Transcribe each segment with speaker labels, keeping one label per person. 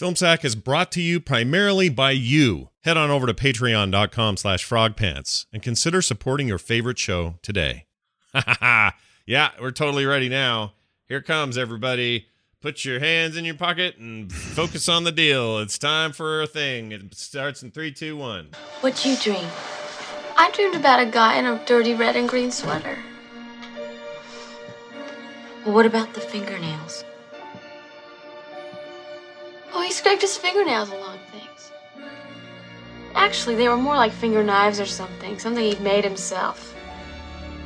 Speaker 1: FilmSack is brought to you primarily by you. Head on over to patreon.com slash frogpants and consider supporting your favorite show today. Ha ha ha. Yeah, we're totally ready now. Here comes everybody. Put your hands in your pocket and focus on the deal. It's time for a thing. It starts in three, two, one.
Speaker 2: What'd you dream? I dreamed about a guy in a dirty red and green sweater.
Speaker 3: Well, what about the fingernails?
Speaker 2: Oh, he scraped his fingernails along things. Actually, they were more like finger knives or something, something he'd made himself.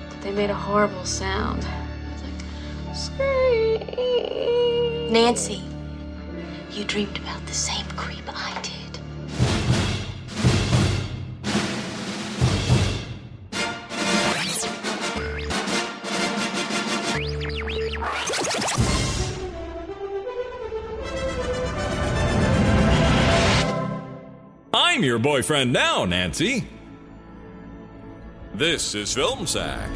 Speaker 2: But they made a horrible sound. It's like, scream.
Speaker 3: Nancy, you dreamed about the same creep I did.
Speaker 4: I'm your boyfriend now, Nancy. This is Film Sack.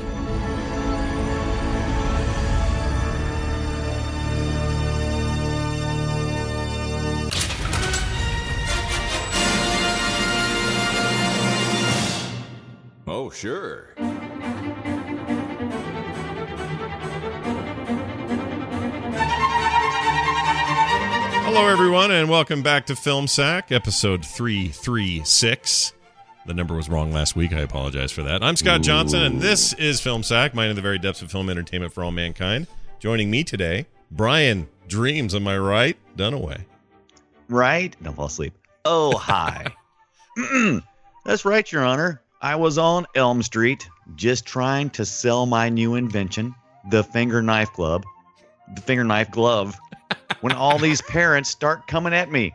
Speaker 4: Oh, sure.
Speaker 1: Hello, everyone, and welcome back to Film Sack, episode 336. The number was wrong last week. I apologize for that. I'm Scott Johnson, and this is Film Sack, mine in the very depths of film entertainment for all mankind. Joining me today, Brian Dreams, am I right? Dunaway.
Speaker 5: right? Don't fall asleep. Oh, hi. Mm-mm. That's right, Your Honor. I was on Elm Street just trying to sell my new invention, the finger knife club, the finger knife glove, when all these parents start coming at me.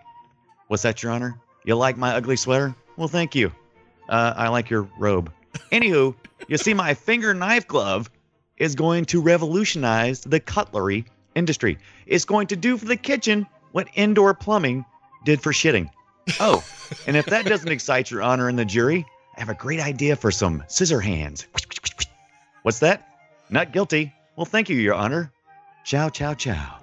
Speaker 5: What's that, Your Honor? You like my ugly sweater? Well, thank you. Uh, I like your robe. Anywho, you see, my finger knife glove is going to revolutionize the cutlery industry. It's going to do for the kitchen what indoor plumbing did for shitting. Oh, and if that doesn't excite your honor and the jury, I have a great idea for some scissor hands. What's that? Not guilty. Well, thank you, your honor. Chow, chow, chow.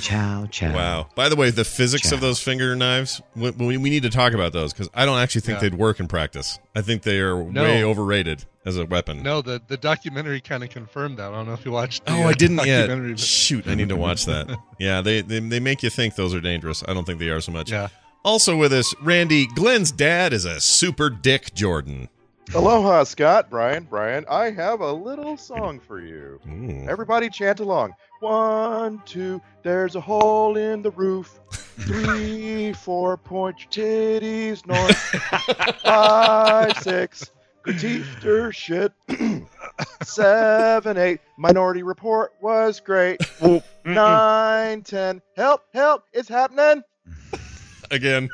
Speaker 5: chow, chow.
Speaker 1: Wow. By the way, the physics of
Speaker 5: Ciao.
Speaker 1: those finger knives, we, we we need to talk about those because I don't actually think
Speaker 6: Yeah.
Speaker 1: they'd work in practice. I think they are
Speaker 6: No.
Speaker 1: way overrated as a weapon.
Speaker 6: No, the the documentary kind of confirmed that. I don't know if you watched. The,
Speaker 1: Oh,
Speaker 6: uh,
Speaker 1: I didn't yet.
Speaker 6: documentary, but-
Speaker 1: Shoot, I need to watch that. Yeah, they, they they make you think those are dangerous. I don't think they are so much.
Speaker 6: Yeah.
Speaker 1: Also with us, Randy, Glenn's dad is a super dick Jordan.
Speaker 7: Aloha, Scott, Brian, Brian. I have a little song for you. Everybody chant along. One, two, there's a hole in the roof. Three, four, point your titties north. Five, six, critiqued her shit. Seven, eight, minority report was great. Nine, ten, help, help, it's happening.
Speaker 1: Again.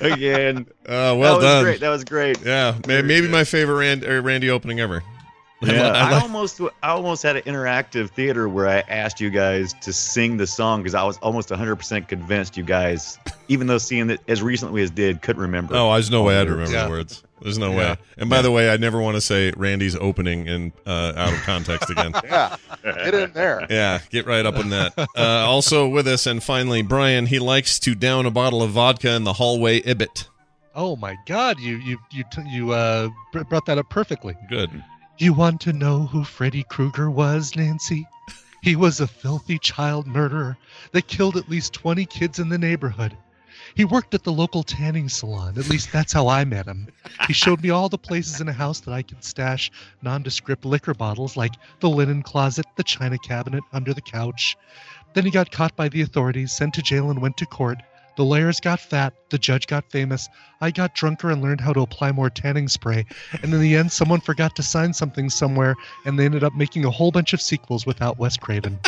Speaker 5: Again.
Speaker 1: Uh, well
Speaker 5: that was
Speaker 1: done.
Speaker 5: great. That was great.
Speaker 1: Yeah, may-
Speaker 5: Very
Speaker 1: maybe
Speaker 5: good.
Speaker 1: my favorite Rand, er, Randy opening ever.
Speaker 5: Yeah,
Speaker 1: I
Speaker 5: I,
Speaker 1: like-
Speaker 5: almost I almost had an interactive theater where I asked you guys to sing the song because I was almost 100% convinced you guys, even though seeing it as recently as did, could remember.
Speaker 1: Oh, there's no way I'd remember
Speaker 6: Yeah.
Speaker 1: the words. There's no
Speaker 6: Yeah.
Speaker 1: way. And by the way, I never want to say Randy's opening in uh, out of context again.
Speaker 7: Yeah, get in there.
Speaker 1: Yeah, get right up on that. Uh, also with us, and finally, Brian. He likes to down a bottle of vodka in the hallway ibit.
Speaker 6: Oh my God, you you you t- you uh br- brought that up perfectly.
Speaker 1: Good.
Speaker 6: You want to know who Freddy Krueger was, Nancy? He was a filthy child murderer that killed at least 20 kids in the neighborhood. He worked at the local tanning salon. At least that's how I met him. He showed me all the places in a house that I could stash nondescript liquor bottles, like the linen closet, the china cabinet, under the couch. Then he got caught by the authorities, sent to jail, and went to court. The lawyers got fat, the judge got famous. I got drunker and learned how to apply more tanning spray and in the end, someone forgot to sign something somewhere, and they ended up making a whole bunch of sequels without Wes Craven.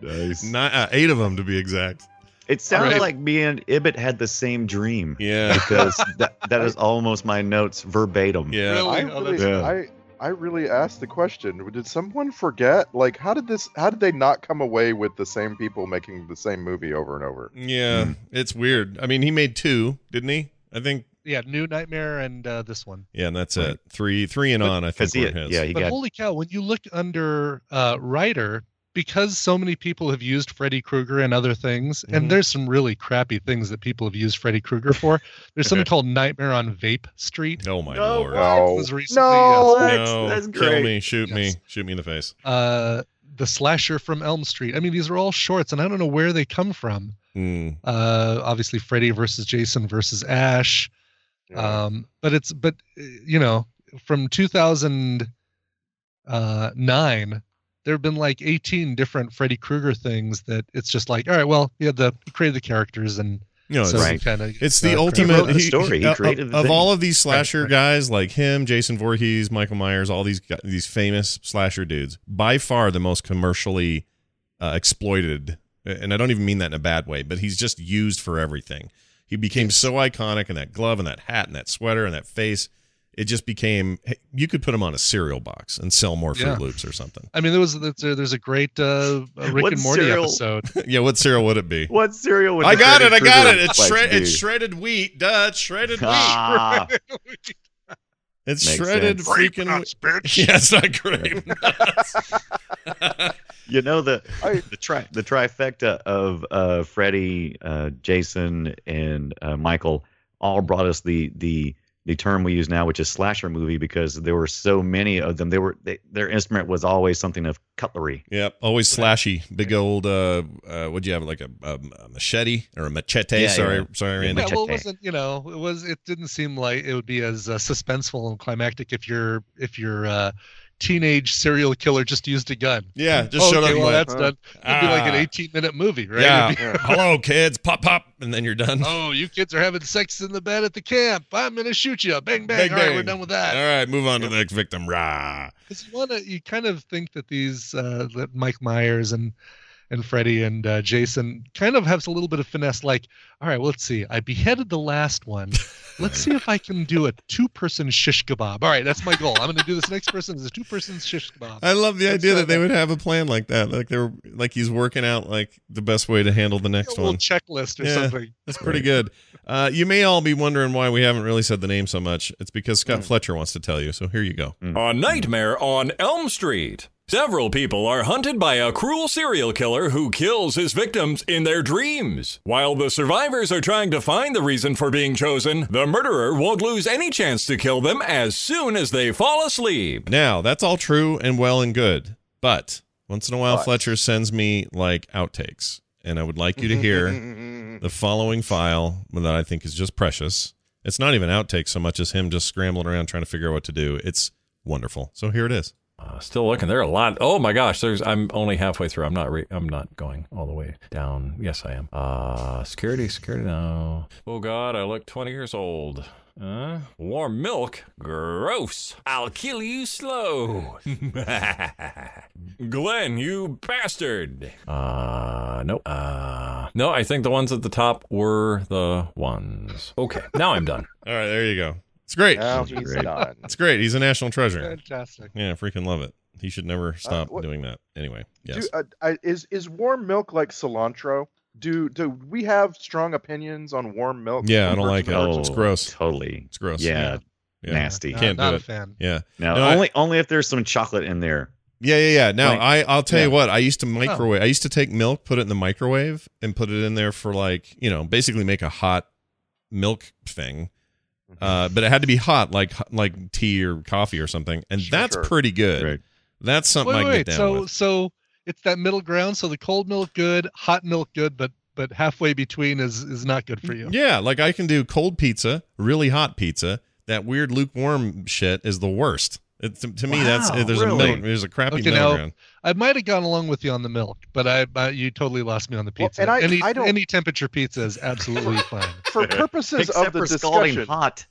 Speaker 5: nice.
Speaker 1: Not, uh, eight of them to be exact.
Speaker 5: It sounds
Speaker 6: Right.
Speaker 5: like me and Ibbot had the same dream
Speaker 1: Yeah.
Speaker 5: because that, that is almost my notes verbatim.
Speaker 1: Yeah.
Speaker 7: I
Speaker 6: Really? Oh,
Speaker 7: really,
Speaker 5: that's-
Speaker 7: I, I really asked the question. Did someone forget? Like, how did this? How did they not come away with the same people making the same movie over and over?
Speaker 1: Yeah, Hmm. it's weird. I mean, he made two, didn't he? I think.
Speaker 6: yeah, New Nightmare and uh, this one.
Speaker 1: Yeah, and that's
Speaker 5: Right.
Speaker 1: it. Three, three and
Speaker 5: But-
Speaker 1: on. I think
Speaker 5: Because he,
Speaker 1: were his.
Speaker 5: yeah, he
Speaker 6: But
Speaker 5: got
Speaker 6: holy cow, when you look under uh, writer, because so many people have used Freddy Krueger and other things,
Speaker 1: Mhm.
Speaker 6: and there's some really crappy things that people have used Freddy Krueger for. There's something called Nightmare on Vape Street.
Speaker 1: Oh my
Speaker 5: No,
Speaker 1: lord.
Speaker 5: what?
Speaker 7: No.
Speaker 6: Was recently,
Speaker 5: uh, No,
Speaker 6: yes.
Speaker 5: that's,
Speaker 1: no,
Speaker 5: that's
Speaker 1: kill
Speaker 5: great.
Speaker 1: me, shoot me,
Speaker 6: Yes.
Speaker 1: shoot me in the face.
Speaker 6: Uh, the Slasher from Elm Street. I mean, these are all shorts, and I don't know where they come from.
Speaker 1: Mm.
Speaker 6: Uh, obviously, Freddy versus Jason versus Ash.
Speaker 7: Yeah.
Speaker 6: Um, but it's but uh, you know from 2009 there have been like 18 different Freddy Krueger things that it's just like all right well yeah the he created the characters and
Speaker 1: No, it's,
Speaker 6: so
Speaker 5: right.
Speaker 6: kind of
Speaker 1: it's the
Speaker 5: Uh, wrote
Speaker 1: ultimate
Speaker 5: the story. He
Speaker 1: of-
Speaker 5: created
Speaker 1: of,
Speaker 5: the thing.
Speaker 1: all of these slasher
Speaker 6: right.
Speaker 1: guys like him, Jason Voorhees, Michael Myers, all these gu- these famous slasher dudes. By far the most commercially uh, exploited, and I don't even mean that in a bad way, but he's just used for everything. He became so iconic, and that glove, and that hat, and that sweater, and that face. It just became hey, you could put him on a cereal box and sell more Fruit
Speaker 6: Yeah.
Speaker 1: Loops or something.
Speaker 6: I mean there was there's a, there's a great uh, Rick
Speaker 5: What
Speaker 6: and Morty
Speaker 5: cereal-
Speaker 6: episode
Speaker 1: yeah, what cereal would it be?
Speaker 5: What cereal would
Speaker 1: I
Speaker 5: the
Speaker 1: got it.
Speaker 5: Freddy
Speaker 1: I got it.
Speaker 5: Krueger
Speaker 1: It's,
Speaker 5: place
Speaker 1: shred,
Speaker 5: be?
Speaker 1: it's shredded wheat. Duh, it's shredded wheat.
Speaker 5: Ah,
Speaker 1: It's
Speaker 5: makes
Speaker 1: shredded
Speaker 5: sense.
Speaker 1: freaking wheat. Yeah, it's not grape nuts.
Speaker 5: you know the
Speaker 7: I-
Speaker 5: the tri- the trifecta of uh, Freddie, uh, Jason, and uh, Michael all brought us the the the term we use now, which is slasher movie, because there were so many of them. They were they, their instrument was always something of cutlery.
Speaker 1: yep, always slashy. Big old. Uh, uh, what'd you have? Like a, a, a machete or a machete?
Speaker 5: Yeah,
Speaker 1: sorry,
Speaker 5: yeah.
Speaker 1: sorry,
Speaker 5: Yeah,
Speaker 1: Randy.
Speaker 6: yeah, well it
Speaker 5: Machete.
Speaker 6: wasn't you know it was it didn't seem like it would be as uh, suspenseful and climactic if your if your uh, teenage serial killer just used a gun
Speaker 1: Yeah, just showed
Speaker 6: okay,
Speaker 1: up. and
Speaker 6: well
Speaker 1: went,
Speaker 6: that's done it'd be like an
Speaker 1: "Ah."
Speaker 6: 18 minute movie right
Speaker 1: Yeah.
Speaker 6: It'd be-
Speaker 7: Yeah.
Speaker 1: Hello, kids. Pop, pop, and then you're done.
Speaker 6: Oh, you kids are having sex in the bed at the camp. I'm gonna shoot you. Bang bang.
Speaker 1: Bang,
Speaker 6: All right, we're
Speaker 1: bang.
Speaker 6: done with
Speaker 1: All
Speaker 6: that.
Speaker 1: right, move on to the next victim. Rah.
Speaker 6: 'Cause you wanna, you kind of think that these, uh, that Mike Myers and and Freddie and uh, Jason kind of have a little bit of finesse. Like, all right, well, let's see. I beheaded the last one. Let's see if I can do a two-person shish kebab. All right, that's my goal. I'm gonna do this next person is a two-person shish kebab.
Speaker 1: I love the
Speaker 6: That's
Speaker 1: idea that
Speaker 6: not
Speaker 1: they
Speaker 6: bad.
Speaker 1: would have a plan like that. Like they were, like he's working out like the best way to handle the
Speaker 6: a
Speaker 1: next
Speaker 6: little
Speaker 1: one.
Speaker 6: checklist or
Speaker 1: Yeah.
Speaker 6: something.
Speaker 1: That's pretty good. Uh, you may all be wondering why we haven't really said the name so much. It's because
Speaker 7: Hmm.
Speaker 1: Scott Fletcher wants to tell you. So here you go.
Speaker 4: A Nightmare on Elm Street. Several people are hunted by a cruel serial killer who kills his victims in their dreams. While the survivors are trying to find the reason for being chosen, the murderer won't lose any chance to kill them as soon as they fall asleep.
Speaker 1: Now, that's all true and well and good. But once in a while,
Speaker 7: But.
Speaker 1: Fletcher sends me like outtakes. And I would like you to hear the following file that I think is just precious. It's not even outtakes so much as him just scrambling around trying to figure out what to do. It's wonderful. So here it is.
Speaker 4: Uh, still looking. There are a lot. Oh my gosh, there's. I'm only halfway through. I'm not. Re- I'm not going all the way down. Yes, I am. Uh, security, security. No. Oh God, I look 20 years old. Huh? Warm milk? Gross. I'll kill you slow. Glenn, you bastard. Uh, no. Uh, no. I think the ones at the top were the ones. Okay, now I'm done.
Speaker 1: All right, there you go. It's great.
Speaker 7: Now he's
Speaker 5: Great.
Speaker 7: done.
Speaker 1: It's great. He's a national treasure.
Speaker 6: Fantastic.
Speaker 1: Yeah, I freaking love it. He should never stop
Speaker 7: Uh, what-
Speaker 1: doing that. Anyway, yes.
Speaker 7: Do, uh, I, is is warm milk like cilantro? Do do we have strong opinions on warm milk?
Speaker 1: Yeah, I
Speaker 7: from
Speaker 1: don't like
Speaker 7: person to
Speaker 1: it.
Speaker 7: person?
Speaker 1: It's gross.
Speaker 5: Oh, Totally.
Speaker 1: it's gross.
Speaker 5: Yeah,
Speaker 1: Yeah.
Speaker 5: nasty.
Speaker 1: Can't do
Speaker 6: not
Speaker 1: it.
Speaker 6: a fan.
Speaker 1: Yeah.
Speaker 5: Now
Speaker 1: No, I-
Speaker 5: only only if there's some chocolate in there.
Speaker 1: Yeah, yeah, yeah. Now I, I'll tell you
Speaker 5: Yeah.
Speaker 1: what. I used to microwave. I used to take milk, put it in the microwave, and put it in there for like you know, basically make a hot milk thing. Uh, but it had to be hot, like like tea or coffee or something, and
Speaker 7: Sure,
Speaker 1: that's
Speaker 7: sure.
Speaker 1: pretty good.
Speaker 5: Right.
Speaker 1: That's something I
Speaker 6: wait,
Speaker 1: can
Speaker 6: wait,
Speaker 1: get down
Speaker 6: so
Speaker 1: with.
Speaker 6: so it's that middle ground. So the cold milk good, hot milk good, but but halfway between is is not good for you.
Speaker 1: Yeah, like I can do cold pizza, really hot pizza. That weird lukewarm shit is the worst. It, to, to me, that's
Speaker 5: Wow,
Speaker 1: there's a
Speaker 5: really?
Speaker 1: middle, there's a crappy
Speaker 6: Okay,
Speaker 1: middle
Speaker 6: now-
Speaker 1: ground.
Speaker 6: I might have gone along with you on the milk, but I, I you totally lost me on the
Speaker 7: Well,
Speaker 6: pizza.
Speaker 7: and I-
Speaker 6: any
Speaker 7: I don't-
Speaker 6: any temperature pizza is absolutely fine.
Speaker 7: For purposes
Speaker 5: Except
Speaker 7: of the
Speaker 5: for scalding
Speaker 7: discussion,
Speaker 5: hot.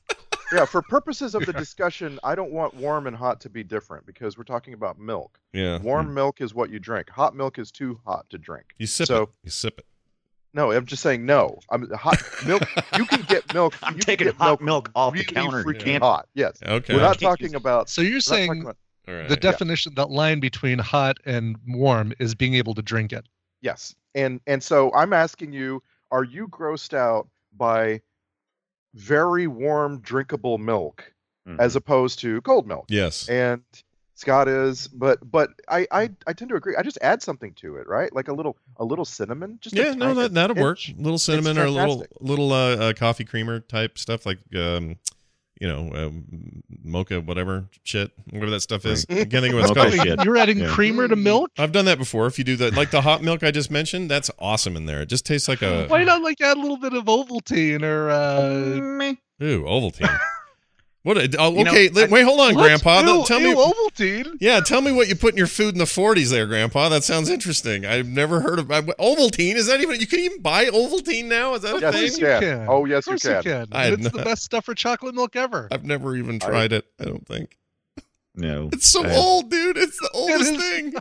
Speaker 7: yeah, for purposes of the discussion, I don't want warm and hot to be different because we're talking about milk.
Speaker 1: Yeah,
Speaker 7: Warm
Speaker 5: Mm-hmm.
Speaker 7: milk is what you drink. Hot milk is too hot to drink.
Speaker 1: you sip
Speaker 7: So-
Speaker 1: it. You sip it.
Speaker 7: No, I'm just saying no. I'm hot milk. You can get milk.
Speaker 5: I'm
Speaker 7: you can
Speaker 5: taking
Speaker 7: get
Speaker 5: hot milk,
Speaker 7: milk
Speaker 5: off
Speaker 7: really
Speaker 5: the counter. You
Speaker 7: freaking
Speaker 5: can't-
Speaker 7: hot. Yes.
Speaker 1: Okay.
Speaker 7: We're not
Speaker 5: Can't
Speaker 7: talking
Speaker 5: use-
Speaker 7: about.
Speaker 6: So you're
Speaker 7: we're not talking
Speaker 6: saying
Speaker 7: about-
Speaker 1: All right.
Speaker 6: the definition, that line between hot and warm is being able to drink it.
Speaker 7: Yes. And and so I'm asking you, are you grossed out by very warm drinkable milk
Speaker 5: Mhm.
Speaker 7: as opposed to cold milk?
Speaker 1: yes.
Speaker 7: And Scott is, but but I, I I tend to agree. I just add something to it, right? Like a little a little cinnamon. Just a
Speaker 1: yeah, no,
Speaker 7: tiny
Speaker 1: that that'll work.
Speaker 7: pinch.
Speaker 1: Little cinnamon or a little
Speaker 7: fantastic.
Speaker 1: little uh, uh, coffee creamer type stuff, like um, you know, um, mocha, whatever shit, whatever that stuff is. I can't think of what it's
Speaker 5: Mocha
Speaker 1: called.
Speaker 5: shit.
Speaker 6: Wait, You're adding
Speaker 5: Yeah.
Speaker 6: creamer to milk?
Speaker 1: I've done that before. If you do that, like the hot milk I just mentioned, that's awesome in there. It just tastes like a
Speaker 6: Why not like add a little bit of Ovaltine or uh
Speaker 1: ooh Ovaltine. What? A, oh,
Speaker 5: You know,
Speaker 1: okay, li-
Speaker 5: I-
Speaker 1: wait, hold on,
Speaker 6: what?
Speaker 1: Grandpa.
Speaker 6: Ew,
Speaker 1: Don't- tell
Speaker 6: ew,
Speaker 1: me.
Speaker 6: Ovaltine.
Speaker 1: Yeah, tell me what you put in your food in the 40s there, Grandpa. That sounds interesting. I've never heard of I, Ovaltine. Is that even, you can even buy Ovaltine now? Is that a
Speaker 7: Yes,
Speaker 1: thing?
Speaker 7: you can. Oh, yes,
Speaker 6: of
Speaker 7: you
Speaker 6: course
Speaker 7: can.
Speaker 6: you can.
Speaker 1: I had
Speaker 6: it's the
Speaker 1: not-
Speaker 6: best stuff for chocolate milk ever.
Speaker 1: I've never even
Speaker 7: I-
Speaker 1: tried it, I don't think.
Speaker 5: No.
Speaker 1: It's so
Speaker 5: I-
Speaker 1: old, dude. It's the oldest
Speaker 6: is.
Speaker 1: thing.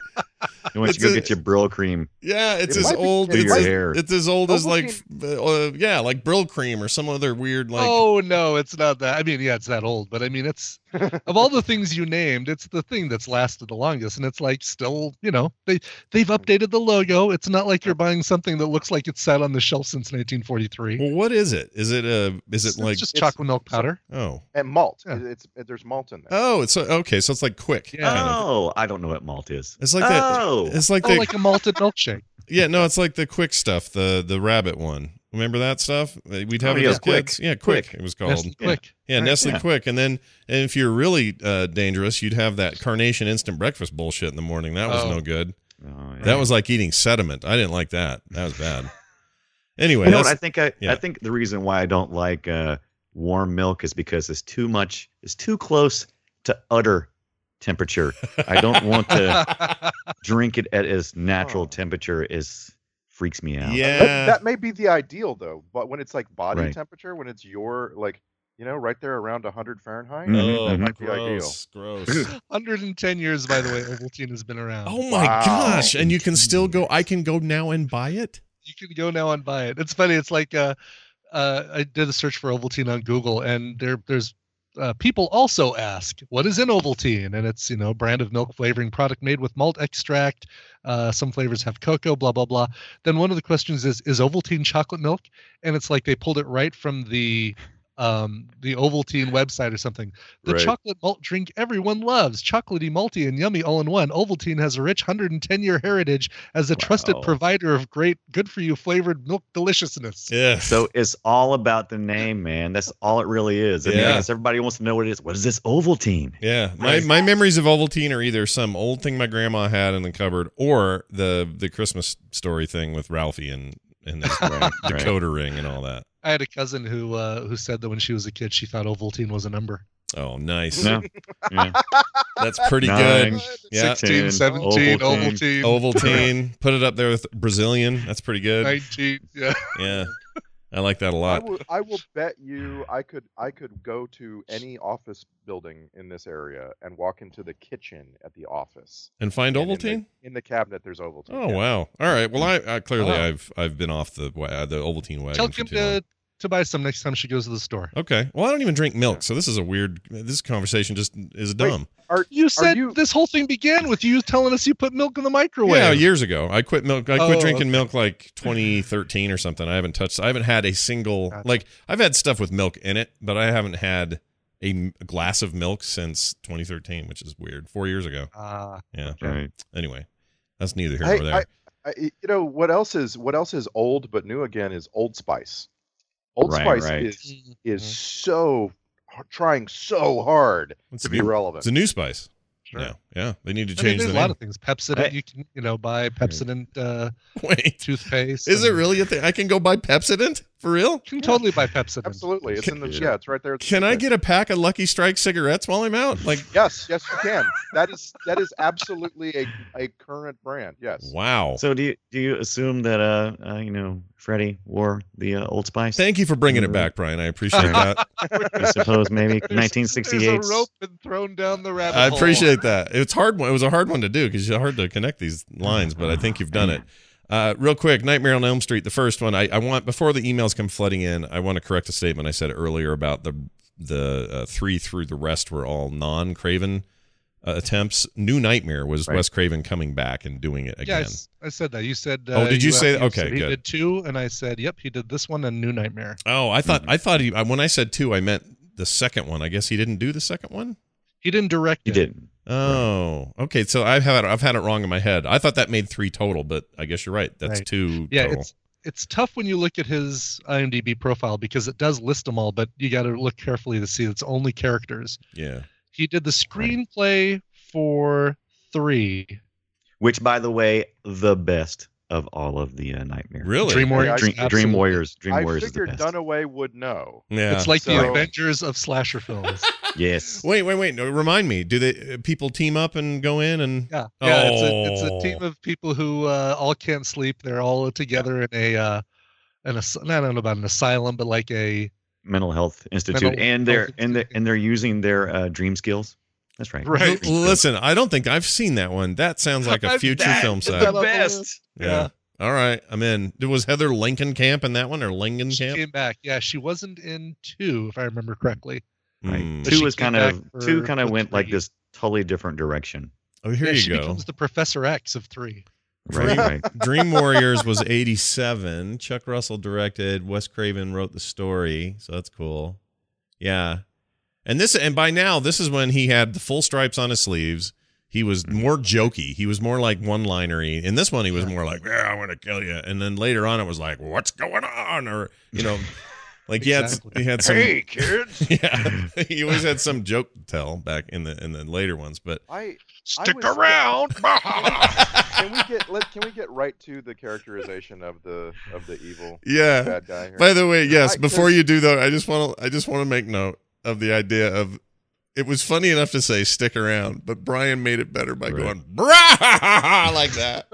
Speaker 5: Once
Speaker 1: It's
Speaker 5: you go
Speaker 1: a-
Speaker 5: get your Brill cream,
Speaker 1: Yeah, it's
Speaker 7: It
Speaker 1: as
Speaker 7: might be-
Speaker 1: old.
Speaker 7: it
Speaker 1: it's,
Speaker 7: might
Speaker 1: as,
Speaker 7: be-
Speaker 5: Hair.
Speaker 1: it's as old as like,
Speaker 7: Ovaltine-
Speaker 1: f- uh, yeah, like Brill cream or some other weird like.
Speaker 6: oh no, it's not that. I mean, yeah, it's that old, but I mean, it's of all the things you named, it's the thing that's lasted the longest, and it's like still, you know, they they've updated the logo. It's not like you're buying something that looks like it's sat on the shelf since 1943.
Speaker 1: Well, what is it? Is it a? Is it
Speaker 6: It's
Speaker 1: like?
Speaker 6: just
Speaker 7: It's-
Speaker 6: chocolate milk powder?
Speaker 1: oh,
Speaker 7: And malt.
Speaker 6: Yeah.
Speaker 7: It- It's it, there's malt in there.
Speaker 1: oh, it's a, okay. So it's like quick.
Speaker 6: Yeah.
Speaker 1: kind of.
Speaker 5: oh, I don't know what malt is.
Speaker 1: It's like that.
Speaker 5: Oh.
Speaker 1: It's like
Speaker 6: Oh,
Speaker 1: the
Speaker 6: like a malted milkshake.
Speaker 1: yeah no, it's like the quick stuff. The the rabbit one. Remember that stuff? Uh, We'd have
Speaker 5: Oh,
Speaker 1: it
Speaker 5: yeah,
Speaker 1: as
Speaker 5: Quick.
Speaker 1: kids. Yeah, quick. It was called.
Speaker 6: Nestle Quick.
Speaker 1: Yeah, Nestle
Speaker 5: yeah.
Speaker 1: Quick. And then and if you're really uh, dangerous, you'd have that carnation instant breakfast bullshit in the morning. That was
Speaker 6: Oh.
Speaker 1: no good.
Speaker 5: Oh, yeah.
Speaker 1: That was like eating sediment. I didn't like that. That was bad. Anyway,
Speaker 5: You know what?
Speaker 1: that's-
Speaker 5: I think I,
Speaker 1: yeah.
Speaker 5: I think the reason why I don't like uh, warm milk is because it's too much. It's too close to udder temperature. I don't want to drink it at its natural
Speaker 7: Oh.
Speaker 5: temperature. Is freaks me out.
Speaker 1: Yeah.
Speaker 7: That, that may be the ideal though, but when it's like body
Speaker 5: Right.
Speaker 7: temperature, when it's your like you know right there around 100 Fahrenheit,
Speaker 5: Mhm,
Speaker 1: oh,
Speaker 5: mhm.
Speaker 7: might be ideal.
Speaker 1: gross, gross.
Speaker 6: 110 years, by the way, Ovaltine has been around.
Speaker 1: Oh my
Speaker 7: Wow.
Speaker 1: gosh! And you can still go. I can go now and buy it.
Speaker 6: you can go now and buy it. It's funny. It's like uh, uh, I did a search for Ovaltine on Google, and there there's uh, people also ask what is in Ovaltine, and it's you know brand of milk flavoring product made with malt extract. Uh, some flavors have cocoa, blah blah blah. Then one of the questions is is Ovaltine chocolate milk, and it's like they pulled it right from the um the Ovaltine website or something. The
Speaker 5: Right.
Speaker 6: chocolate malt drink everyone loves, chocolatey, malty, and yummy all in one. Ovaltine has a rich 110 year heritage as a trusted
Speaker 5: Wow.
Speaker 6: provider of great, good for you flavored milk deliciousness.
Speaker 1: Yeah.
Speaker 5: So it's all about the name, man. That's all it really is. I mean, I
Speaker 1: Yeah.
Speaker 5: guess everybody wants to know what it is. What is this Ovaltine?
Speaker 1: Yeah, my,
Speaker 5: Right.
Speaker 1: my memories of Ovaltine are either some old thing my grandma had in the cupboard, or the the Christmas story thing with Ralphie and and his
Speaker 5: Right, right.
Speaker 1: decoder ring and all that.
Speaker 6: I had a cousin who uh, who said that when she was a kid, she thought Ovaltine was a number.
Speaker 1: Oh, nice.
Speaker 5: No. Yeah.
Speaker 1: That's pretty
Speaker 5: Nine.
Speaker 1: good. Yeah,
Speaker 6: 16, 17, Ovaltine,
Speaker 1: Ovaltine. Put it up there with Brazilian. That's pretty good.
Speaker 6: 19. Yeah.
Speaker 1: Yeah, I like that a
Speaker 7: I
Speaker 1: lot.
Speaker 7: will, I will bet you I could I could go to any office building in this area and walk into the kitchen at the office.
Speaker 1: And find
Speaker 7: and in the-
Speaker 1: Ovaltine.
Speaker 7: in the cabinet. There's Ovaltine.
Speaker 1: Oh
Speaker 7: yeah.
Speaker 1: wow! All right. Well, I, I clearly
Speaker 6: Wow.
Speaker 1: I've I've been off the wa- uh, the Ovaltine wagon.
Speaker 6: Tell
Speaker 1: for
Speaker 6: him
Speaker 1: too long.
Speaker 6: to, to buy some next time she goes to the store.
Speaker 1: Okay. Well, I don't even drink milk, so this is a weird. This conversation just is dumb.
Speaker 6: You said
Speaker 7: you-
Speaker 6: this whole thing began with you telling us you put milk in the microwave.
Speaker 1: Yeah, years ago. I quit milk. I quit
Speaker 6: Oh,
Speaker 1: drinking milk like 2013 or something. I haven't touched. I haven't had a single
Speaker 6: Gotcha.
Speaker 1: like. I've had stuff with milk in it, but I haven't had a m- glass of milk since 2013, which is weird. Four years ago.
Speaker 6: Ah,
Speaker 1: Yeah.
Speaker 5: Right.
Speaker 1: Anyway, that's neither here
Speaker 7: I-
Speaker 1: nor there.
Speaker 7: I- I- you know what else is what else is old but new again is Old Spice. Old
Speaker 5: Right,
Speaker 7: Spice
Speaker 5: right.
Speaker 7: is
Speaker 1: Mm-hmm.
Speaker 7: is so trying so hard
Speaker 1: it's,
Speaker 7: to
Speaker 1: a
Speaker 7: be
Speaker 1: new,
Speaker 7: relevant.
Speaker 1: it's a new spice.
Speaker 6: sure.
Speaker 1: Yeah. Yeah. They need to
Speaker 6: Mm-hmm. I mean,
Speaker 1: change
Speaker 6: there's
Speaker 1: the
Speaker 6: a
Speaker 1: name.
Speaker 6: lot of things. Pepsodent,
Speaker 5: Hey.
Speaker 6: you can, you know, buy Pepsodent uh,
Speaker 1: Wait.
Speaker 6: toothpaste.
Speaker 1: Is it
Speaker 6: and-
Speaker 1: really a thing? I can go buy Pepsodent for real?
Speaker 6: You can totally buy Pepsodent.
Speaker 7: Absolutely, it's in the
Speaker 5: Can-
Speaker 7: yeah, it's right there. at the
Speaker 1: Can I
Speaker 7: kitchen.
Speaker 1: get a pack of Lucky Strike cigarettes while I'm out? Like,
Speaker 7: Yes, yes, you can. That is that is absolutely a, a current brand. Yes.
Speaker 1: wow.
Speaker 5: So do you do you assume that uh, uh you know Freddie wore the uh, Old Spice?
Speaker 1: Thank you for bringing it back, Brian. I appreciate that.
Speaker 5: I suppose maybe
Speaker 6: There's
Speaker 5: 1968.
Speaker 6: a rope been thrown down the rabbit
Speaker 1: I
Speaker 6: hole.
Speaker 1: appreciate that. It's hard. It was a hard one to do because it's hard to connect these lines, but I think you've done it. Uh, real quick, Nightmare on Elm Street, the first one. I, I want before the emails come flooding in. I want to correct a statement I said earlier about the the uh, three through the rest were all non Craven uh, attempts. New Nightmare was
Speaker 5: Right.
Speaker 1: Wes Craven coming back and doing it
Speaker 6: Yeah, I
Speaker 1: again.
Speaker 6: s- I, said that. You said.
Speaker 1: Oh, did you say-
Speaker 6: asked-
Speaker 1: okay,
Speaker 6: said He
Speaker 1: good.
Speaker 6: did two, and I said, "Yep, he did this one and New Nightmare."
Speaker 1: Oh, I
Speaker 6: Mm-hmm.
Speaker 1: thought I thought he I- when I said two, I meant the second one. I guess he didn't do the second one.
Speaker 6: He didn't direct.
Speaker 5: You
Speaker 6: it.
Speaker 5: didn't.
Speaker 1: Oh, okay. So I've had I've had it wrong in my head. I thought that made three total, but I guess you're right. That's
Speaker 6: Right.
Speaker 1: two
Speaker 6: Yeah,
Speaker 1: total.
Speaker 6: it's it's tough when you look at his IMDb profile because it does list them all, but you got to look carefully to see it's only characters.
Speaker 1: Yeah.
Speaker 6: He did the screenplay for three
Speaker 5: Which, by the way, the best of all of the uh, Nightmare.
Speaker 1: Really?
Speaker 6: Dream
Speaker 7: Yeah, I-
Speaker 6: Warriors.
Speaker 5: Dream, Dream
Speaker 6: absolutely.
Speaker 5: Warriors. Dream
Speaker 7: I
Speaker 5: Warriors is the
Speaker 7: figured
Speaker 5: best.
Speaker 7: Dunaway would know.
Speaker 1: Yeah.
Speaker 6: It's like the
Speaker 7: So-
Speaker 6: Avengers of slasher films.
Speaker 5: yes.
Speaker 1: wait, wait, wait. No, Remind me. Do they uh, people team up and go in and?
Speaker 6: Yeah, yeah. It's, a, it's
Speaker 1: Oh.
Speaker 6: a team of people who uh, all can't sleep. They're all together in a uh, an as- I don't know about an asylum, but like a
Speaker 5: Mental Health Institute,
Speaker 6: Mental
Speaker 5: and they're
Speaker 6: Health
Speaker 5: and they
Speaker 6: Institute.
Speaker 5: and they're using their uh, dream skills. That's right.
Speaker 6: Right.
Speaker 5: Dream
Speaker 1: L-
Speaker 5: skills.
Speaker 1: Listen, I don't think I've seen that one. That sounds like a
Speaker 6: I've-
Speaker 1: future
Speaker 5: That
Speaker 1: film
Speaker 5: is
Speaker 1: set.
Speaker 5: the
Speaker 6: Yeah.
Speaker 5: best.
Speaker 1: yeah. All right, I'm in. Was Heather Lingenkamp in that one or
Speaker 6: she
Speaker 1: Lingenkamp?
Speaker 6: came back. Yeah, she wasn't in two, if I remember correctly.
Speaker 5: Right.
Speaker 1: Mm.
Speaker 6: But
Speaker 5: Two
Speaker 6: she
Speaker 5: was
Speaker 6: came
Speaker 5: kind of
Speaker 6: back
Speaker 5: two
Speaker 6: for-
Speaker 5: kind of
Speaker 6: for
Speaker 5: went like
Speaker 6: three.
Speaker 5: this totally different direction.
Speaker 1: Oh, here
Speaker 6: yeah,
Speaker 1: you
Speaker 6: she
Speaker 1: go.
Speaker 6: becomes the Professor X of three.
Speaker 5: Right. right.
Speaker 1: Dream Warriors was 87. Chuck Russell directed. Wes Craven wrote the story. So that's cool. Yeah. And this and by now this is when he had the full stripes on his sleeves. He was more jokey. He was more like one-linery. In this one he was more like, "Yeah, I'm going to kill you." And then later on it was like, "What's going on?" or you know, like yeah, it's-
Speaker 6: Exactly.
Speaker 1: he had some
Speaker 7: hey kids,
Speaker 1: Yeah. He always had some joke to tell back in the in the later ones, but
Speaker 7: I
Speaker 6: Stick
Speaker 7: was-
Speaker 6: around.
Speaker 7: can we get let, can we get right to the characterization of the of the evil
Speaker 1: yeah.
Speaker 7: bad guy? Here?
Speaker 1: By the way, yes.
Speaker 7: I-
Speaker 1: before you do though, I just want to I just want to make note of the idea of it was funny enough to say stick around, but Brian made it better by
Speaker 5: Right.
Speaker 1: going brah like that.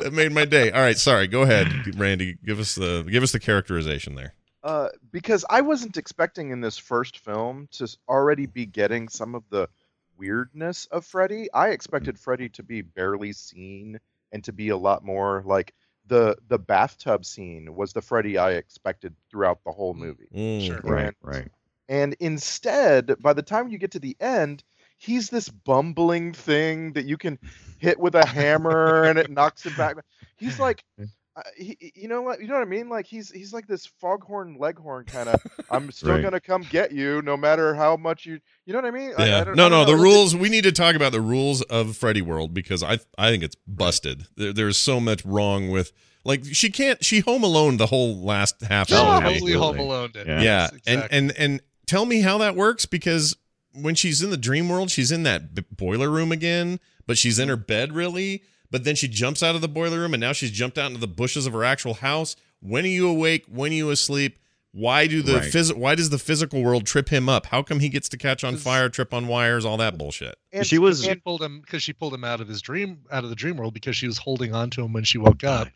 Speaker 1: that made my day. All right, sorry. Go ahead, Randy. Give us the give us the characterization there.
Speaker 7: uh, because I wasn't expecting in this first film to s- already be getting some of the weirdness of Freddy. I expected Freddy to be barely seen and to be a lot more like the the bathtub scene was the Freddy I expected throughout the whole movie.
Speaker 1: Mm.
Speaker 6: Sure.
Speaker 5: Right. Right.
Speaker 7: And instead, by the time you get to the end, he's this bumbling thing that you can hit with a hammer and it knocks him back. He's like, uh, he, he- you know what? You know what I mean? Like he's he's like this foghorn leghorn kind of. I'm still
Speaker 5: Right.
Speaker 7: gonna come get you, no matter how much you. You know what I mean? I- I
Speaker 1: Yeah.
Speaker 7: don't-
Speaker 1: no,
Speaker 7: I
Speaker 1: no.
Speaker 7: don't
Speaker 1: The
Speaker 7: know.
Speaker 1: rules. We need to talk about the rules of Freddy World because I I think it's busted. There, there's so much wrong with like she can't she home alone the whole last half
Speaker 5: Yeah.
Speaker 1: hour.
Speaker 5: Oh,
Speaker 1: maybe.
Speaker 6: totally home alone. did.
Speaker 5: Yeah.
Speaker 1: yeah
Speaker 6: Yes, exactly.
Speaker 1: and and and tell me how that works because when she's in the dream world she's in that b- boiler room again but she's in her
Speaker 6: Mm-hmm.
Speaker 1: bed really but then she jumps out of the boiler room and now she's jumped out into the bushes of her actual house when are you awake when are you asleep why do the
Speaker 5: Right.
Speaker 1: phys- why does the physical world trip him up how come he gets to catch on
Speaker 6: Does-
Speaker 1: fire trip on wires all that bullshit
Speaker 7: And-
Speaker 5: She was-
Speaker 6: she
Speaker 7: and-
Speaker 6: pulled him because she pulled him out of his dream, out of the dream world because she was holding on to him when she woke up.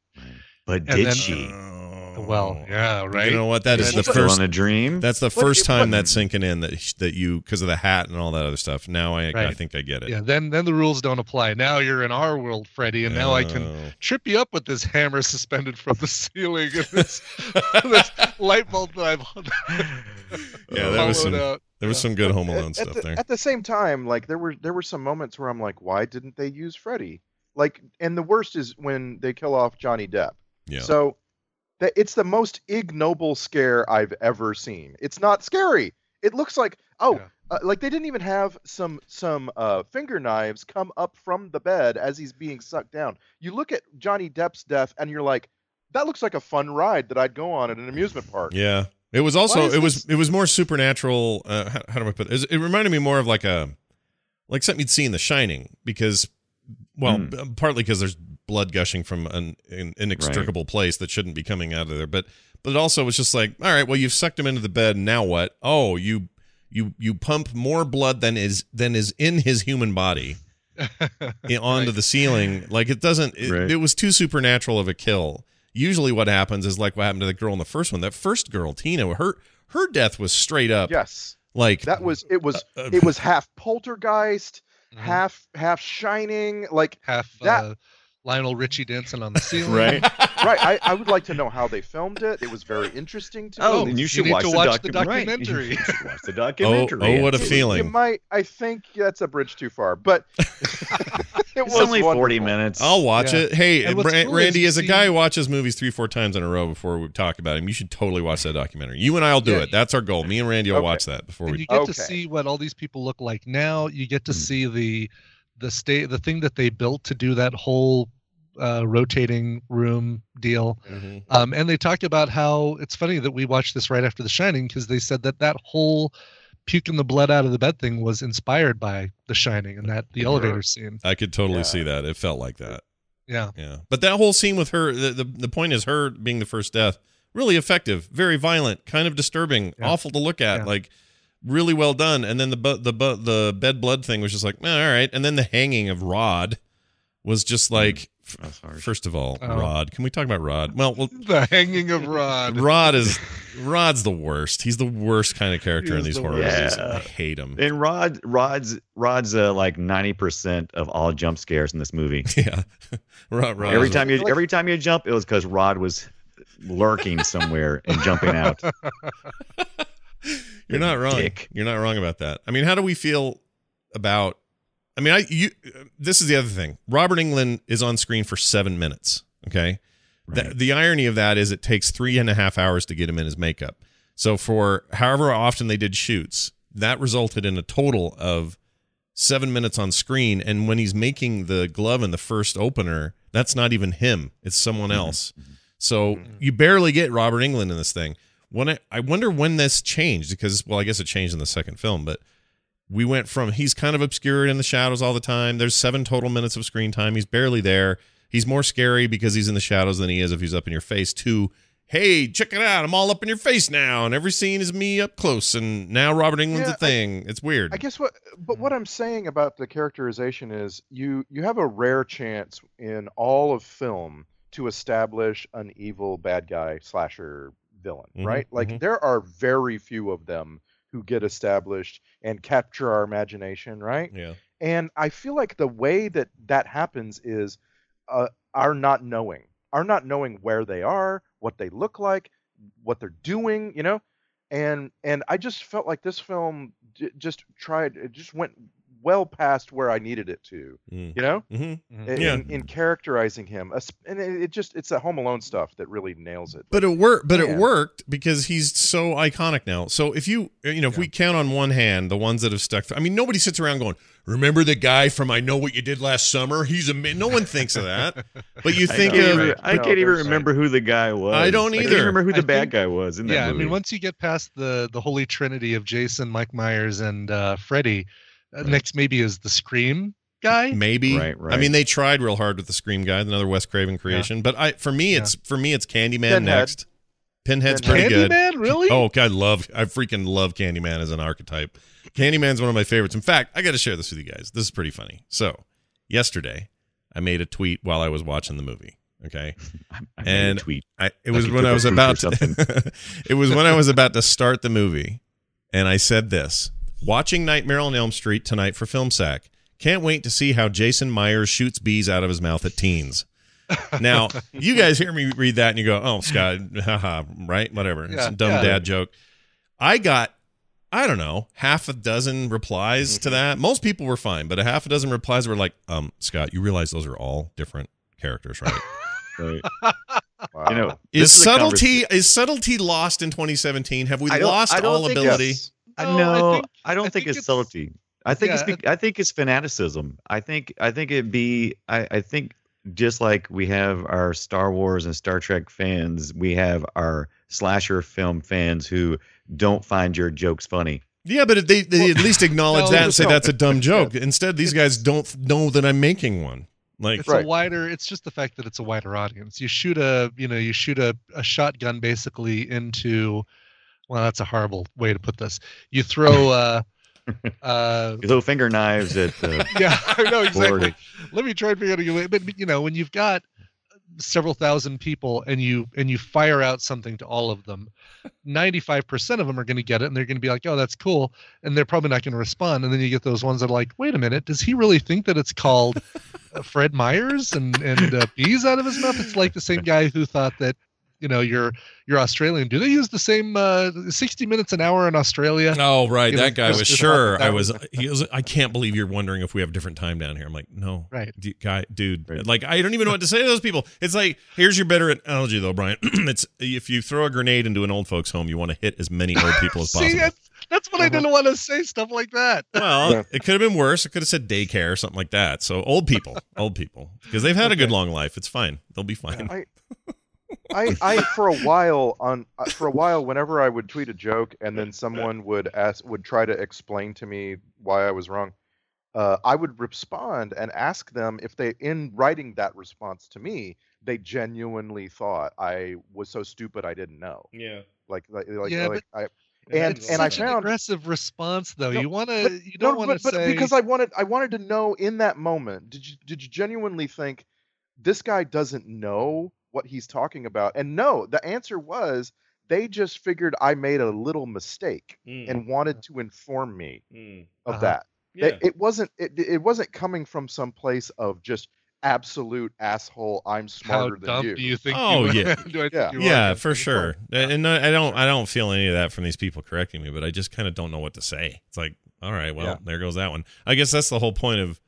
Speaker 5: But
Speaker 6: And
Speaker 5: did
Speaker 6: then-
Speaker 5: she?
Speaker 6: Well, yeah,
Speaker 1: Oh.
Speaker 6: right.
Speaker 1: you know what uh, that is
Speaker 7: Yeah,
Speaker 1: the
Speaker 7: but-
Speaker 5: Still
Speaker 1: first
Speaker 5: on a dream.
Speaker 1: that's the
Speaker 7: But
Speaker 1: first
Speaker 7: it-
Speaker 1: time
Speaker 5: but-
Speaker 1: that's sinking in that that you because of the hat and all that other stuff now i, I
Speaker 6: Right.
Speaker 1: think i get it
Speaker 6: yeah, then then the rules don't apply. Now you're in our world, Freddy, and now I can
Speaker 1: Oh.
Speaker 6: trip you up with this hammer suspended from the ceiling and this,
Speaker 1: Oh.
Speaker 6: this light bulb that I've
Speaker 1: Yeah, that was
Speaker 6: hollowed
Speaker 1: some-
Speaker 6: out.
Speaker 1: There was some good Home Alone
Speaker 7: at, at
Speaker 1: stuff
Speaker 7: the,
Speaker 1: there.
Speaker 7: At the same time, like there were there were some moments where I'm like, why didn't they use Freddy? Like, and the worst is when they kill off Johnny Depp.
Speaker 1: yeah.
Speaker 7: So that it's the most ignoble scare I've ever seen. It's not scary. It looks like oh,
Speaker 6: Yeah.
Speaker 7: uh, like they didn't even have some some uh, finger knives come up from the bed as he's being sucked down. You look at Johnny Depp's death and you're like, that looks like a fun ride that I'd go on at an amusement park.
Speaker 1: yeah. It was also
Speaker 7: Why is
Speaker 1: it was
Speaker 7: this-
Speaker 1: it was more supernatural. Uh, how, how do I put this? It reminded me more of like a like something you'd see in The Shining because well
Speaker 5: Mm.
Speaker 1: b- partly because there's blood gushing from an, an inextricable place that shouldn't be coming out of there, but but it also was just like all right, well you've sucked him into the bed. Now what? Oh you you you pump more blood than is than is in his human body i- onto
Speaker 6: Right.
Speaker 1: the ceiling. Like it doesn't. It,
Speaker 5: Right.
Speaker 1: it was too supernatural of a kill. Usually, what happens is like what happened to the girl in the first one. That first girl, Tina, her her death was straight up
Speaker 7: Yes,
Speaker 1: like
Speaker 7: that was it was
Speaker 1: uh, uh,
Speaker 7: it was half poltergeist,
Speaker 6: Mhm.
Speaker 5: Mm-hmm.
Speaker 7: half half shining. Like
Speaker 6: half
Speaker 7: That-
Speaker 6: uh, Lionel Richie dancing on the ceiling.
Speaker 5: right.
Speaker 7: right, I, I would like to know how they filmed it. It was very interesting to
Speaker 5: Oh,
Speaker 7: me.
Speaker 5: then you
Speaker 6: you
Speaker 5: should
Speaker 6: need
Speaker 5: watch,
Speaker 6: to
Speaker 5: the,
Speaker 6: watch the
Speaker 5: docu- right.
Speaker 6: documentary.
Speaker 5: You should watch the
Speaker 1: oh,
Speaker 5: documentary.
Speaker 1: oh, what a
Speaker 7: You-
Speaker 1: feeling!
Speaker 7: You might. I think that's a bridge too far, but It
Speaker 5: It's only 40
Speaker 7: wonderful.
Speaker 5: minutes.
Speaker 1: I'll watch
Speaker 6: Yeah.
Speaker 1: it. Hey,
Speaker 6: And
Speaker 1: and
Speaker 6: what's
Speaker 1: Ra-
Speaker 6: cool
Speaker 1: Randy,
Speaker 6: is
Speaker 1: as a
Speaker 6: the-
Speaker 1: guy who watches movies three, four times in a row before we talk about him, you should totally watch that documentary. You and I'll do
Speaker 6: Yeah.
Speaker 1: it. That's our goal. Me and Randy will
Speaker 7: Okay.
Speaker 1: watch that before
Speaker 6: and
Speaker 1: we.
Speaker 6: you get
Speaker 7: Okay.
Speaker 6: to see what all these people look like now. You get to
Speaker 5: Mm.
Speaker 1: Hmm.
Speaker 6: see the the state the thing that they built to do that whole uh, rotating room deal. Um, and they talked about how it's funny that we watched this right after The Shining because they said that that whole puking the blood out of the bed thing was inspired by The Shining and that the elevator scene.
Speaker 1: I could totally
Speaker 7: Yeah.
Speaker 1: see that. It felt like that.
Speaker 6: Yeah,
Speaker 1: Yeah. But that whole scene with her, the, the, the point is her being the first death, really effective, very violent, kind of disturbing,
Speaker 6: Yeah.
Speaker 1: awful to look at,
Speaker 6: Yeah.
Speaker 1: like really well done. And then the bu- the bu- the bed blood thing was just like, "Eh, all right. And then the hanging of Rod was just like, f-
Speaker 5: That's harsh.
Speaker 1: first of all,
Speaker 6: Mm. Oh.
Speaker 1: Rod. Can we talk about Rod? Well, well
Speaker 6: the hanging of Rod.
Speaker 1: Rod is Rod's the worst. He's the worst kind of character in
Speaker 6: He is
Speaker 1: these
Speaker 6: the
Speaker 1: horror
Speaker 5: worst.
Speaker 1: movies.
Speaker 5: Yeah.
Speaker 1: I hate him.
Speaker 5: And Rod, Rod's, Rod's uh, like ninety percent of all jump scares in this movie.
Speaker 1: yeah. Rod, Rod
Speaker 5: every
Speaker 1: is-
Speaker 5: time you,
Speaker 7: Like-
Speaker 5: every time you jump, it was because Rod was lurking somewhere and jumping out.
Speaker 1: You're not wrong.
Speaker 5: Dick.
Speaker 1: You're not wrong about that. I mean, how do we feel about? I mean, I you. This is the other thing. Robert England is on screen for seven minutes. Okay. The,
Speaker 5: Right.
Speaker 1: the irony of that is it takes three and a half hours to get him in his makeup. So for however often they did shoots, that resulted in a total of seven minutes on screen. And when he's making the glove in the first opener, that's not even him. It's someone
Speaker 5: Mm-hmm.
Speaker 1: else. So you barely get Robert England in this thing. When I, I wonder when this changed because well, I guess it changed in the second film, but we went from he's kind of obscured in the shadows all the time. There's seven total minutes of screen time. He's barely there. He's more scary because he's in the shadows than he is if he's up in your face. To hey, check it out, I'm all up in your face now, and every scene is me up close. And now Robert England's
Speaker 7: Yeah,
Speaker 1: a thing. it's weird.
Speaker 7: I guess what, but what I'm saying about the characterization is you you have a rare chance in all of film to establish an evil bad guy slasher villain,
Speaker 1: Mhm,
Speaker 7: right? Like
Speaker 1: mhm.
Speaker 7: there are very few of them who get established and capture our imagination, right?
Speaker 1: yeah,
Speaker 7: And I feel like the way that that happens is uh, our not knowing, our not knowing where they are, what they look like, what they're doing, you know. And and I just felt like this film j- just tried, it just went well past where I needed it to,
Speaker 1: Mm.
Speaker 7: you know,
Speaker 1: hmm
Speaker 6: Mm-hmm.
Speaker 7: in,
Speaker 1: Yeah.
Speaker 7: in, in characterizing him. As- And it it just it's that Home Alone stuff that really nails it.
Speaker 1: But it worked. But it
Speaker 7: Man.
Speaker 1: worked because he's so iconic now. So if you you know if we count on one hand the ones that have stuck. I mean, nobody sits around going, "Remember the guy from I Know What You Did Last Summer? He's a man." No one thinks of that. But you
Speaker 5: I
Speaker 1: think
Speaker 5: can't
Speaker 1: of
Speaker 5: even, I
Speaker 7: No,
Speaker 5: can't even
Speaker 7: there's-
Speaker 5: remember who the guy was.
Speaker 1: I don't
Speaker 5: can't
Speaker 1: either.
Speaker 5: remember who the
Speaker 6: I
Speaker 5: bad
Speaker 6: think-
Speaker 5: guy was in that
Speaker 6: yeah,
Speaker 5: movie.
Speaker 6: I mean, once you get past the the holy trinity of Jason, Mike Myers, and uh, Freddy, uh, next maybe is the Scream guy.
Speaker 1: maybe.
Speaker 5: Right, right.
Speaker 1: I mean, they tried real hard with the Scream guy, another Wes Craven creation. But I for me, it's for me, it's Candyman
Speaker 7: Pinhead.
Speaker 1: next. Pinhead's
Speaker 7: Pinhead.
Speaker 1: pretty good.
Speaker 6: Candyman, really?
Speaker 1: Oh, God, love. I freaking love Candyman as an archetype. Candyman's one of my favorites. In fact, I got to share this with you guys. This is pretty funny. So, yesterday, I made a tweet while I was watching the movie. Okay.
Speaker 5: I made a
Speaker 1: and-
Speaker 5: tweet.
Speaker 1: I, it
Speaker 5: Like
Speaker 1: was
Speaker 5: you
Speaker 1: when
Speaker 5: took
Speaker 1: I
Speaker 5: a
Speaker 1: was
Speaker 5: poop or
Speaker 1: about to,
Speaker 5: something.
Speaker 1: it was when I was about to start the movie and I said this watching Nightmare on Elm Street tonight for Film Sack. Can't wait to see how Jason Myers shoots bees out of his mouth at teens. Now, you guys hear me read that and you go, oh, Scott, haha, right? Whatever. It's
Speaker 6: Yeah,
Speaker 1: a dumb
Speaker 6: yeah.
Speaker 1: dad joke. I got, I don't know, half a dozen replies
Speaker 5: Mm-hmm.
Speaker 1: to that. Most people were fine, but a half a dozen replies were like, um, Scott, you realize those are all different characters, right?
Speaker 5: Right.
Speaker 7: Wow.
Speaker 5: You know,
Speaker 1: Is
Speaker 5: this a
Speaker 1: subtlety is subtlety lost in 2017? Have we
Speaker 5: I don't-
Speaker 1: lost
Speaker 5: I don't
Speaker 1: all
Speaker 5: think
Speaker 1: ability?
Speaker 7: Yes.
Speaker 5: No,
Speaker 6: No, I
Speaker 5: I,
Speaker 6: think-
Speaker 5: don't
Speaker 6: I
Speaker 5: think,
Speaker 6: think
Speaker 5: it's,
Speaker 6: it's-
Speaker 5: subtlety. I think
Speaker 6: Yeah,
Speaker 5: it's be, I think it's fanaticism. I think I think it be I, I think just like we have our Star Wars and Star Trek fans, we have our slasher film fans who don't find your jokes funny.
Speaker 1: Yeah, but they, they at least acknowledge
Speaker 6: no,
Speaker 1: that and say
Speaker 7: no.
Speaker 1: that's a dumb joke. Instead, these guys don't know that I'm making one. Like
Speaker 6: it's
Speaker 7: Right.
Speaker 6: a wider it's just the fact that it's a wider audience you shoot a you know you shoot a, a shotgun basically into well that's a horrible way to put this you throw uh uh
Speaker 5: You throw finger knives at the
Speaker 6: yeah i know exactly
Speaker 5: board.
Speaker 6: let me try and figure out a way but but, you know when you've got several thousand people and you and you fire out something to all of them 95% of them are going to get it and they're going to be like oh that's cool and they're probably not going to respond and then you get those ones that are like wait a minute does he really think that it's called uh, fred myers and and uh, bees out of his mouth it's like the same guy who thought that you know you're you're Australian. Do they use the same uh, sixty minutes an hour in Australia?
Speaker 1: Oh, right.
Speaker 6: It
Speaker 1: That
Speaker 6: was
Speaker 1: guy
Speaker 6: just
Speaker 1: was
Speaker 6: about
Speaker 1: sure.
Speaker 6: that.
Speaker 1: I was. He was. I can't believe you're wondering if we have different time down here. I'm like, no,
Speaker 6: Right.
Speaker 1: D- guy, dude.
Speaker 5: Right.
Speaker 1: Like, I don't even know what to say to those people. It's like, here's your better analogy, though, Brian. it's if you throw a grenade into an old folks' home, you want to hit as many old people as
Speaker 6: See,
Speaker 1: possible.
Speaker 6: that's, that's what I didn't want to say. Stuff like that.
Speaker 1: Well,
Speaker 7: Yeah.
Speaker 1: it could have been worse. It could have said daycare or something like that. So old people, old people, because they've had a good long life. It's fine. They'll be fine.
Speaker 7: I, I, I, for a while on, uh, for a while, whenever I would tweet a joke and then someone would ask, would try to explain to me why I was wrong, uh, I would respond and ask them if they, in writing that response to me, they genuinely thought I was so stupid I didn't know.
Speaker 1: Yeah.
Speaker 7: Like, like, like,
Speaker 6: Yeah,
Speaker 7: like I, and
Speaker 6: It's
Speaker 7: and I
Speaker 6: such an
Speaker 7: found
Speaker 6: aggressive response though.
Speaker 7: No,
Speaker 6: you want
Speaker 7: but-
Speaker 6: to you don't
Speaker 7: no,
Speaker 6: want to
Speaker 7: but, but
Speaker 6: say
Speaker 7: because I wanted I wanted to know in that moment did you did you genuinely think this guy doesn't know what he's talking about and no the answer was they just figured I made a little mistake and wanted to inform me of
Speaker 6: Hmm. Uh-huh.
Speaker 7: that They- it wasn't it, it wasn't coming from some place of just absolute asshole I'm
Speaker 6: how
Speaker 7: smarter than
Speaker 6: dumb
Speaker 7: you
Speaker 6: do you think?
Speaker 1: Oh,
Speaker 6: you,
Speaker 1: yeah.
Speaker 6: do I think
Speaker 7: Yeah.
Speaker 6: you
Speaker 1: yeah,
Speaker 6: are?
Speaker 1: for sure. And no, I don't, I don't feel any of that from these people correcting me, but I just kind of don't know what to say. It's like, all right, well,
Speaker 7: Yeah.
Speaker 1: there goes that one. I guess that's the whole point of.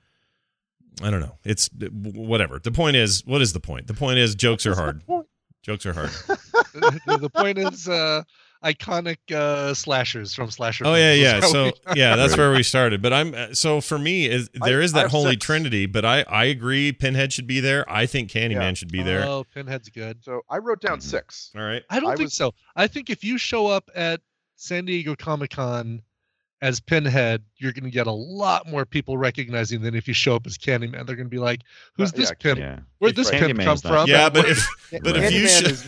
Speaker 1: I don't know. It's whatever. The point is, what is the point? The point is, jokes are hard. Jokes are hard.
Speaker 6: the the point is uh, iconic uh, slashers from slasher.
Speaker 1: Oh yeah,
Speaker 6: films is
Speaker 1: yeah.
Speaker 6: how
Speaker 1: So
Speaker 6: we-
Speaker 1: yeah, that's where we started. But I'm uh, so for me is
Speaker 7: I-
Speaker 1: there is
Speaker 7: I
Speaker 1: that
Speaker 7: have
Speaker 1: holy
Speaker 7: six.
Speaker 1: trinity. But I I agree, Pinhead should be there. I think Candyman
Speaker 7: Yeah.
Speaker 1: should be
Speaker 7: Uh,
Speaker 1: there. All
Speaker 6: Oh, Pinhead's good.
Speaker 7: so I wrote
Speaker 6: Hmm.
Speaker 7: down six
Speaker 1: right.
Speaker 6: I don't
Speaker 7: I
Speaker 6: think
Speaker 7: was-
Speaker 6: so. I think if you show up at San Diego Comic Con as Pinhead, you're going to get a lot more people recognizing than if you show up as Candyman. They're going to be like, "Who's
Speaker 7: Uh,
Speaker 6: this
Speaker 7: yeah,
Speaker 6: pimp?
Speaker 5: Yeah.
Speaker 6: Where'd this
Speaker 5: Right.
Speaker 6: pimp
Speaker 5: Candyman's
Speaker 6: come
Speaker 5: not-
Speaker 6: from?"
Speaker 1: Yeah, but if but if you
Speaker 7: Candyman
Speaker 1: should.
Speaker 7: is-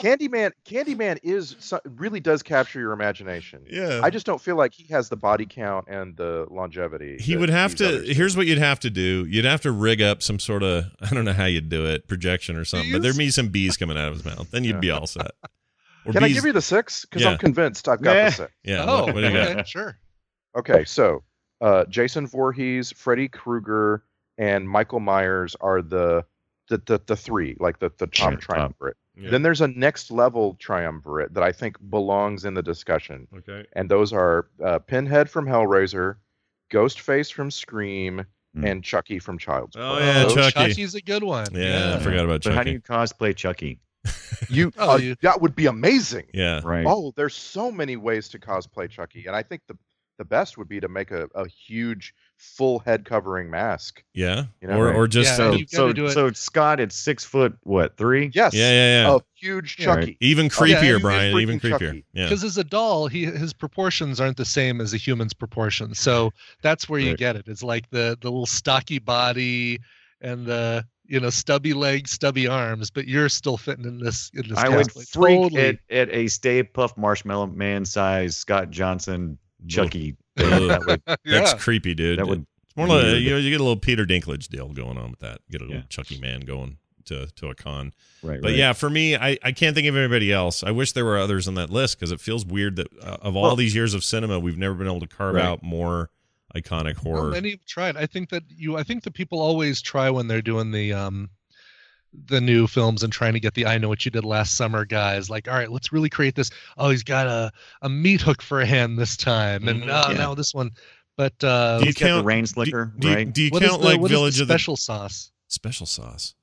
Speaker 7: Candyman Candyman is so- really does capture your imagination
Speaker 1: yeah.
Speaker 7: I just don't feel like he has the body count and the longevity.
Speaker 1: he
Speaker 7: that
Speaker 1: would have
Speaker 7: these
Speaker 1: to.
Speaker 7: others do.
Speaker 1: Here's what you'd have to do. You'd have to rig up some sort of I don't know how you'd do it projection or something. But there'd be some bees coming out of his mouth. Then you'd
Speaker 7: Yeah.
Speaker 1: be all set. Or
Speaker 7: Can I
Speaker 1: bees.
Speaker 7: give you the six? Because
Speaker 1: Yeah.
Speaker 7: I'm convinced I've got
Speaker 5: Yeah.
Speaker 7: the six.
Speaker 1: yeah.
Speaker 6: oh,
Speaker 1: what, what do you got?
Speaker 6: okay, sure.
Speaker 7: Okay, so uh, Jason Voorhees, Freddy Krueger, and Michael Myers are the the the, the three, like the the top
Speaker 5: Sure, top.
Speaker 7: triumvirate.
Speaker 1: Yeah.
Speaker 7: Then there's a next level triumvirate that I think belongs in the discussion,
Speaker 1: Okay.
Speaker 7: and those are uh, Pinhead from Hellraiser, Ghostface from Scream,
Speaker 5: Hmm.
Speaker 7: and Chucky from Child's Play.
Speaker 1: Oh, yeah,
Speaker 6: oh,
Speaker 1: Chucky.
Speaker 6: Chachi's a good one.
Speaker 1: Yeah, I forgot about
Speaker 5: But
Speaker 1: Chucky.
Speaker 5: how do you cosplay Chucky?
Speaker 7: You,
Speaker 6: Oh,
Speaker 7: uh,
Speaker 6: you-
Speaker 7: that would be amazing.
Speaker 1: yeah.
Speaker 5: Right.
Speaker 7: Oh, there's so many ways to cosplay Chucky, and I think the the best would be to make a, a huge full head covering mask.
Speaker 1: Yeah.
Speaker 7: You know,
Speaker 1: or
Speaker 5: right.
Speaker 1: or just
Speaker 6: Yeah,
Speaker 5: so
Speaker 6: you gotta
Speaker 5: so
Speaker 6: do it.
Speaker 5: so Scott, it's six foot what three?
Speaker 7: Yes.
Speaker 1: yeah, yeah, yeah.
Speaker 7: A huge
Speaker 5: Yeah,
Speaker 7: Chucky.
Speaker 5: right.
Speaker 1: Even
Speaker 7: Oh,
Speaker 1: creepier,
Speaker 7: yeah, you
Speaker 1: Brian.
Speaker 7: freaking
Speaker 1: Even creepier.
Speaker 7: Chucky.
Speaker 1: Yeah.
Speaker 6: Because as a doll, he his proportions aren't the same as a human's proportions. So that's where you
Speaker 5: Right.
Speaker 6: get it. It's like the the little stocky body and the you know stubby legs, stubby arms, but you're still fitting in this in this.
Speaker 5: I would
Speaker 6: cosplay.
Speaker 5: freak
Speaker 6: Totally.
Speaker 5: at, at a Stay Puff Marshmallow Man size Scott Johnson Chucky. thing.
Speaker 1: Ugh.
Speaker 5: that would
Speaker 1: That's
Speaker 6: yeah.
Speaker 1: creepy, dude.
Speaker 5: that would
Speaker 1: it's more like
Speaker 5: weird.
Speaker 1: you, know, you get a little Peter Dinklage deal going on with that. Get a little
Speaker 5: Yeah.
Speaker 1: Chucky man going to to a con.
Speaker 5: right.
Speaker 1: But
Speaker 5: right.
Speaker 1: yeah, for me, I, I can't think of anybody else. I wish there were others on that list because it feels weird that uh, of all
Speaker 5: Well-
Speaker 1: these years of cinema, we've never been able to carve
Speaker 5: Right.
Speaker 1: out more iconic
Speaker 6: Well,
Speaker 1: horror.
Speaker 6: many have tried. I think that you. I think that people always try when they're doing the um, the new films and trying to get the "I know what you did last summer" guys. Like, all right, let's really create this. Oh, he's got a a meat hook for a hand this time, and
Speaker 1: Mhm.
Speaker 6: oh,
Speaker 5: Yeah.
Speaker 6: now this one. But uh,
Speaker 1: Do you
Speaker 5: He's got the
Speaker 1: count-
Speaker 5: rain
Speaker 1: do,
Speaker 5: slicker,
Speaker 1: do you-
Speaker 5: right?
Speaker 1: do you
Speaker 6: what is
Speaker 1: count
Speaker 6: the-
Speaker 1: like
Speaker 6: what is the
Speaker 1: Village of the
Speaker 6: special sauce?
Speaker 1: Special Sauce?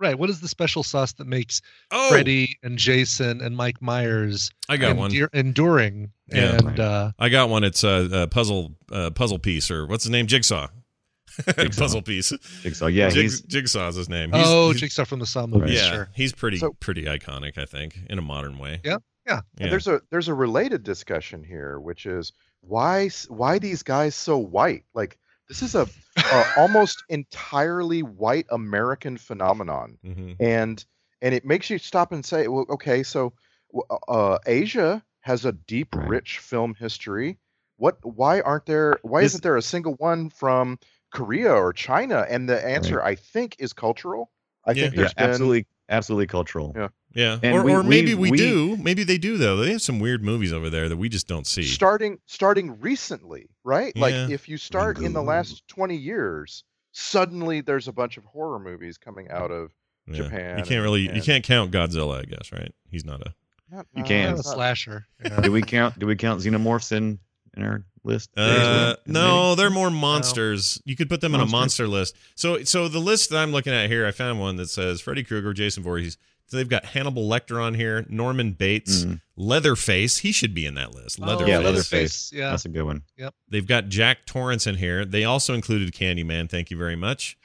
Speaker 6: Right. What is the special sauce that makes
Speaker 1: Oh,
Speaker 6: Freddy and Jason and Mike Myers
Speaker 1: I got one.
Speaker 6: endear- enduring
Speaker 1: Yeah.
Speaker 6: and uh,
Speaker 1: I got one. It's a, a puzzle uh, puzzle piece or what's his name? Jigsaw.
Speaker 5: Jigsaw.
Speaker 1: puzzle piece.
Speaker 5: Jigsaw. Yeah,
Speaker 1: Jig,
Speaker 5: he's
Speaker 1: Jigsaw's his name. He's-
Speaker 6: oh,
Speaker 1: he's-
Speaker 6: Jigsaw from the Saw movies.
Speaker 1: yeah,
Speaker 6: Sure.
Speaker 1: he's pretty
Speaker 7: So-
Speaker 1: pretty iconic, I think, in a modern way.
Speaker 6: Yeah, yeah.
Speaker 1: yeah.
Speaker 7: And there's a there's a related discussion here, which is why s- why these guys so white? Like this is a, a almost entirely white American phenomenon.
Speaker 1: Mhm.
Speaker 7: and and it makes you stop and say well okay so w- uh, asia has a deep
Speaker 5: Right.
Speaker 7: rich film history what why aren't there why
Speaker 5: This-
Speaker 7: isn't there a single one from korea or china and the answer i think is cultural i
Speaker 1: Yeah.
Speaker 7: think
Speaker 5: yeah,
Speaker 7: there's been
Speaker 5: absolutely absolutely cultural.
Speaker 7: Yeah.
Speaker 1: Yeah,
Speaker 5: And
Speaker 1: or,
Speaker 5: we-
Speaker 1: or maybe we,
Speaker 5: we- we-
Speaker 1: do. Maybe they do though. They have some weird movies over there that we just don't see.
Speaker 7: starting starting recently right
Speaker 1: Yeah.
Speaker 7: like if you start in the
Speaker 5: Ooh.
Speaker 7: last 20 years suddenly there's a bunch of horror movies coming out of
Speaker 1: Yeah.
Speaker 7: Japan
Speaker 1: You
Speaker 7: and-
Speaker 1: can't really you
Speaker 7: and-
Speaker 1: can't count Godzilla, I guess, right? He's not a.
Speaker 7: Not-
Speaker 5: You
Speaker 7: no,
Speaker 5: can.
Speaker 6: Kind of a
Speaker 7: it's not-
Speaker 6: slasher.
Speaker 5: do we count? Do we count xenomorphs in in our list?
Speaker 1: Uh,
Speaker 5: Maybe?
Speaker 1: no, they're more monsters. You could put them in a monster
Speaker 5: Monsters.
Speaker 1: list. So, so the list that I'm looking at here, I found one that says Freddy Krueger, Jason Voorhees. So they've got Hannibal Lecter on here, Norman Bates,
Speaker 5: Mm,
Speaker 1: Leatherface. He should be in that list.
Speaker 7: Oh.
Speaker 1: Leatherface.
Speaker 5: Yeah,
Speaker 6: Leatherface.
Speaker 5: Leatherface.
Speaker 6: Yeah.
Speaker 5: That's a good one.
Speaker 1: They've got Jack Torrance in here. They also included Candyman. Thank you very much.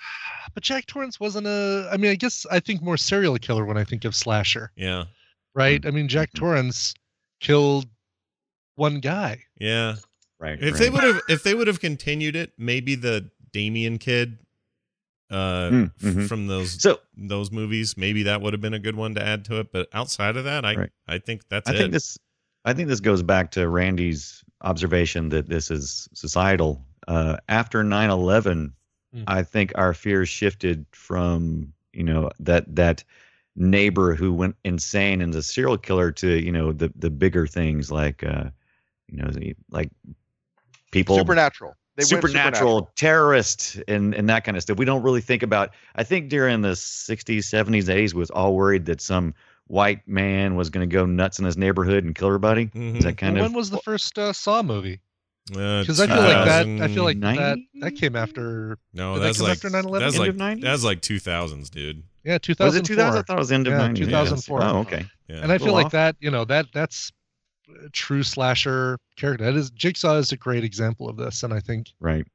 Speaker 6: But Jack Torrance wasn't a. I mean, I guess I think more serial killer when I think of slasher,
Speaker 1: Yeah,
Speaker 6: right? I mean, Jack
Speaker 5: Mhm.
Speaker 6: Torrance killed one guy.
Speaker 1: yeah.
Speaker 5: Right.
Speaker 1: If
Speaker 5: right.
Speaker 1: they would have, if they would have continued it, maybe the Damien kid, uh,
Speaker 5: Mm,
Speaker 1: f-
Speaker 5: mhm.
Speaker 1: from those
Speaker 5: so
Speaker 1: those movies, maybe that would have been a good one to add to it. But outside of that, I
Speaker 5: Right.
Speaker 1: I think that's
Speaker 5: I
Speaker 1: it.
Speaker 5: think this I think this goes back to Randy's observation that this is societal. Uh, after 9/11,
Speaker 6: Mm.
Speaker 1: Hmm.
Speaker 5: I think our fears shifted from, you know, that that neighbor who went insane and the serial killer to, you know, the the bigger things like uh, you know, the- like people
Speaker 7: Supernatural. They went
Speaker 5: supernatural, terrorist, and and that kind of stuff. We don't really think about. I think during the '60s, '70s, '80s, we was all worried that some white man was going to go nuts in his neighborhood and kill everybody.
Speaker 1: Mhm.
Speaker 5: Is that
Speaker 6: Well,
Speaker 5: kind
Speaker 6: when
Speaker 5: of
Speaker 6: was the first uh, Saw movie?
Speaker 1: Uh,
Speaker 6: Because I feel like that.
Speaker 1: 2000
Speaker 6: I feel
Speaker 5: uh,
Speaker 6: like that.
Speaker 5: 2009?
Speaker 6: That came after.
Speaker 1: no,
Speaker 6: did that
Speaker 1: Oh, that's
Speaker 6: come
Speaker 1: like
Speaker 6: after 9/11?
Speaker 1: that's
Speaker 5: end
Speaker 1: like
Speaker 5: of '90s?
Speaker 1: that's like two thousands, dude.
Speaker 6: Yeah,
Speaker 5: was
Speaker 6: 2004.
Speaker 5: it 2000? I thought it was end of
Speaker 6: Yeah,
Speaker 5: 90s.
Speaker 6: 2004.
Speaker 5: Oh, okay.
Speaker 1: Yeah.
Speaker 6: and I
Speaker 5: Little
Speaker 6: feel like
Speaker 5: off.
Speaker 6: that, you know, that that's a true slasher character. That is Jigsaw is a great example of this, and I think
Speaker 5: Right.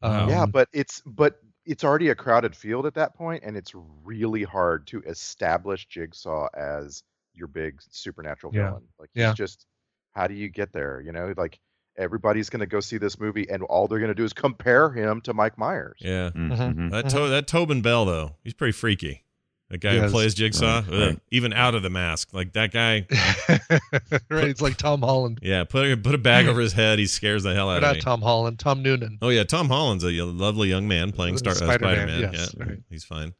Speaker 1: Wow.
Speaker 6: um,
Speaker 7: Yeah, but it's but it's already a crowded field at that point, and it's really hard to establish Jigsaw as your big supernatural
Speaker 6: Yeah.
Speaker 7: villain. Like
Speaker 6: Yeah.
Speaker 7: it's just how do you get there? You know, like everybody's gonna go see this movie and all they're gonna do is compare him to Mike Myers.
Speaker 1: Yeah.
Speaker 5: Mm,
Speaker 6: Mhm.
Speaker 5: mhm.
Speaker 1: That to- that Tobin Bell though, he's pretty freaky. That guy who
Speaker 6: Yes.
Speaker 1: plays Jigsaw,
Speaker 5: Right,
Speaker 1: ugh,
Speaker 5: right.
Speaker 1: even out of the mask, like that guy.
Speaker 6: right, it's like Tom Holland,
Speaker 1: Yeah, put a, put a bag over his head. He scares the hell out
Speaker 6: or
Speaker 1: of
Speaker 6: not
Speaker 1: me.
Speaker 6: Tom Holland, Tom Noonan.
Speaker 1: Oh yeah, Tom Holland's a lovely young man playing Star- Spider-Man.
Speaker 6: Spider-Man,
Speaker 1: Spider-Man.
Speaker 6: yes,
Speaker 1: yeah,
Speaker 6: right.
Speaker 1: he's fine.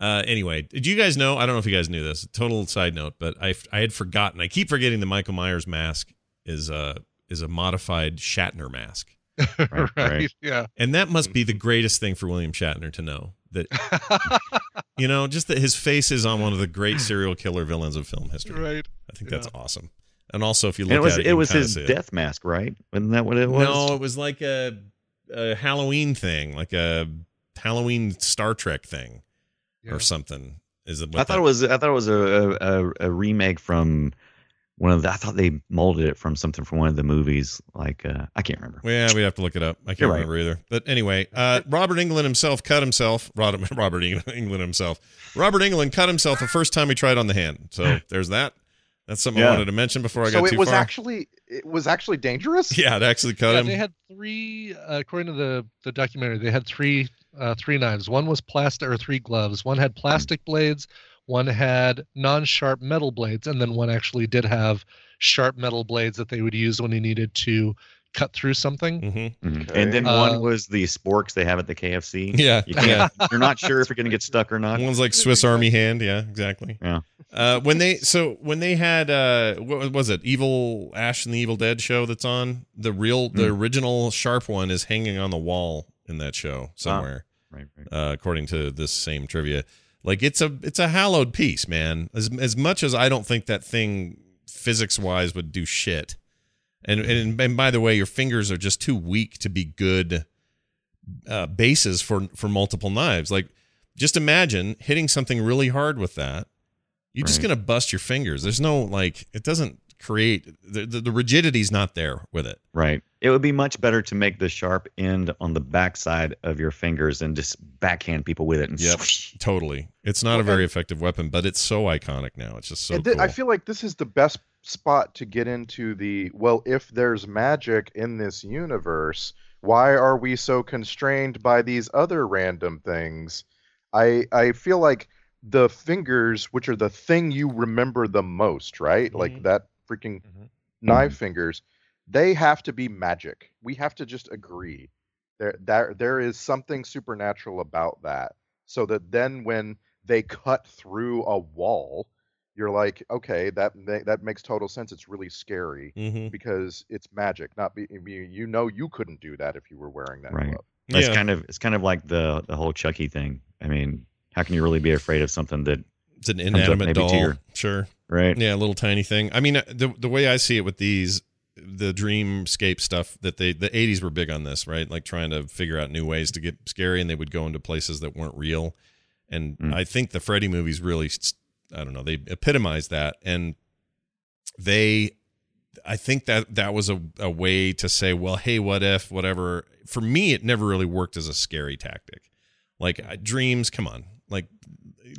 Speaker 1: Uh, anyway, did you guys know? I don't know if you guys knew this. Total side note, but I I had forgotten. I keep forgetting the Michael Myers mask is a is a modified Shatner mask,
Speaker 5: Right, right.
Speaker 6: yeah.
Speaker 1: and that must be the greatest thing for William Shatner to know that you know just that his face is on one of the great serial killer villains of film history.
Speaker 6: right.
Speaker 1: I think
Speaker 6: yeah.
Speaker 1: that's awesome. And also, if you
Speaker 5: And
Speaker 1: look
Speaker 5: it was
Speaker 1: at it,
Speaker 5: it,
Speaker 1: you can
Speaker 5: was
Speaker 1: kinda
Speaker 5: his
Speaker 1: see it.
Speaker 5: death mask, right? Wasn't that what it was?
Speaker 1: No, it was like a, a Halloween thing, like a Halloween Star Trek thing
Speaker 6: Yeah.
Speaker 1: or something. Is it?
Speaker 5: I thought it was I thought it was a, a, a, a remake from one of the I thought they molded it from something from one of the movies like uh, I can't remember.
Speaker 1: Well, yeah, we'd have to look it up. I can't
Speaker 5: You're right.
Speaker 1: remember either. But anyway, uh, Robert England himself cut himself. Rod- Robert Eng- England himself. Robert England cut himself the first time he tried on the hand. So there's that. That's something I
Speaker 5: Yeah.
Speaker 1: wanted to mention before I
Speaker 7: so
Speaker 1: got
Speaker 7: it
Speaker 1: too
Speaker 7: was
Speaker 1: far.
Speaker 7: actually it was actually dangerous.
Speaker 1: yeah, it actually cut
Speaker 6: Yeah,
Speaker 1: him.
Speaker 6: they had three, uh, according to the the documentary, they had three uh, three knives. One was plastic, or three gloves. One had plastic blades. One had non-sharp metal blades, and then one actually did have sharp metal blades that they would use when he needed to cut through something.
Speaker 1: Mhm.
Speaker 5: Mhm.
Speaker 7: Okay.
Speaker 5: And then
Speaker 6: Uh,
Speaker 5: one was the sporks they have at the KFC.
Speaker 1: Yeah,
Speaker 5: You can't-
Speaker 1: Mm, yeah.
Speaker 5: You're not sure if you're going to get stuck or not.
Speaker 1: One's like Swiss Army hand. Yeah, exactly.
Speaker 5: Yeah.
Speaker 1: Uh, when they so when they had uh, what was it? Evil Ash and the Evil Dead show that's on the real the original sharp one is hanging on the wall in that show somewhere.
Speaker 5: Right, right.
Speaker 1: Uh, according to this same trivia, like it's a it's a hallowed piece, man. As as much as I don't think that thing physics wise would do shit. And, and and by the way, your fingers are just too weak to be good uh, bases for for multiple knives. Like, just imagine hitting something really hard with that. You're just
Speaker 5: Right.
Speaker 1: gonna bust your fingers. There's no like, it doesn't create the the, the rigidity's not there with it.
Speaker 5: Right. It would be much better to make the sharp end on the backside of your fingers and just backhand people with it. And
Speaker 1: Yep.
Speaker 5: swoosh.
Speaker 1: Totally, it's not a
Speaker 7: Well,
Speaker 1: very effective weapon, but it's so iconic now. It's just so
Speaker 7: And thi-
Speaker 1: cool.
Speaker 7: I feel like this is the best spot to get into the well, if there's magic in this universe, why are we so constrained by these other random things? I I feel like the fingers, which are the thing you remember the most, right? Like that freaking
Speaker 1: Mm-hmm.
Speaker 7: knife fingers, they have to be magic. We have to just agree. There there there is something supernatural about that. So that then when they cut through a wall, you're like, okay, that ma- that makes total sense. It's really scary
Speaker 1: mm-hmm.
Speaker 7: because it's magic. Not be, you, you know you couldn't do that if you were wearing that
Speaker 5: Right.
Speaker 7: glove.
Speaker 5: That's kind of it's kind of like the the whole Chucky thing. I mean, how can you really be afraid of something that
Speaker 1: It's an
Speaker 5: up
Speaker 1: inanimate
Speaker 5: maybe to
Speaker 1: doll.
Speaker 5: your-
Speaker 1: sure.
Speaker 5: right?
Speaker 1: Yeah, a little tiny thing. I mean, uh, the the way I see it with these, the dreamscape stuff that they the '80s were big on this, right? Like trying to figure out new ways to get scary, and they would go into places that weren't real. And
Speaker 5: Mm.
Speaker 1: I think the Freddy movies really, s- I don't know, they epitomized that, and they, I think that that was a a way to say, well, hey, what if, whatever. For me, it never really worked as a scary tactic. Like I- dreams, come on. Like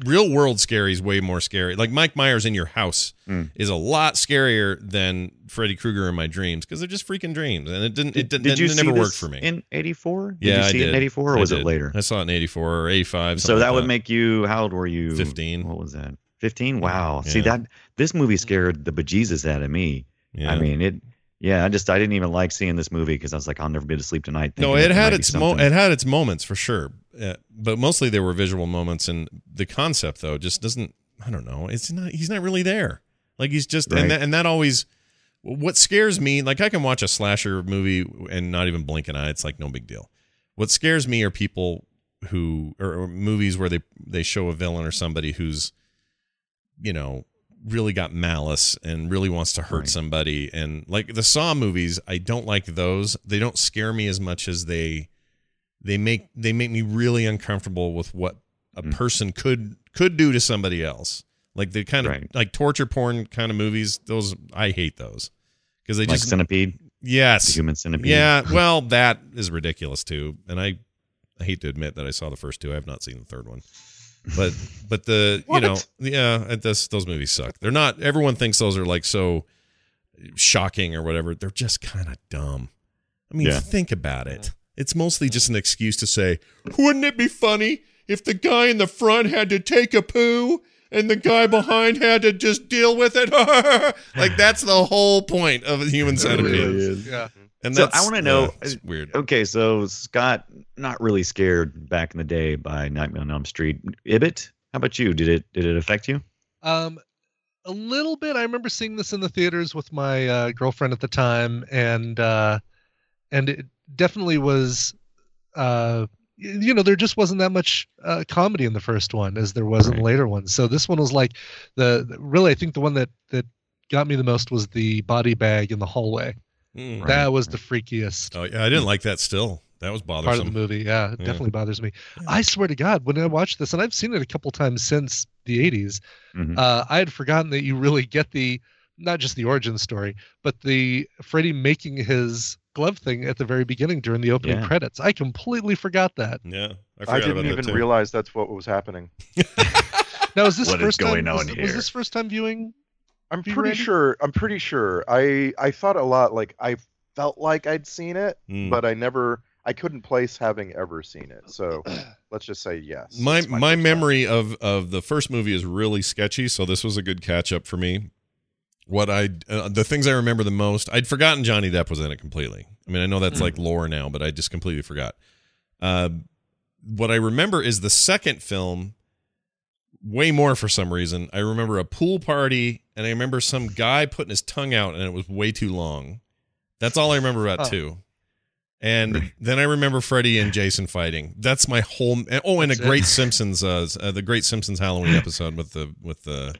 Speaker 1: real world scary is way more scary. Like Mike Myers in your house
Speaker 5: Mm.
Speaker 1: is a lot scarier than Freddy Krueger in my dreams because they're just freaking dreams, and it didn't. It didn't. it
Speaker 5: see
Speaker 1: never
Speaker 5: this
Speaker 1: worked for me.
Speaker 5: in '84? Did
Speaker 1: yeah,
Speaker 5: you see
Speaker 1: I did.
Speaker 5: it in '84, or
Speaker 1: I
Speaker 5: was
Speaker 1: did.
Speaker 5: it later?
Speaker 1: I saw it in '84 or '85.
Speaker 5: So that would make you. How old were you?
Speaker 1: 15.
Speaker 5: What was that? Fifteen. Wow. See
Speaker 1: Yeah.
Speaker 5: that this movie scared the bejesus out of me.
Speaker 1: Yeah.
Speaker 5: I mean it. Yeah, I just I didn't even like seeing this movie because I was like, I'll never be to sleep tonight.
Speaker 1: no,
Speaker 5: thinking
Speaker 1: it
Speaker 5: that there
Speaker 1: had
Speaker 5: might be
Speaker 1: its mo-
Speaker 5: something.
Speaker 1: it had its moments for sure, uh, but mostly they were visual moments, and the concept though just doesn't. I don't know. It's not. He's not really there. Like he's just
Speaker 5: Right.
Speaker 1: and that, and that always. What scares me, like I can watch a slasher movie and not even blink an eye. It's like no big deal. What scares me are people who or, or movies where they they show a villain or somebody who's you know really got malice and really wants to hurt
Speaker 5: Right.
Speaker 1: somebody and like the saw movies i don't like those they don't scare me as much as they they make they make me really uncomfortable with what a
Speaker 5: Mm.
Speaker 1: person could could do to somebody else like the kind of
Speaker 5: Right.
Speaker 1: like torture porn kind of movies those i hate those because they
Speaker 5: like
Speaker 1: just
Speaker 5: centipede, the
Speaker 1: yes
Speaker 5: human centipede.
Speaker 1: yeah, well, that is ridiculous too, and I, I hate to admit that I saw the first two. I have not seen the third one, but but the you know
Speaker 7: What?
Speaker 1: yeah, it- this, those movies suck. They're not. Everyone thinks those are like so shocking or whatever. They're just kind of dumb. I mean,
Speaker 5: Yeah.
Speaker 1: think about it. It's mostly just an excuse to say, wouldn't it be funny if the guy in the front had to take a poo and the guy behind had to just deal with it? like that's the whole point of a human centipede.
Speaker 6: Yeah.
Speaker 1: And
Speaker 5: So,
Speaker 1: that's,
Speaker 5: I wanna know- uh,
Speaker 1: it's weird.
Speaker 5: Okay, so Scott, not really scared back in the day by Nightmare on Elm Street. Ibbit, how about you? Did it did it affect you?
Speaker 6: Um, a little bit. I remember seeing this in the theaters with my uh, girlfriend at the time, and uh, and it definitely was. Uh, y- you know, there just wasn't that much uh, comedy in the first one as there was in
Speaker 5: Right.
Speaker 6: the later ones. So this one was like the the- really. I think the one that that got me the most was the body bag in the hallway.
Speaker 1: Mm.
Speaker 5: Right,
Speaker 6: that was
Speaker 5: right.
Speaker 6: the freakiest.
Speaker 1: Oh, yeah, I didn't like that. Still, that was
Speaker 6: part of the
Speaker 1: bothersome.
Speaker 6: movie. Yeah, it
Speaker 1: Yeah.
Speaker 6: definitely bothers me. I swear to God, when I watched this, and I've seen it a couple times since the 80s,
Speaker 5: Mhm.
Speaker 6: uh, I had forgotten that you really get the not just the origin story, but the Freddy making his glove thing at the very beginning during the opening
Speaker 5: Yeah.
Speaker 6: credits. I completely forgot that.
Speaker 1: Yeah, I forgot
Speaker 7: I
Speaker 1: about
Speaker 7: didn't even
Speaker 1: that too.
Speaker 7: realize that's what was happening.
Speaker 6: Now is this
Speaker 5: What is
Speaker 6: first
Speaker 5: going
Speaker 6: time, was-
Speaker 5: on
Speaker 6: was,
Speaker 5: here?
Speaker 6: this first time viewing?
Speaker 7: I'm
Speaker 6: Be
Speaker 7: pretty
Speaker 6: ready.
Speaker 7: sure. I'm pretty sure. I I thought a lot. Like I felt like I'd seen it,
Speaker 1: Mm.
Speaker 7: but I never. I couldn't place having ever seen it. So let's just say yes.
Speaker 1: my
Speaker 7: It's
Speaker 1: my,
Speaker 7: first time.
Speaker 1: memory of of the first movie is really sketchy, so this was a good catch up for me. What I uh, the things I remember the most, I'd forgotten Johnny Depp was in it completely. I mean, I know that's
Speaker 5: Mm.
Speaker 1: like lore now, but I just completely forgot. Uh, what I remember is the second film way more for some reason. I remember a pool party and I remember some guy putting his tongue out and it was way too long. That's all I remember about
Speaker 6: Oh.
Speaker 1: two. And
Speaker 5: Right.
Speaker 1: then I remember Freddy and Jason fighting. That's my whole. and- Oh, and
Speaker 6: That's
Speaker 1: a
Speaker 6: it.
Speaker 1: great Simpsons, uh, s- uh, the great Simpsons Halloween episode with the with the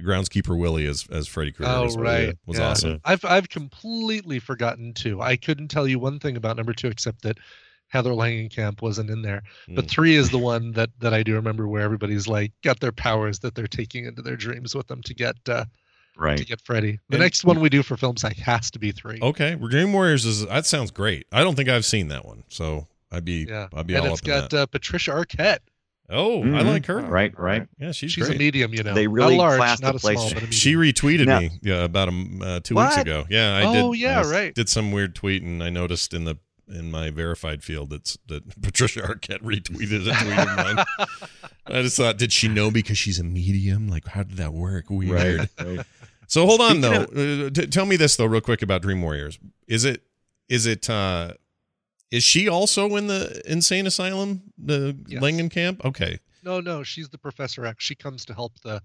Speaker 1: groundskeeper Willie as as Freddy Krueger.
Speaker 6: Oh,
Speaker 1: was,
Speaker 6: right.
Speaker 1: was
Speaker 6: Yeah.
Speaker 1: awesome.
Speaker 6: I've I've completely forgotten too. I couldn't tell you one thing about number two except that Heather Langenkamp wasn't in there. But
Speaker 5: Hmm.
Speaker 1: Mm.
Speaker 6: three is the one that that I do remember where everybody's like got their powers that they're taking into their dreams with them to get uh, to
Speaker 5: Right. Oh,
Speaker 6: get Freddy. The
Speaker 1: And-
Speaker 6: next one we do for film psych has to be three.
Speaker 1: Okay, Dream Warriors is that sounds great. I don't think I've seen that one, so I'd be
Speaker 6: yeah,
Speaker 1: I'd be
Speaker 6: and
Speaker 1: all
Speaker 6: it's
Speaker 1: up in
Speaker 6: got
Speaker 1: that.
Speaker 6: uh, Patricia Arquette.
Speaker 1: oh, I
Speaker 5: Mhm.
Speaker 1: like her.
Speaker 5: Right, right.
Speaker 1: Yeah, she's,
Speaker 6: She's
Speaker 1: great.
Speaker 6: a medium, you know.
Speaker 5: They really
Speaker 6: not large,
Speaker 5: classed
Speaker 6: not
Speaker 5: the
Speaker 6: a small,
Speaker 5: place-
Speaker 6: but a medium.
Speaker 1: She retweeted
Speaker 5: Now-
Speaker 1: me yeah, about um, uh, two weeks
Speaker 5: What?
Speaker 1: ago. Yeah, I did.
Speaker 6: Oh, yeah,
Speaker 1: I s-
Speaker 6: right.
Speaker 1: Did some weird tweet, and I noticed in the in my verified field that's that Patricia Arquette retweeted a tweet of mine. I just thought, did she know because she's a medium? Like, how did that work? Weird.
Speaker 5: right.
Speaker 1: So hold on though.
Speaker 5: Speaking
Speaker 1: Uh, t- tell me this though, real quick about Dream Warriors. Is it is it uh is she also in the insane asylum, the
Speaker 6: Yes.
Speaker 1: Langen camp? Okay.
Speaker 6: No, no, she's the Professor X. She comes to help the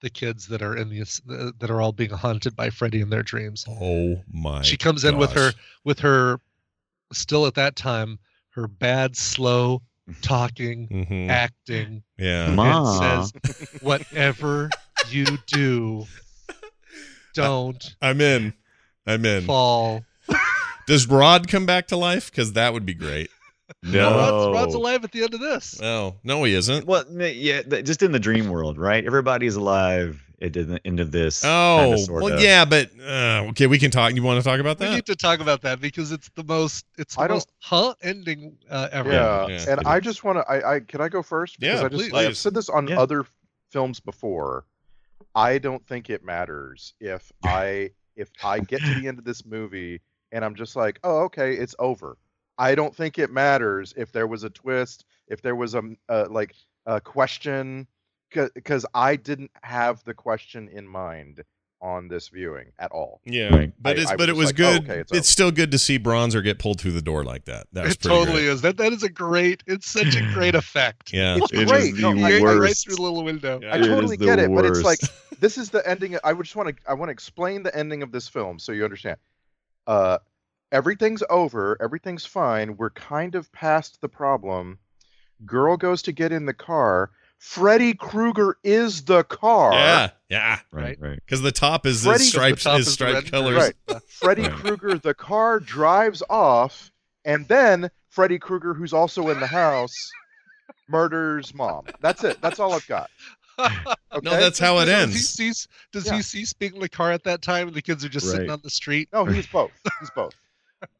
Speaker 6: the kids that are in the as- the- that are all being haunted by Freddy in their dreams.
Speaker 1: Oh my.
Speaker 6: she comes in with her
Speaker 1: gosh.
Speaker 6: with her still at that time her bad slow talking,
Speaker 1: hmm
Speaker 6: acting.
Speaker 1: Yeah.
Speaker 5: Ma.
Speaker 6: It says, whatever you do, don't
Speaker 1: I'm in. I'm in.
Speaker 6: fall.
Speaker 1: Does Rod come back to life? Because that would be great.
Speaker 6: No,
Speaker 1: No.
Speaker 6: Rod's, Rod's alive at the end of this.
Speaker 1: Oh no, he isn't.
Speaker 5: Well, n- yeah, th- just in the dream world, right? Everybody's alive at the end of this.
Speaker 1: Oh
Speaker 5: kinda, sorta.
Speaker 1: well, yeah, but uh, okay, we can talk. You want to talk about
Speaker 6: We
Speaker 1: that?
Speaker 6: need to talk about that because it's the most it's the
Speaker 7: I don't-
Speaker 6: most huh ending uh, ever.
Speaker 7: Yeah.
Speaker 1: Yeah.
Speaker 7: And I just want to. I, I can I go first
Speaker 1: Yeah,
Speaker 7: because I just
Speaker 1: please.
Speaker 7: I've said this on
Speaker 5: Yeah.
Speaker 7: other films before. I don't think it matters if I if I get to the end of this movie and I'm just like, oh okay, it's over. I don't think it matters if there was a twist, if there was a uh, like a question, because I didn't have the question in mind on this viewing at all.
Speaker 1: yeah,
Speaker 5: Right.
Speaker 1: but
Speaker 7: I-
Speaker 1: it's
Speaker 7: I
Speaker 1: but it was
Speaker 7: was like, oh,
Speaker 1: good.
Speaker 7: okay,
Speaker 1: it's
Speaker 7: it's
Speaker 1: still good to see Bronzer get pulled through the door like that. That was
Speaker 6: It
Speaker 1: pretty
Speaker 6: totally
Speaker 1: good.
Speaker 6: is. That that is a great. It's such a great effect.
Speaker 1: Yeah,
Speaker 7: It's
Speaker 5: It is
Speaker 7: great.
Speaker 5: the
Speaker 7: No, I-
Speaker 6: You go right
Speaker 5: worst.
Speaker 6: through the little window.
Speaker 7: I
Speaker 5: It is
Speaker 7: totally
Speaker 5: the
Speaker 7: get it, but it's like
Speaker 5: worst.
Speaker 7: this is the ending. I would just want to I want to explain the ending of this film so you understand. Uh, everything's over. Everything's fine. We're kind of past the problem. Girl goes to get in the car. Freddy Krueger is the car.
Speaker 1: yeah, yeah.
Speaker 5: right, right.
Speaker 1: Because the top is
Speaker 7: Freddy-
Speaker 1: this striped
Speaker 6: The top
Speaker 1: is
Speaker 6: is
Speaker 1: striped
Speaker 6: red.
Speaker 1: colors.
Speaker 7: Right. Freddy
Speaker 5: Right.
Speaker 7: Krueger, the car drives off, and then Freddy Krueger, who's also in the house, murders mom. That's it. That's all I've got. Okay?
Speaker 1: No, that's how it
Speaker 6: Does He
Speaker 1: ends.
Speaker 6: cease, does
Speaker 7: Yeah.
Speaker 6: he cease being in the car at that time, and the kids are just sitting
Speaker 5: Right.
Speaker 6: on the street?
Speaker 7: no. He's both. He's both.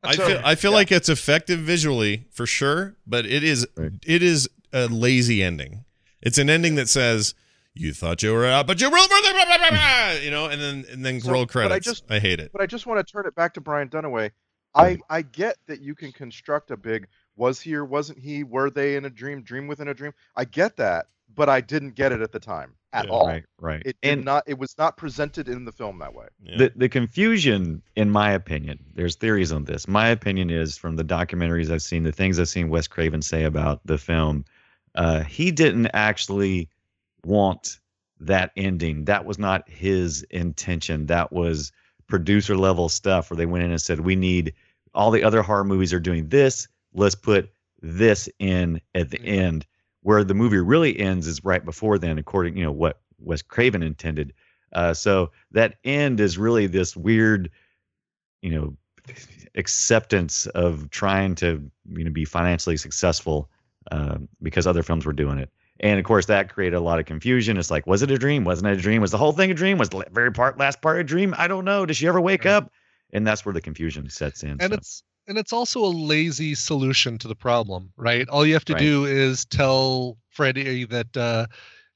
Speaker 1: I
Speaker 7: So-
Speaker 1: feel I feel
Speaker 7: yeah.
Speaker 1: like it's effective visually for sure, but it is
Speaker 5: Right.
Speaker 1: it is a lazy ending. It's an ending that says you thought you were out, but you were you know, and then and then
Speaker 7: So,
Speaker 1: roll
Speaker 7: but I
Speaker 1: credits. I,
Speaker 7: just-
Speaker 1: hate it.
Speaker 7: But I just want to turn it back to Brian Dunaway. I, I get that you can construct a big was he or wasn't he, were they in a dream, dream within a dream. I get that, but I didn't get it at the time at
Speaker 1: Yeah.
Speaker 7: all.
Speaker 5: Right, right.
Speaker 7: It did
Speaker 5: and
Speaker 7: not it was not presented in the film that way.
Speaker 1: Yeah.
Speaker 5: the, the confusion, in my opinion, there's theories on this. My opinion is from the documentaries I've seen, the things I've seen Wes Craven say about the film, uh, he didn't actually want that ending. That was not his intention. That was producer level stuff where they went in and said, we need all the other horror movies are doing this. Let's put this in at the
Speaker 7: Mhm.
Speaker 5: end. Where the movie really ends is right before then, according, you know, what Wes Craven intended. Uh, so that end is really this weird, you know, acceptance of trying to you know be financially successful um, because other films were doing it. And of course, that created a lot of confusion. It's like, was it a dream? Wasn't it a dream? Was the whole thing a dream? Was the la- very part, last part a dream? I don't know. Did she ever wake
Speaker 6: Right.
Speaker 5: up? And that's where the confusion sets in.
Speaker 6: And
Speaker 5: so.
Speaker 6: it's and it's also a lazy solution to the problem, right? All you have to
Speaker 5: Right.
Speaker 6: do is tell Freddy that uh,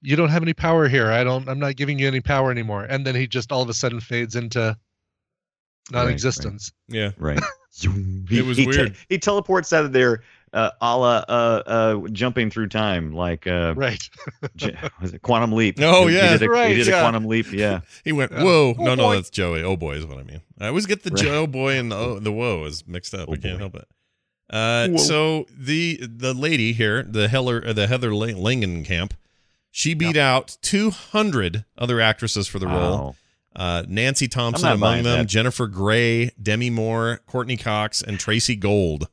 Speaker 6: you don't have any power here. I don't. I'm not giving you any power anymore. And then he just all of a sudden fades into
Speaker 5: right.
Speaker 6: non-existence.
Speaker 1: yeah.
Speaker 5: Right. Zoom.
Speaker 1: It was
Speaker 5: he
Speaker 1: weird.
Speaker 5: he teleports out of there, uh, a la uh, uh, jumping through time, like uh,
Speaker 6: Right.
Speaker 5: j- was it Quantum Leap.
Speaker 1: Oh,
Speaker 5: He-
Speaker 1: yeah.
Speaker 5: he did a,
Speaker 6: Right,
Speaker 5: he did
Speaker 6: yeah.
Speaker 5: a Quantum Leap. Yeah,
Speaker 1: He went,
Speaker 6: Yeah.
Speaker 1: whoa.
Speaker 7: Oh,
Speaker 1: no, no,
Speaker 7: boy.
Speaker 1: that's Joey. Oh boy is what I mean. I always get the
Speaker 5: Right.
Speaker 1: Joe boy and the oh, the whoa is mixed up.
Speaker 5: Oh,
Speaker 1: I can't
Speaker 5: boy.
Speaker 1: help it. Uh,
Speaker 7: Whoa.
Speaker 1: so the the lady here, the Heller, uh, the Heather Lang- Langenkamp, she beat out 200 other actresses for the role.
Speaker 5: Wow.
Speaker 1: Uh, Nancy Thompson
Speaker 5: not
Speaker 1: among
Speaker 5: buying
Speaker 1: them,
Speaker 5: that.
Speaker 1: Jennifer Grey, Demi Moore, Courtney Cox, and Tracy Gold,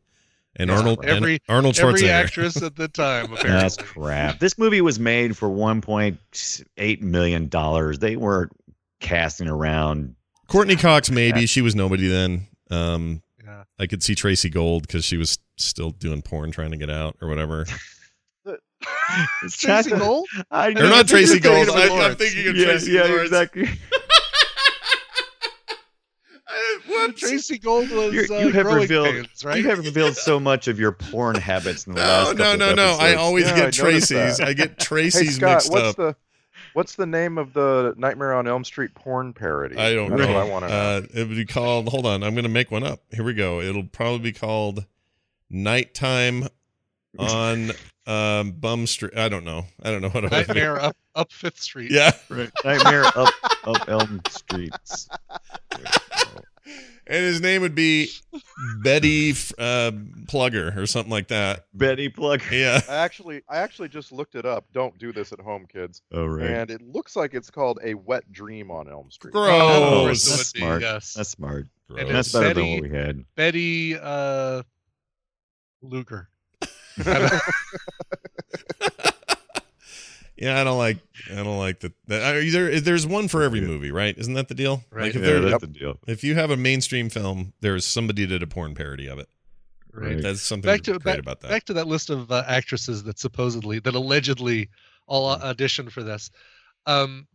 Speaker 1: and
Speaker 5: Yeah,
Speaker 1: Arnold and
Speaker 6: every-
Speaker 1: Arnold
Speaker 6: Every
Speaker 1: Schwarzenegger.
Speaker 6: actress at the time. Apparently.
Speaker 5: That's crap. This movie was made for 1.8 million dollars. They weren't casting around.
Speaker 1: Courtney Cox, maybe she was nobody then. Um,
Speaker 6: Yeah.
Speaker 1: I could see Tracy Gold because she was still doing porn, trying to get out or whatever.
Speaker 5: It's
Speaker 6: Tracy Gold.
Speaker 1: Uh,
Speaker 5: I
Speaker 1: They're not
Speaker 6: Tracy
Speaker 1: Tracy
Speaker 6: you're thinking
Speaker 1: Gold.
Speaker 6: of
Speaker 1: I, I'm
Speaker 6: Lawrence.
Speaker 1: thinking of
Speaker 5: Yeah,
Speaker 1: Tracy
Speaker 5: yeah,
Speaker 1: Lawrence.
Speaker 5: exactly.
Speaker 1: I- whoops.
Speaker 6: Tracy Gold was
Speaker 5: You're-
Speaker 6: uh,
Speaker 5: you have
Speaker 6: growing
Speaker 5: revealed-
Speaker 6: pains, right?
Speaker 5: You have revealed so much of your porn habits in the
Speaker 1: No,
Speaker 5: last.
Speaker 1: no,
Speaker 5: couple
Speaker 1: no,
Speaker 5: of
Speaker 1: no. I
Speaker 5: episodes.
Speaker 1: always
Speaker 7: Yeah, I
Speaker 1: get
Speaker 7: noticed
Speaker 1: Tracy's.
Speaker 7: that.
Speaker 1: I get
Speaker 7: Hey
Speaker 1: Tracy's
Speaker 7: Scott,
Speaker 1: mixed
Speaker 7: what's
Speaker 1: up.
Speaker 7: the what's the name of the Nightmare on Elm Street porn parody?
Speaker 1: I don't
Speaker 7: That's
Speaker 1: know.
Speaker 7: what I want to know.
Speaker 1: Uh, it would be called. Hold on, I'm going to make one up. Here we go. It'll probably be called "Nighttime on um, Bum Street." I don't know. I don't know what it would be.
Speaker 6: Nightmare up up Fifth Street.
Speaker 1: Yeah.
Speaker 5: Nightmare up up Elm Streets.
Speaker 1: And his name would be Betty uh, Plugger or something like that.
Speaker 5: Betty Plucker.
Speaker 1: Yeah.
Speaker 7: I actually I actually just looked it up. Don't do this at home, kids.
Speaker 5: Oh right.
Speaker 7: And it looks like it's called a wet dream on Elm Street.
Speaker 6: Oh,
Speaker 1: Gross.
Speaker 5: Gross. That's
Speaker 6: that's
Speaker 5: smart.
Speaker 6: Yes.
Speaker 5: That's smart.
Speaker 6: And
Speaker 5: That's
Speaker 6: it's
Speaker 5: better
Speaker 6: Betty-
Speaker 5: than what we had.
Speaker 6: Betty uh, Luger.
Speaker 1: Yeah, I don't like. I don't like that. that I- there, there's one for every movie, right? Isn't that the deal?
Speaker 6: Right.
Speaker 1: Like if,
Speaker 5: Yeah,
Speaker 1: there,
Speaker 5: that's the deal.
Speaker 1: if you have a mainstream film, there's somebody did a porn parody of it.
Speaker 5: Right.
Speaker 1: That's something
Speaker 6: back to
Speaker 1: great
Speaker 6: back,
Speaker 1: about that.
Speaker 6: back to that list of uh, actresses that supposedly that allegedly all auditioned for this. Um,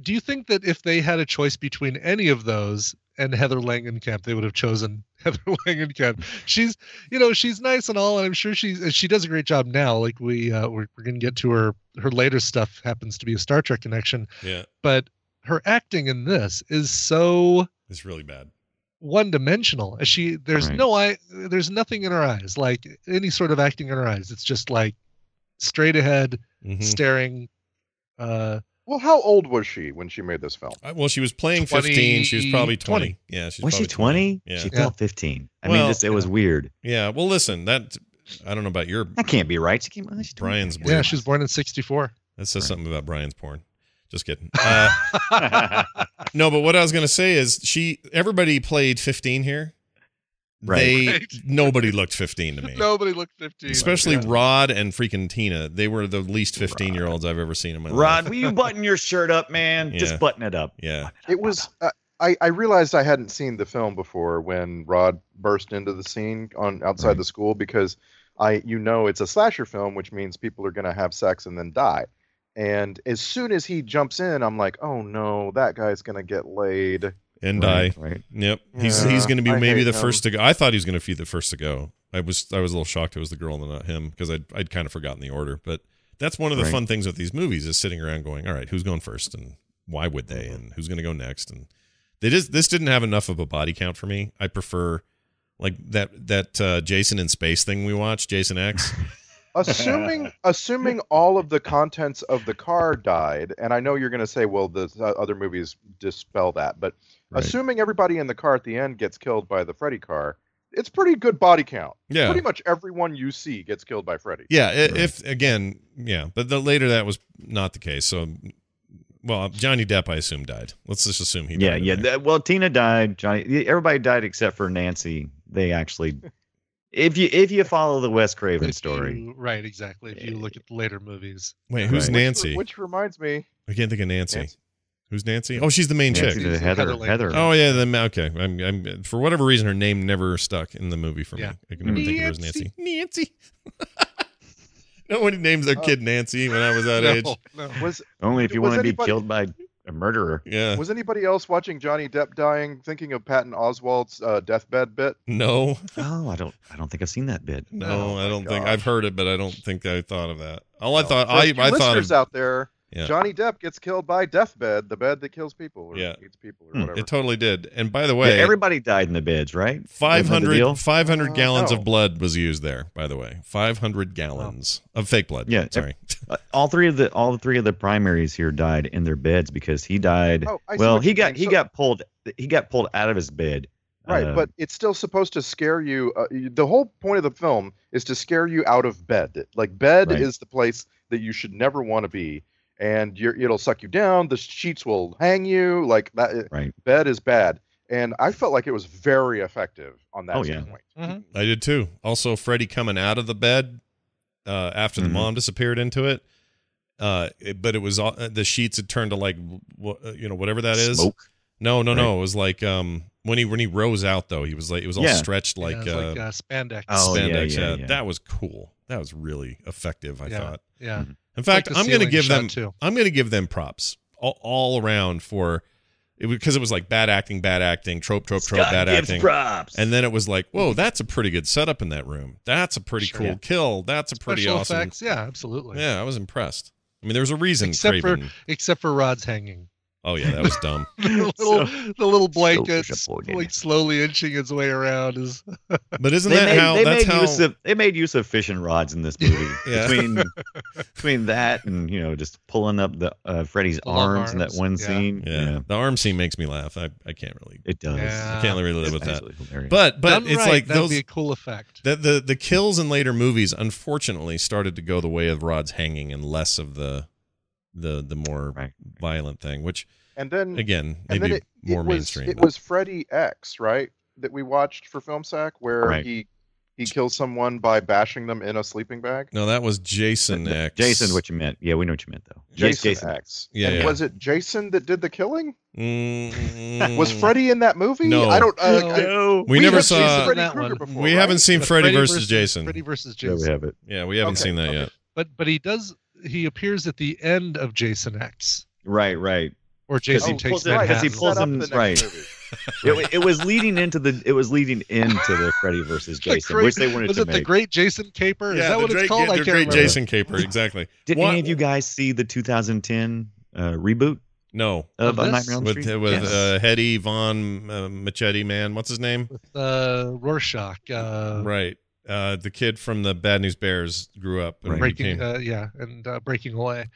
Speaker 6: do you think that if they had a choice between any of those and Heather Langenkamp, they would have chosen Heather Langenkamp? She's, you know, she's nice and all, and I'm sure she's and she does a great job now. Like we uh, we're, we're gonna get to her her later stuff happens to be a Star Trek connection,
Speaker 1: yeah,
Speaker 6: but her acting in this is so
Speaker 1: it's really bad.
Speaker 6: one dimensional. She there's
Speaker 5: Right.
Speaker 6: no eye there's nothing in her eyes, like any sort of acting in her eyes. It's just like straight ahead,
Speaker 1: Mhm.
Speaker 6: staring. Uh
Speaker 7: Well, how old was she when she made this film?
Speaker 1: Uh, Well, she was playing 15. She was
Speaker 6: 20.
Speaker 1: probably 20. Yeah, she's
Speaker 5: Was she
Speaker 1: probably
Speaker 5: 20?
Speaker 1: Yeah.
Speaker 5: She
Speaker 6: Yeah.
Speaker 5: felt 15. I
Speaker 1: Well,
Speaker 5: mean, this, it was weird.
Speaker 1: yeah. Well, listen, that I don't know about your.
Speaker 5: That can't be right. She came, oh, she's 20.
Speaker 1: Brian's
Speaker 6: yeah, she was born in sixty four.
Speaker 1: That says
Speaker 5: Right.
Speaker 1: something about Brian's porn. Just kidding. Uh, no, but what I was gonna say is she. Everybody played 15 here.
Speaker 5: Right.
Speaker 1: They
Speaker 6: Right.
Speaker 1: nobody looked 15 to me.
Speaker 6: Nobody looked fifteen.
Speaker 1: Especially
Speaker 6: Yeah.
Speaker 1: Rod and freaking Tina. They were the least 15 year olds I've ever seen in my life.
Speaker 5: Rod, will you button your shirt up, man?
Speaker 1: Yeah.
Speaker 5: Just button it up.
Speaker 1: Yeah.
Speaker 7: It was. Uh, I, I realized I hadn't seen the film before when Rod burst into the scene on outside
Speaker 5: Right.
Speaker 7: the school because I you know it's a slasher film, which means people are gonna have sex and then die. And as soon as he jumps in, I'm like, oh no, that guy's gonna get laid.
Speaker 1: And
Speaker 5: right,
Speaker 1: I.
Speaker 5: right.
Speaker 1: Yep. He's
Speaker 7: Yeah,
Speaker 1: he's going to be
Speaker 7: I
Speaker 1: maybe
Speaker 7: hate
Speaker 1: the
Speaker 7: him.
Speaker 1: first to go. I thought he was going to be the first to go. I was I was a little shocked it was the girl and not him because I'd I'd kind of forgotten the order. But that's one of the
Speaker 5: Right.
Speaker 1: fun things with these movies is sitting around going, all right, who's going first and why would they
Speaker 7: Mm-hmm.
Speaker 1: and who's going to go next and they just this didn't have enough of a body count for me. I prefer like that that uh, Jason in space thing we watched, Jason X.
Speaker 7: Assuming assuming all of the contents of the car died, and I know you're gonna say, well, the uh, other movies dispel that, but
Speaker 5: Right.
Speaker 7: assuming everybody in the car at the end gets killed by the Freddy car, it's pretty good body count.
Speaker 1: Yeah.
Speaker 7: Pretty much everyone you see gets killed by Freddy.
Speaker 1: Yeah, i- if again, yeah, but the later that was not the case. So, well, Johnny Depp, I assume died. Let's just assume he.
Speaker 5: yeah,
Speaker 1: died in
Speaker 5: yeah.
Speaker 1: there.
Speaker 5: That, well, Tina died. Johnny, everybody died except for Nancy. They actually, if you if you follow the Wes Craven
Speaker 6: If
Speaker 5: story,
Speaker 6: you- right, exactly. If you look
Speaker 1: Eh.
Speaker 6: at the later movies,
Speaker 1: Wait, who's
Speaker 5: Right.
Speaker 1: Nancy?
Speaker 7: Which, which reminds me,
Speaker 1: I can't think of Nancy.
Speaker 7: Nancy.
Speaker 1: Who's Nancy? Oh, she's the main
Speaker 5: Nancy
Speaker 1: chick.
Speaker 5: to
Speaker 6: Heather
Speaker 5: Heather,
Speaker 6: Langenkamp.
Speaker 5: Heather.
Speaker 1: Oh yeah, then okay. I'm, I'm for whatever reason her name never stuck in the movie for
Speaker 6: Yeah.
Speaker 1: me. I can never think of her as Nancy. Nancy. Nobody names
Speaker 7: Oh.
Speaker 1: their kid Nancy when I was that
Speaker 6: No,
Speaker 1: age.
Speaker 6: no.
Speaker 7: was
Speaker 5: Only if you
Speaker 7: Was
Speaker 5: want to be
Speaker 7: anybody-
Speaker 5: killed by a murderer.
Speaker 1: Yeah.
Speaker 7: was anybody else watching Johnny Depp dying, thinking of Patton Oswald's uh, deathbed bit?
Speaker 1: No.
Speaker 5: Oh, I don't, I don't think I've seen that bit.
Speaker 1: No,
Speaker 7: Oh,
Speaker 1: I
Speaker 7: my
Speaker 1: don't think
Speaker 7: gosh.
Speaker 1: I've heard it, but I don't think I thought of that. All I thought
Speaker 7: For
Speaker 1: I
Speaker 7: you
Speaker 1: I thought
Speaker 7: listeners
Speaker 1: of,
Speaker 7: out there,
Speaker 1: Yeah.
Speaker 7: Johnny Depp gets killed by deathbed, the bed that kills people or
Speaker 1: Yeah.
Speaker 7: eats people or
Speaker 5: Hmm.
Speaker 7: whatever.
Speaker 1: it totally did. And by the
Speaker 5: Yeah,
Speaker 1: way,
Speaker 5: everybody died in the beds, right? Wasn't that the
Speaker 1: 500,
Speaker 5: deal?
Speaker 1: 500
Speaker 7: Uh,
Speaker 1: gallons
Speaker 7: no.
Speaker 1: of blood was used there, by the way. 500 gallons
Speaker 6: Oh.
Speaker 1: of fake blood.
Speaker 5: Yeah,
Speaker 1: Sorry.
Speaker 5: Uh, all three of the all three of the primaries here died in their beds because he died.
Speaker 7: Oh, I see
Speaker 5: well,
Speaker 7: what
Speaker 5: he
Speaker 7: you
Speaker 5: got
Speaker 7: mean.
Speaker 5: he
Speaker 7: So-
Speaker 5: got pulled he got pulled out of his bed.
Speaker 7: right,
Speaker 5: uh,
Speaker 7: but it's still supposed to scare you. Uh, you- the whole point of the film is to scare you out of bed. Like bed
Speaker 5: Right.
Speaker 7: is the place that you should never want to be, and you're, it'll suck you down. The sheets will hang you. Like that,
Speaker 5: right.
Speaker 7: bed is bad. And I felt like it was very effective on that
Speaker 5: Oh, yeah.
Speaker 7: standpoint. Mm-hmm.
Speaker 1: I did too. Also, Freddy coming out of the bed uh, after
Speaker 5: Mhm.
Speaker 1: the mom disappeared into it. Uh, it- but it was all, uh, the sheets had turned to like, wh- uh, you know, whatever that is.
Speaker 5: Smoke.
Speaker 1: No, no, no. It was like um, when he when he rose out though, he was like it was all
Speaker 5: Yeah.
Speaker 1: stretched
Speaker 6: Yeah,
Speaker 1: like,
Speaker 6: it's
Speaker 1: uh,
Speaker 6: like uh, spandex.
Speaker 5: Oh, yeah,
Speaker 1: spandex.
Speaker 5: yeah,
Speaker 1: Uh,
Speaker 5: yeah.
Speaker 1: That was cool. That was really effective. I
Speaker 6: Yeah.
Speaker 1: thought.
Speaker 6: yeah.
Speaker 1: In fact,
Speaker 6: Like the
Speaker 1: I'm going to
Speaker 6: ceiling
Speaker 1: give
Speaker 6: shot,
Speaker 1: them.
Speaker 6: too.
Speaker 1: I'm going to give them props all, all around for it because it was like bad acting, bad acting, trope, trope, trope,
Speaker 5: Scott
Speaker 1: bad
Speaker 5: gives
Speaker 1: acting,
Speaker 5: props.
Speaker 1: and then it was like, whoa, that's a pretty good setup in that room. That's a pretty
Speaker 6: Sure.
Speaker 1: cool
Speaker 5: Yeah.
Speaker 1: kill. That's a pretty
Speaker 6: Special
Speaker 1: awesome.
Speaker 6: effects. Yeah, absolutely.
Speaker 1: Yeah, I was impressed. I mean, there was a reason.
Speaker 6: Except for-
Speaker 1: Craven.
Speaker 6: Except for Rod's hanging.
Speaker 1: oh yeah, that was dumb.
Speaker 6: the little, the little blankets,
Speaker 5: disappointed.
Speaker 6: like slowly inching its way around is
Speaker 1: But isn't
Speaker 5: they
Speaker 1: that
Speaker 5: made,
Speaker 1: how?
Speaker 5: they
Speaker 1: that's
Speaker 5: made
Speaker 1: how.
Speaker 5: use of they made use of fishing rods in this movie.
Speaker 1: Yeah.
Speaker 5: Between between that and you know just pulling up the uh, Freddy's
Speaker 6: The long
Speaker 5: arms, in that
Speaker 6: arms,
Speaker 5: one
Speaker 6: yeah.
Speaker 5: scene.
Speaker 1: yeah, the arm scene makes me laugh. I, I can't really
Speaker 5: it does.
Speaker 6: Yeah.
Speaker 1: I can't really
Speaker 5: It's
Speaker 1: live with that.
Speaker 5: absolutely hilarious.
Speaker 1: But but
Speaker 6: Done
Speaker 1: it's
Speaker 6: right,
Speaker 1: like
Speaker 6: that'd
Speaker 1: those
Speaker 6: be a cool effect.
Speaker 1: The, the the kills in later movies unfortunately started to go the way of Rod's hanging and less of the the the more
Speaker 5: Right.
Speaker 1: violent thing, which
Speaker 7: And then
Speaker 1: again
Speaker 7: Mm. and
Speaker 1: maybe
Speaker 7: then it,
Speaker 1: more
Speaker 7: it was,
Speaker 1: mainstream.
Speaker 7: It was Freddy X, right? That we watched for FilmSack, where
Speaker 5: Right.
Speaker 7: he He kills someone by bashing them in a sleeping bag.
Speaker 1: No, that was Jason X.
Speaker 5: Jason's what you meant. Yeah, we know what you meant though. Yes,
Speaker 7: Jason, X.
Speaker 1: Yeah,
Speaker 7: and
Speaker 1: yeah.
Speaker 7: was it Jason that did the killing?
Speaker 1: Mm,
Speaker 7: Was Freddy in that movie?
Speaker 1: No.
Speaker 7: I don't. Uh,
Speaker 6: No.
Speaker 7: I-
Speaker 5: No.
Speaker 1: We, never
Speaker 7: have seen
Speaker 1: saw.
Speaker 7: Freddy
Speaker 6: That
Speaker 7: Krueger
Speaker 6: one.
Speaker 7: before,
Speaker 1: we
Speaker 7: right?
Speaker 1: haven't seen
Speaker 6: But
Speaker 1: Freddy, versus, Jason.
Speaker 6: Freddy versus
Speaker 5: There
Speaker 6: Jason.
Speaker 5: we have it.
Speaker 1: Yeah, we haven't
Speaker 7: Okay,
Speaker 1: seen that
Speaker 7: okay.
Speaker 1: yet.
Speaker 6: But but he does he appears at the end of Jason X
Speaker 5: Right, right.
Speaker 6: or Jason
Speaker 5: he
Speaker 6: takes
Speaker 5: Oh, pulls it right, 'cause
Speaker 6: Manhattan.
Speaker 5: he pulls
Speaker 7: set up
Speaker 5: him-
Speaker 7: the next
Speaker 5: right.
Speaker 7: movie.
Speaker 5: It, wa- it was leading into the. It was leading into the Freddy versus
Speaker 6: The
Speaker 5: Jason,
Speaker 6: great-
Speaker 5: which they wanted
Speaker 6: was
Speaker 5: to
Speaker 6: it the
Speaker 5: make.
Speaker 6: Great Jason Caper? Is that
Speaker 1: the
Speaker 6: what
Speaker 1: great,
Speaker 6: it's called?
Speaker 1: the
Speaker 6: I can't
Speaker 1: great
Speaker 6: remember.
Speaker 1: Jason Caper, exactly.
Speaker 5: Did
Speaker 1: What-
Speaker 5: any of you guys see the 2010 uh, reboot
Speaker 1: No,
Speaker 5: of,
Speaker 6: Of
Speaker 5: A
Speaker 6: this?
Speaker 5: Nightmare on Elm
Speaker 1: with
Speaker 5: Street?
Speaker 1: with
Speaker 5: Yes.
Speaker 1: uh, Hetty Von uh, Machete man. What's his name?
Speaker 6: With uh, Rorschach. Uh,
Speaker 1: right, uh, the kid from the Bad News Bears grew up and
Speaker 5: Right.
Speaker 1: became
Speaker 6: breaking uh, yeah and uh, breaking away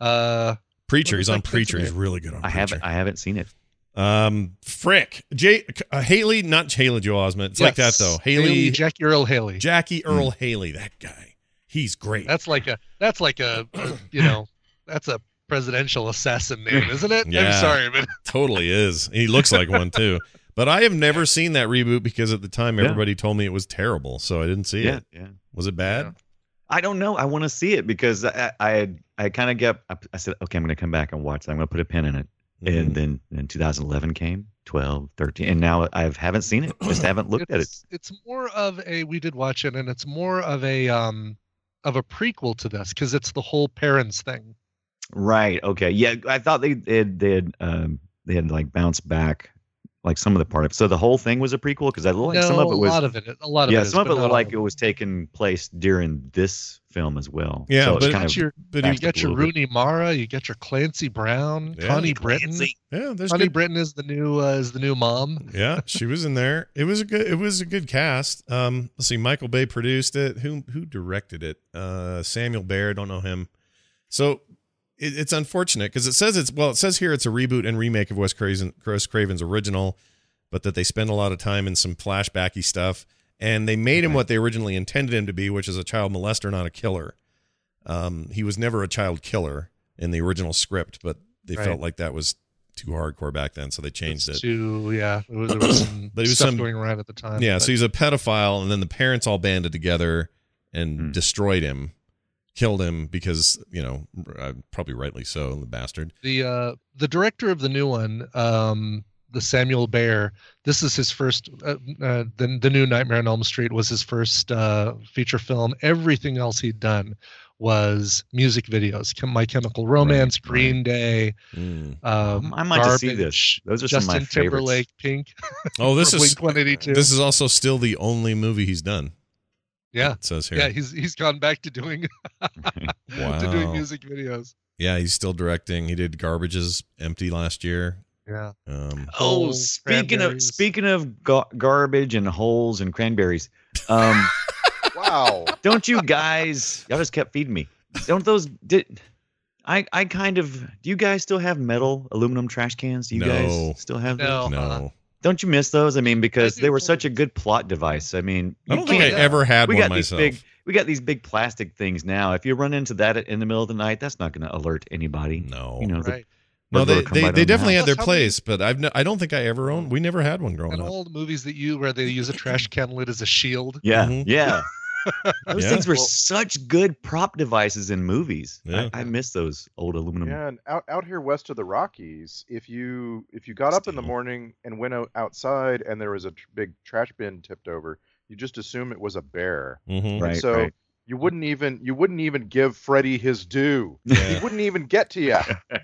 Speaker 6: uh
Speaker 1: preacher. He's
Speaker 6: what was
Speaker 1: on
Speaker 6: that kid's
Speaker 1: preacher. He's
Speaker 6: name?
Speaker 1: really good on.
Speaker 5: I
Speaker 1: preacher.
Speaker 5: haven't. I haven't seen it.
Speaker 1: Um, frick, J- uh, Haley, not Haley Joel Osment. It's like that
Speaker 6: yes,
Speaker 1: though. Haley,
Speaker 6: jack earl haley
Speaker 1: Jackie
Speaker 5: Hmm.
Speaker 1: Earl Haley. That guy, he's great.
Speaker 6: that's like a that's like a you know that's a presidential assassin name isn't it i'm
Speaker 1: Yeah.
Speaker 6: sorry but
Speaker 1: totally is. He looks like one too. But I have never seen that reboot because at the time
Speaker 5: Yeah.
Speaker 1: everybody told me it was terrible, so I didn't see
Speaker 5: Yeah,
Speaker 1: it.
Speaker 5: yeah.
Speaker 1: Was it bad?
Speaker 5: I don't know. I want to see it because I I, had- I kind of get. I, I said, okay, I'm going to come back and watch it. I'm going to put a pin in it.
Speaker 1: Mm-hmm.
Speaker 5: And then then 2011 came, 12, 13, and now I haven't seen it. Just haven't looked at it.
Speaker 6: it's, it's more of a we did watch it and it's more of a um of a prequel to this because it's the whole parents thing
Speaker 5: Right. Okay. Yeah. I thought they they had, they had um they had like bounced back like some of the part of so the whole thing was a prequel because I looked like
Speaker 6: no,
Speaker 5: some of it
Speaker 6: a lot
Speaker 5: was
Speaker 6: of it a lot of
Speaker 5: yeah
Speaker 6: it um, is,
Speaker 5: some of
Speaker 6: but
Speaker 5: it
Speaker 6: not
Speaker 5: looked
Speaker 6: all
Speaker 5: like
Speaker 6: of
Speaker 5: it was taken place during this film as well.
Speaker 1: Yeah,
Speaker 5: So it's
Speaker 1: but-
Speaker 5: kind
Speaker 6: Got
Speaker 5: of
Speaker 6: your-
Speaker 1: But
Speaker 5: back
Speaker 6: you
Speaker 1: he,
Speaker 5: to
Speaker 6: get
Speaker 5: a
Speaker 6: your
Speaker 5: little bit.
Speaker 6: Rooney Mara, you get your Clancy Brown,
Speaker 1: Yeah.
Speaker 6: Connie Britton.
Speaker 1: yeah, there's
Speaker 6: Connie
Speaker 1: good-
Speaker 6: Britton is the new uh, is the new mom.
Speaker 1: yeah, she was in there. It was a good. It was a good cast. Um, let's see. Michael Bay produced it. Who who directed it? Uh, Samuel Baer. Don't know him. So it, it's unfortunate because it says it's well. It says here it's a reboot and remake of Wes Craven, Wes Craven's original, but that they spend a lot of time in some flashbacky stuff, and they made him
Speaker 5: Right.
Speaker 1: what they originally intended him to be, which is a child molester, not a killer. Um, he was never a child killer in the original script, but they
Speaker 6: Right.
Speaker 1: felt like that was too hardcore back then, so they changed it.
Speaker 6: to yeah there was, there was some
Speaker 1: But he was
Speaker 6: stuff
Speaker 1: some-
Speaker 6: going around at the time
Speaker 1: Yeah,
Speaker 6: but
Speaker 1: so he's a pedophile, and then the parents all banded together and
Speaker 5: Hmm.
Speaker 1: destroyed him, killed him because you know uh, probably rightly so, the bastard.
Speaker 6: the uh the director of the new one um the samuel Bayer, this is his first uh, uh the, the new nightmare on elm street was his first uh feature film everything else he'd done was music videos Chem- my chemical romance
Speaker 5: right.
Speaker 6: green day
Speaker 5: Hmm.
Speaker 6: um
Speaker 5: I might just see
Speaker 6: Garbage,
Speaker 5: this. Those are some of
Speaker 6: justin
Speaker 5: my favorites.
Speaker 6: timberlake pink
Speaker 1: Oh, this
Speaker 6: for
Speaker 1: is
Speaker 6: Blink 182
Speaker 1: this is also still the only movie he's done.
Speaker 6: yeah
Speaker 1: It says here.
Speaker 6: yeah he's he's gone back to doing Oh, to
Speaker 1: Wow.
Speaker 6: doing music videos
Speaker 1: Yeah, he's still directing. He did Garbage's Empty last year.
Speaker 6: yeah
Speaker 1: Um,
Speaker 5: Oh,
Speaker 6: Holes,
Speaker 5: speaking of
Speaker 6: cranberries.
Speaker 5: speaking of ga- garbage and holes and cranberries, um,
Speaker 7: Wow.
Speaker 5: don't you guys? Y'all just kept feeding me. Don't those did? I I kind of. Do you guys still have metal aluminum trash cans? Do you
Speaker 1: No.
Speaker 5: guys still have those?
Speaker 6: No.
Speaker 1: no,
Speaker 5: Don't uh, you miss those? I mean, because
Speaker 6: do
Speaker 5: they were
Speaker 6: totally.
Speaker 5: such a good plot device. I mean,
Speaker 1: I
Speaker 5: you
Speaker 1: don't think I
Speaker 5: can't- uh,
Speaker 1: ever had
Speaker 5: we
Speaker 1: one
Speaker 5: got
Speaker 1: myself.
Speaker 5: these big we got these big plastic things now. If you run into that at- in the middle of the night, that's not going to alert anybody.
Speaker 1: no,
Speaker 5: You know, the
Speaker 6: right
Speaker 1: no,
Speaker 5: burglar
Speaker 1: they
Speaker 5: come
Speaker 1: they,
Speaker 5: by
Speaker 1: they
Speaker 5: the
Speaker 1: definitely had their
Speaker 5: house.
Speaker 6: Plus, how many-
Speaker 1: place, but I've no, I don't think I ever owned. We never had one growing
Speaker 6: and
Speaker 1: up.
Speaker 6: all the movies that you where they use a trash can lid as a shield.
Speaker 5: Yeah,
Speaker 1: Mhm.
Speaker 5: yeah. Those
Speaker 1: Yeah.
Speaker 5: things were
Speaker 7: Well-
Speaker 5: such good prop devices in movies.
Speaker 1: Yeah.
Speaker 5: I, I miss those old aluminum.
Speaker 7: Yeah, and out, out here west of the Rockies, if you if you got up in the
Speaker 1: Still.
Speaker 7: morning and went out outside and there was a tr- big trash bin tipped over, you just assume it was a bear.
Speaker 1: Mhm.
Speaker 5: Right,
Speaker 7: so
Speaker 5: right.
Speaker 7: you wouldn't even you wouldn't even give Freddy his due.
Speaker 1: Yeah.
Speaker 7: He wouldn't even get to you.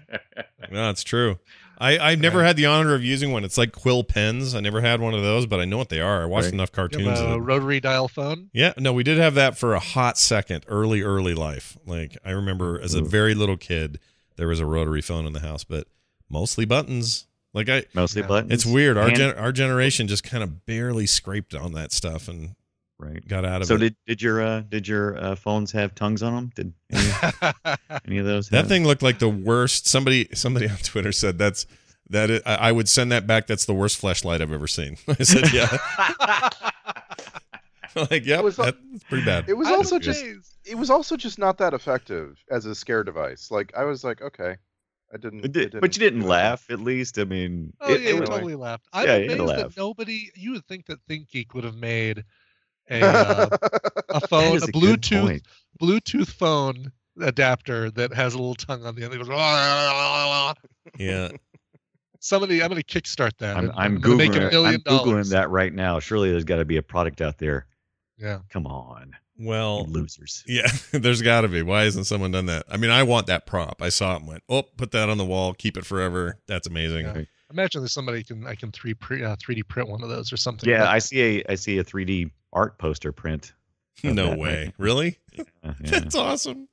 Speaker 1: No, it's true. I, I've never had the honor of using one. It's like quill pens. I never had one of those, but I know what they are. I watched
Speaker 5: Right.
Speaker 1: enough
Speaker 6: You
Speaker 1: cartoons.
Speaker 6: have a
Speaker 1: of it.
Speaker 6: rotary dial phone.
Speaker 1: Yeah, no, we did have that for a hot second, early, early life. Like I remember as a
Speaker 5: Mm.
Speaker 1: very little kid, there was a rotary phone in the house, but mostly buttons. Like I,
Speaker 5: Mostly
Speaker 6: Yeah.
Speaker 5: buttons.
Speaker 1: it's weird. Our
Speaker 5: hand-
Speaker 1: gen- our generation just kind of barely scraped on that stuff and
Speaker 5: Right.
Speaker 1: got out of
Speaker 5: So
Speaker 1: it.
Speaker 5: did did your uh, did your uh, phones have tongues on them? Did any, any of those?
Speaker 1: That
Speaker 5: have-
Speaker 1: thing looked like the worst. Somebody somebody on Twitter said that's that is, I, I would send that back. That's the worst flashlight I've ever seen. I said, yeah, like yeah,
Speaker 7: It was-
Speaker 1: that's pretty bad.
Speaker 7: It was also just
Speaker 6: Days.
Speaker 7: it was also just not that effective as a scare device. Like I was like, okay, I didn't.
Speaker 5: But,
Speaker 7: I
Speaker 5: did, but you didn't laugh, at least. I mean,
Speaker 6: Oh
Speaker 5: it-
Speaker 6: yeah,
Speaker 5: it
Speaker 6: you
Speaker 5: was-
Speaker 6: totally laughed. I'm
Speaker 5: yeah, you had to
Speaker 6: amazed
Speaker 5: laugh.
Speaker 6: that nobody. You would think that Think Geek would have made a, uh, a
Speaker 5: That
Speaker 6: phone,
Speaker 5: is
Speaker 6: a
Speaker 5: good
Speaker 6: Bluetooth
Speaker 5: point.
Speaker 6: Bluetooth phone adapter that has a little tongue on the end. That goes.
Speaker 1: Yeah.
Speaker 6: Somebody, I'm going to kickstart that.
Speaker 5: I'm,
Speaker 6: and-
Speaker 5: I'm
Speaker 6: gonna make
Speaker 5: googling.
Speaker 6: a
Speaker 5: it.
Speaker 6: million
Speaker 5: I'm googling
Speaker 6: dollars.
Speaker 5: that right now. Surely there's got to be a product out there.
Speaker 6: Yeah.
Speaker 5: Come on, you
Speaker 1: Well,
Speaker 5: losers.
Speaker 1: yeah, there's got to be. Why hasn't someone done that? I mean, I want that prop. I saw it and went, oh, put that on the wall, keep it forever. That's amazing.
Speaker 6: Yeah. Imagine there's somebody can I can three pre, uh, 3D print one of those or something.
Speaker 5: Yeah, I see a I see a 3D art poster print. of
Speaker 1: No
Speaker 5: that
Speaker 1: way.
Speaker 5: right
Speaker 1: Really?
Speaker 5: now. Yeah.
Speaker 1: That's awesome.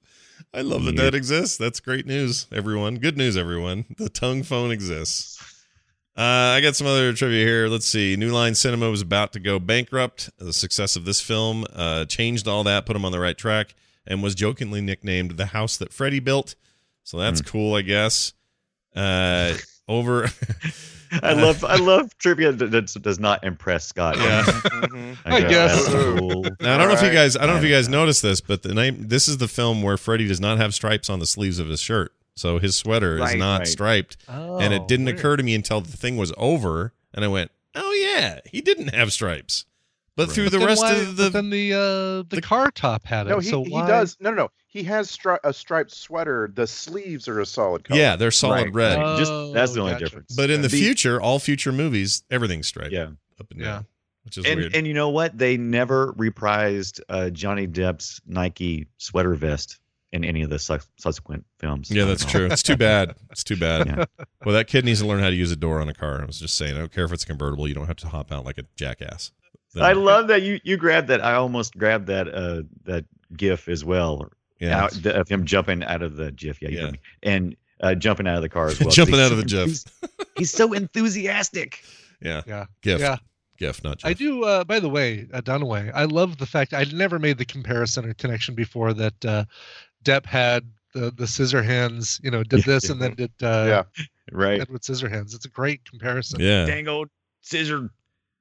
Speaker 1: I love that
Speaker 5: Yeah.
Speaker 1: that exists. That's great news, everyone. Good news, everyone. The tongue phone exists. Uh, I got some other trivia here. Let's see. New Line Cinema was about to go bankrupt. The success of this film uh, changed all that, put them on the right track, and was jokingly nicknamed the house that Freddy built. So that's
Speaker 5: Hmm.
Speaker 1: cool, I guess. Uh, over.
Speaker 5: I love I love trivia that, that does not impress Scott.
Speaker 1: Yeah.
Speaker 7: Mhm.
Speaker 6: I guess.
Speaker 5: that's cool.
Speaker 1: Now, I don't know if you
Speaker 7: Alright.
Speaker 1: guys, I don't know if you guys noticed this, but the name this is the film where Freddy does not have stripes on the sleeves of his shirt, so his sweater is
Speaker 5: Right,
Speaker 1: not
Speaker 5: right.
Speaker 1: striped, and
Speaker 6: Oh,
Speaker 1: it didn't occur to me until the thing was over, and I went, "Oh yeah, he didn't have stripes," but
Speaker 5: Right.
Speaker 1: through
Speaker 6: But
Speaker 1: the
Speaker 6: then
Speaker 1: rest
Speaker 6: why-
Speaker 1: of
Speaker 6: but
Speaker 1: the
Speaker 6: then the uh, the, car top had it.
Speaker 7: No, he,
Speaker 6: so
Speaker 7: he
Speaker 6: why-
Speaker 7: does. No, no, no. He has stri- a striped sweater. The sleeves are a solid color.
Speaker 1: yeah, they're solid
Speaker 5: Right,
Speaker 1: red,
Speaker 5: right. Just
Speaker 6: Oh,
Speaker 5: that's the only
Speaker 6: gotcha.
Speaker 5: difference.
Speaker 1: but in the
Speaker 5: The-
Speaker 1: future, all future movies, everything's striped,
Speaker 5: yeah.
Speaker 1: up and
Speaker 6: Yeah.
Speaker 1: down, which is
Speaker 5: And
Speaker 1: weird.
Speaker 5: and you know what? They never reprised uh, Johnny Depp's Nike sweater vest in any of the su- subsequent films.
Speaker 1: yeah,
Speaker 5: Not
Speaker 1: that's
Speaker 5: at all.
Speaker 1: true. It's too bad. It's too bad.
Speaker 5: Yeah.
Speaker 1: Well, that kid needs to learn how to use a door on a car. I was just saying, I don't care if it's a convertible. You don't have to hop out like a jackass. Then-
Speaker 5: I love that you you grabbed that. I almost grabbed that uh that GIF as well.
Speaker 1: yeah.
Speaker 5: Out- the- of him jumping out of the GIF. Yeah, you
Speaker 1: Yeah.
Speaker 5: got me. and uh, jumping out of the car as well. 'cause
Speaker 1: Jumping
Speaker 5: he's
Speaker 1: out of
Speaker 5: so
Speaker 1: the GIF.
Speaker 5: enthus- He's so enthusiastic.
Speaker 1: Yeah.
Speaker 6: Yeah.
Speaker 1: GIF.
Speaker 6: Yeah.
Speaker 1: GIF, not GIF.
Speaker 6: I do. Uh, by the way, uh, Dunaway, I love the fact I never made the comparison or connection before that uh, Depp had the the scissor hands. You know, did
Speaker 5: Yeah.
Speaker 6: this and then did uh,
Speaker 5: Right.
Speaker 6: Edward Scissorhands. It's a great comparison.
Speaker 1: Yeah.
Speaker 5: Dangled scissor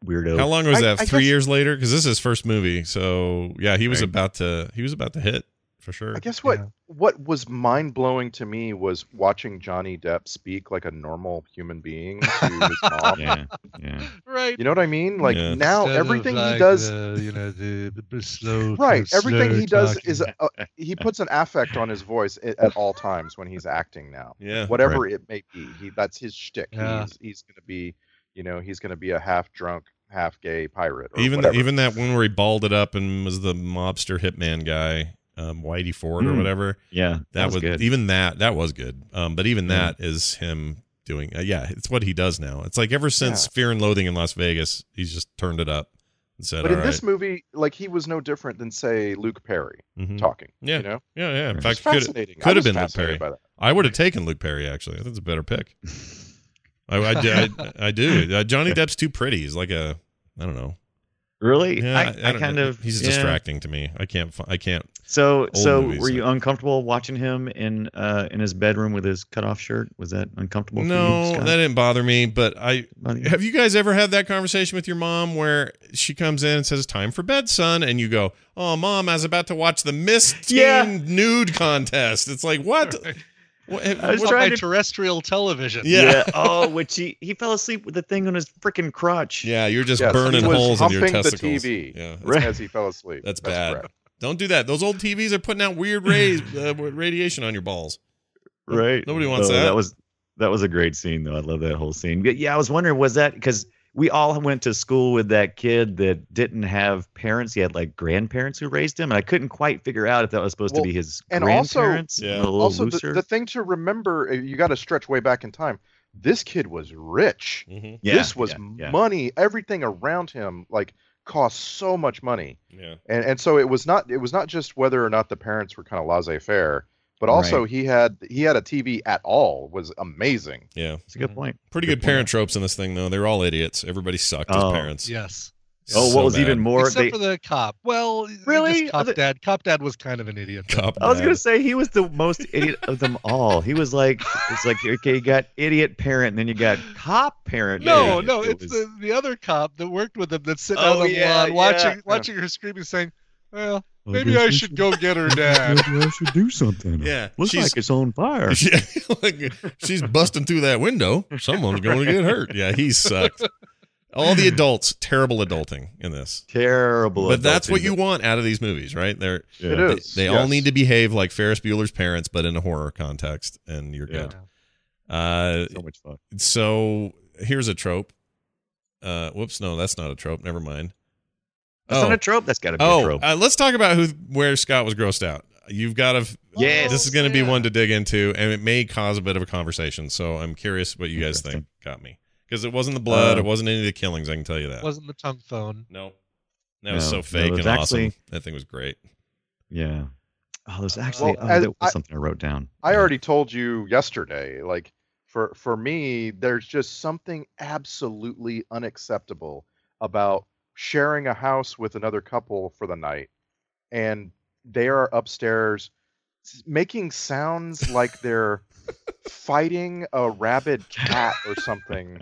Speaker 5: weirdo.
Speaker 1: How long was
Speaker 7: I-
Speaker 1: that?
Speaker 7: I
Speaker 1: Three
Speaker 7: guess-
Speaker 1: years later, because this is his first movie. So yeah, he was
Speaker 5: Right.
Speaker 1: about to he was about to hit for sure.
Speaker 7: I guess what
Speaker 6: Yeah.
Speaker 7: what was mind blowing to me was watching Johnny Depp speak like a normal human being to his mom.
Speaker 5: yeah, yeah.
Speaker 6: Right.
Speaker 7: You know what I mean? Like
Speaker 1: Yeah.
Speaker 7: now,
Speaker 6: Instead of
Speaker 7: everything he
Speaker 6: like uh,
Speaker 7: does,
Speaker 6: the, you know, the, the- the slow,
Speaker 7: right?
Speaker 6: slow
Speaker 7: Everything he does
Speaker 6: talking.
Speaker 7: is uh, he puts an affect on his voice at, at all times when he's acting now,
Speaker 1: Yeah.
Speaker 7: whatever it may be. He that's his shtick.
Speaker 6: Yeah.
Speaker 7: He's he's gonna be, you know, he's gonna be a half drunk, half gay pirate. Or
Speaker 1: Even
Speaker 7: whatever.
Speaker 1: even that one where he balled it up and was the mobster hitman guy, um, Whitey Ford
Speaker 7: Hmm.
Speaker 1: or
Speaker 5: Mm.
Speaker 1: whatever.
Speaker 5: Yeah,
Speaker 1: That,
Speaker 5: was
Speaker 1: was
Speaker 5: good. Hmm.
Speaker 1: even that that was good. Um, but even
Speaker 5: Yeah.
Speaker 1: that is him doing. Uh, yeah, it's what he does now. It's like ever since Fear and Loathing in Las Vegas, he's just turned it up and said,
Speaker 7: But
Speaker 1: "All
Speaker 7: in
Speaker 1: right."
Speaker 7: this movie, like he was no different than say Luke Perry
Speaker 1: Mhm.
Speaker 7: talking.
Speaker 1: Yeah.
Speaker 7: you know,
Speaker 1: Yeah, yeah. In
Speaker 5: It's
Speaker 1: fact,
Speaker 7: it's
Speaker 1: could
Speaker 7: fascinating. I
Speaker 1: could have
Speaker 7: was
Speaker 1: been Luke
Speaker 7: fascinated
Speaker 1: Perry.
Speaker 7: by that.
Speaker 1: I would have taken Luke Perry actually. I think it's a better pick. I, I, do- I, I do. Uh, Johnny Depp's too pretty. He's like a I don't know.
Speaker 5: really.
Speaker 1: Yeah,
Speaker 5: I, I,
Speaker 1: don't
Speaker 5: kind
Speaker 1: know.
Speaker 5: of
Speaker 1: he's
Speaker 5: yeah.
Speaker 1: distracting to me. I can't. fi- I can't.
Speaker 5: So
Speaker 1: Old
Speaker 5: so
Speaker 1: movies,
Speaker 5: were you
Speaker 1: like-
Speaker 5: uncomfortable watching him in uh in his bedroom with his cutoff shirt? Was that uncomfortable? for
Speaker 1: no,
Speaker 5: you, Scott?
Speaker 1: that didn't bother me. But I
Speaker 5: Buddy?
Speaker 1: have you guys ever had that conversation with your mom where she comes in and says, "Time for bed, son," and you go, "Oh, mom, I was about to watch the Miss Teen
Speaker 5: Yeah.
Speaker 1: Nude Contest." It's like what? what,
Speaker 5: I was
Speaker 1: what-
Speaker 5: trying
Speaker 6: By
Speaker 5: to-
Speaker 6: terrestrial television.
Speaker 1: yeah.
Speaker 5: oh, which he he fell asleep with the thing on his freaking crotch.
Speaker 1: yeah, you're just
Speaker 7: Yes, he
Speaker 1: burning
Speaker 7: was
Speaker 1: holes in your
Speaker 7: humping the
Speaker 1: testicles.
Speaker 7: TV.
Speaker 1: Yeah, it's
Speaker 5: Right.
Speaker 7: as he fell asleep.
Speaker 1: That's bad.
Speaker 7: correct.
Speaker 1: Don't do that. Those old TVs are putting out weird rays, uh, radiation on your balls.
Speaker 5: Right.
Speaker 1: Nobody wants
Speaker 5: Oh,
Speaker 1: that.
Speaker 5: That was that was a great scene though. I love that whole scene. But yeah, I was wondering was that because we all went to school with that kid that didn't have parents. He had like grandparents who raised him, and I couldn't quite figure out if that was supposed
Speaker 7: Well,
Speaker 5: to be his
Speaker 7: and also-
Speaker 5: grandparents.
Speaker 1: Yeah.
Speaker 5: a little
Speaker 7: Also, the,
Speaker 5: looser.
Speaker 7: the thing to remember, uh, you got to stretch way back in time. This kid was rich.
Speaker 1: Mm-hmm.
Speaker 5: yeah,
Speaker 7: this was
Speaker 5: yeah, yeah.
Speaker 7: money. Everything around him like cost so much money,
Speaker 1: Yeah.
Speaker 7: and and so it was not it was not just whether or not the parents were kind of laissez faire, but also
Speaker 5: Right.
Speaker 7: he had he had a TV at all was amazing.
Speaker 1: Yeah.
Speaker 5: That's a good point.
Speaker 1: Pretty
Speaker 5: Good
Speaker 1: good, parent
Speaker 5: point.
Speaker 1: tropes in this thing, though. They're all idiots. Everybody sucked
Speaker 5: Oh.
Speaker 1: as parents.
Speaker 6: Yes.
Speaker 5: Oh, what
Speaker 1: So
Speaker 5: was
Speaker 1: bad.
Speaker 5: even more?
Speaker 6: Except
Speaker 5: They,
Speaker 6: for the cop. Well,
Speaker 5: Really?
Speaker 6: just cop
Speaker 5: Other-
Speaker 6: dad. Cop dad was kind of an idiot. though.
Speaker 1: Cop
Speaker 5: I was
Speaker 1: bad.
Speaker 5: gonna say he was the most idiot of them all. He was like, it's like okay, you got idiot parent, and then you got cop parent.
Speaker 6: No,
Speaker 5: idiot.
Speaker 6: no,
Speaker 5: It
Speaker 6: it's
Speaker 5: was-
Speaker 6: the, the other cop that worked with him that's sitting
Speaker 5: Oh,
Speaker 6: out on the
Speaker 5: yeah,
Speaker 6: lawn
Speaker 5: yeah.
Speaker 6: watching watching her screaming, saying, "Well,
Speaker 5: Well,
Speaker 6: maybe
Speaker 5: guess
Speaker 6: I
Speaker 5: we
Speaker 6: should go get her dad."
Speaker 5: I should do something.
Speaker 1: Yeah,
Speaker 5: looks
Speaker 1: she's-
Speaker 5: like it's on fire.
Speaker 1: Yeah, like, she's busting through that window. Someone's going to get hurt. Yeah, he sucked. All the adults, terrible adulting in this.
Speaker 5: Terrible.
Speaker 1: But that's
Speaker 5: adulting.
Speaker 1: what you want out of these movies, right? They're
Speaker 7: It
Speaker 1: they,
Speaker 7: is.
Speaker 1: they all
Speaker 7: yes.
Speaker 1: need to behave like Ferris Bueller's parents, but in a horror context, and you're
Speaker 5: Yeah.
Speaker 1: good. Uh,
Speaker 5: So much fun.
Speaker 1: so here's a trope. Uh, whoops, no, that's not a trope. Never mind.
Speaker 5: That's
Speaker 1: oh,
Speaker 5: not a trope. That's got to be a
Speaker 1: oh,
Speaker 5: trope.
Speaker 1: uh, let's talk about who where Scott was grossed out. You've got to.
Speaker 5: Yes.
Speaker 1: This is going to be
Speaker 7: yeah.
Speaker 1: one to dig into, and it may cause a bit of a conversation. So I'm curious what you guys think.
Speaker 5: Interesting.
Speaker 1: Got me because it wasn't the blood,
Speaker 5: Uh,
Speaker 1: it wasn't any of the killings. I can tell you that.
Speaker 6: Wasn't the tongue phone.
Speaker 1: No. That was
Speaker 5: No,
Speaker 1: so
Speaker 5: no,
Speaker 1: fake
Speaker 5: there's
Speaker 1: and awesome.
Speaker 5: actually-
Speaker 1: That thing was great.
Speaker 5: yeah. Oh, there's actually
Speaker 7: Well,
Speaker 5: oh,
Speaker 7: as-
Speaker 5: there was
Speaker 7: I-
Speaker 5: something I wrote down.
Speaker 7: I
Speaker 5: Yeah.
Speaker 7: already told you yesterday, like for for me, there's just something absolutely unacceptable about sharing a house with another couple for the night and they are upstairs s- making sounds like they're fighting a rabid cat or something.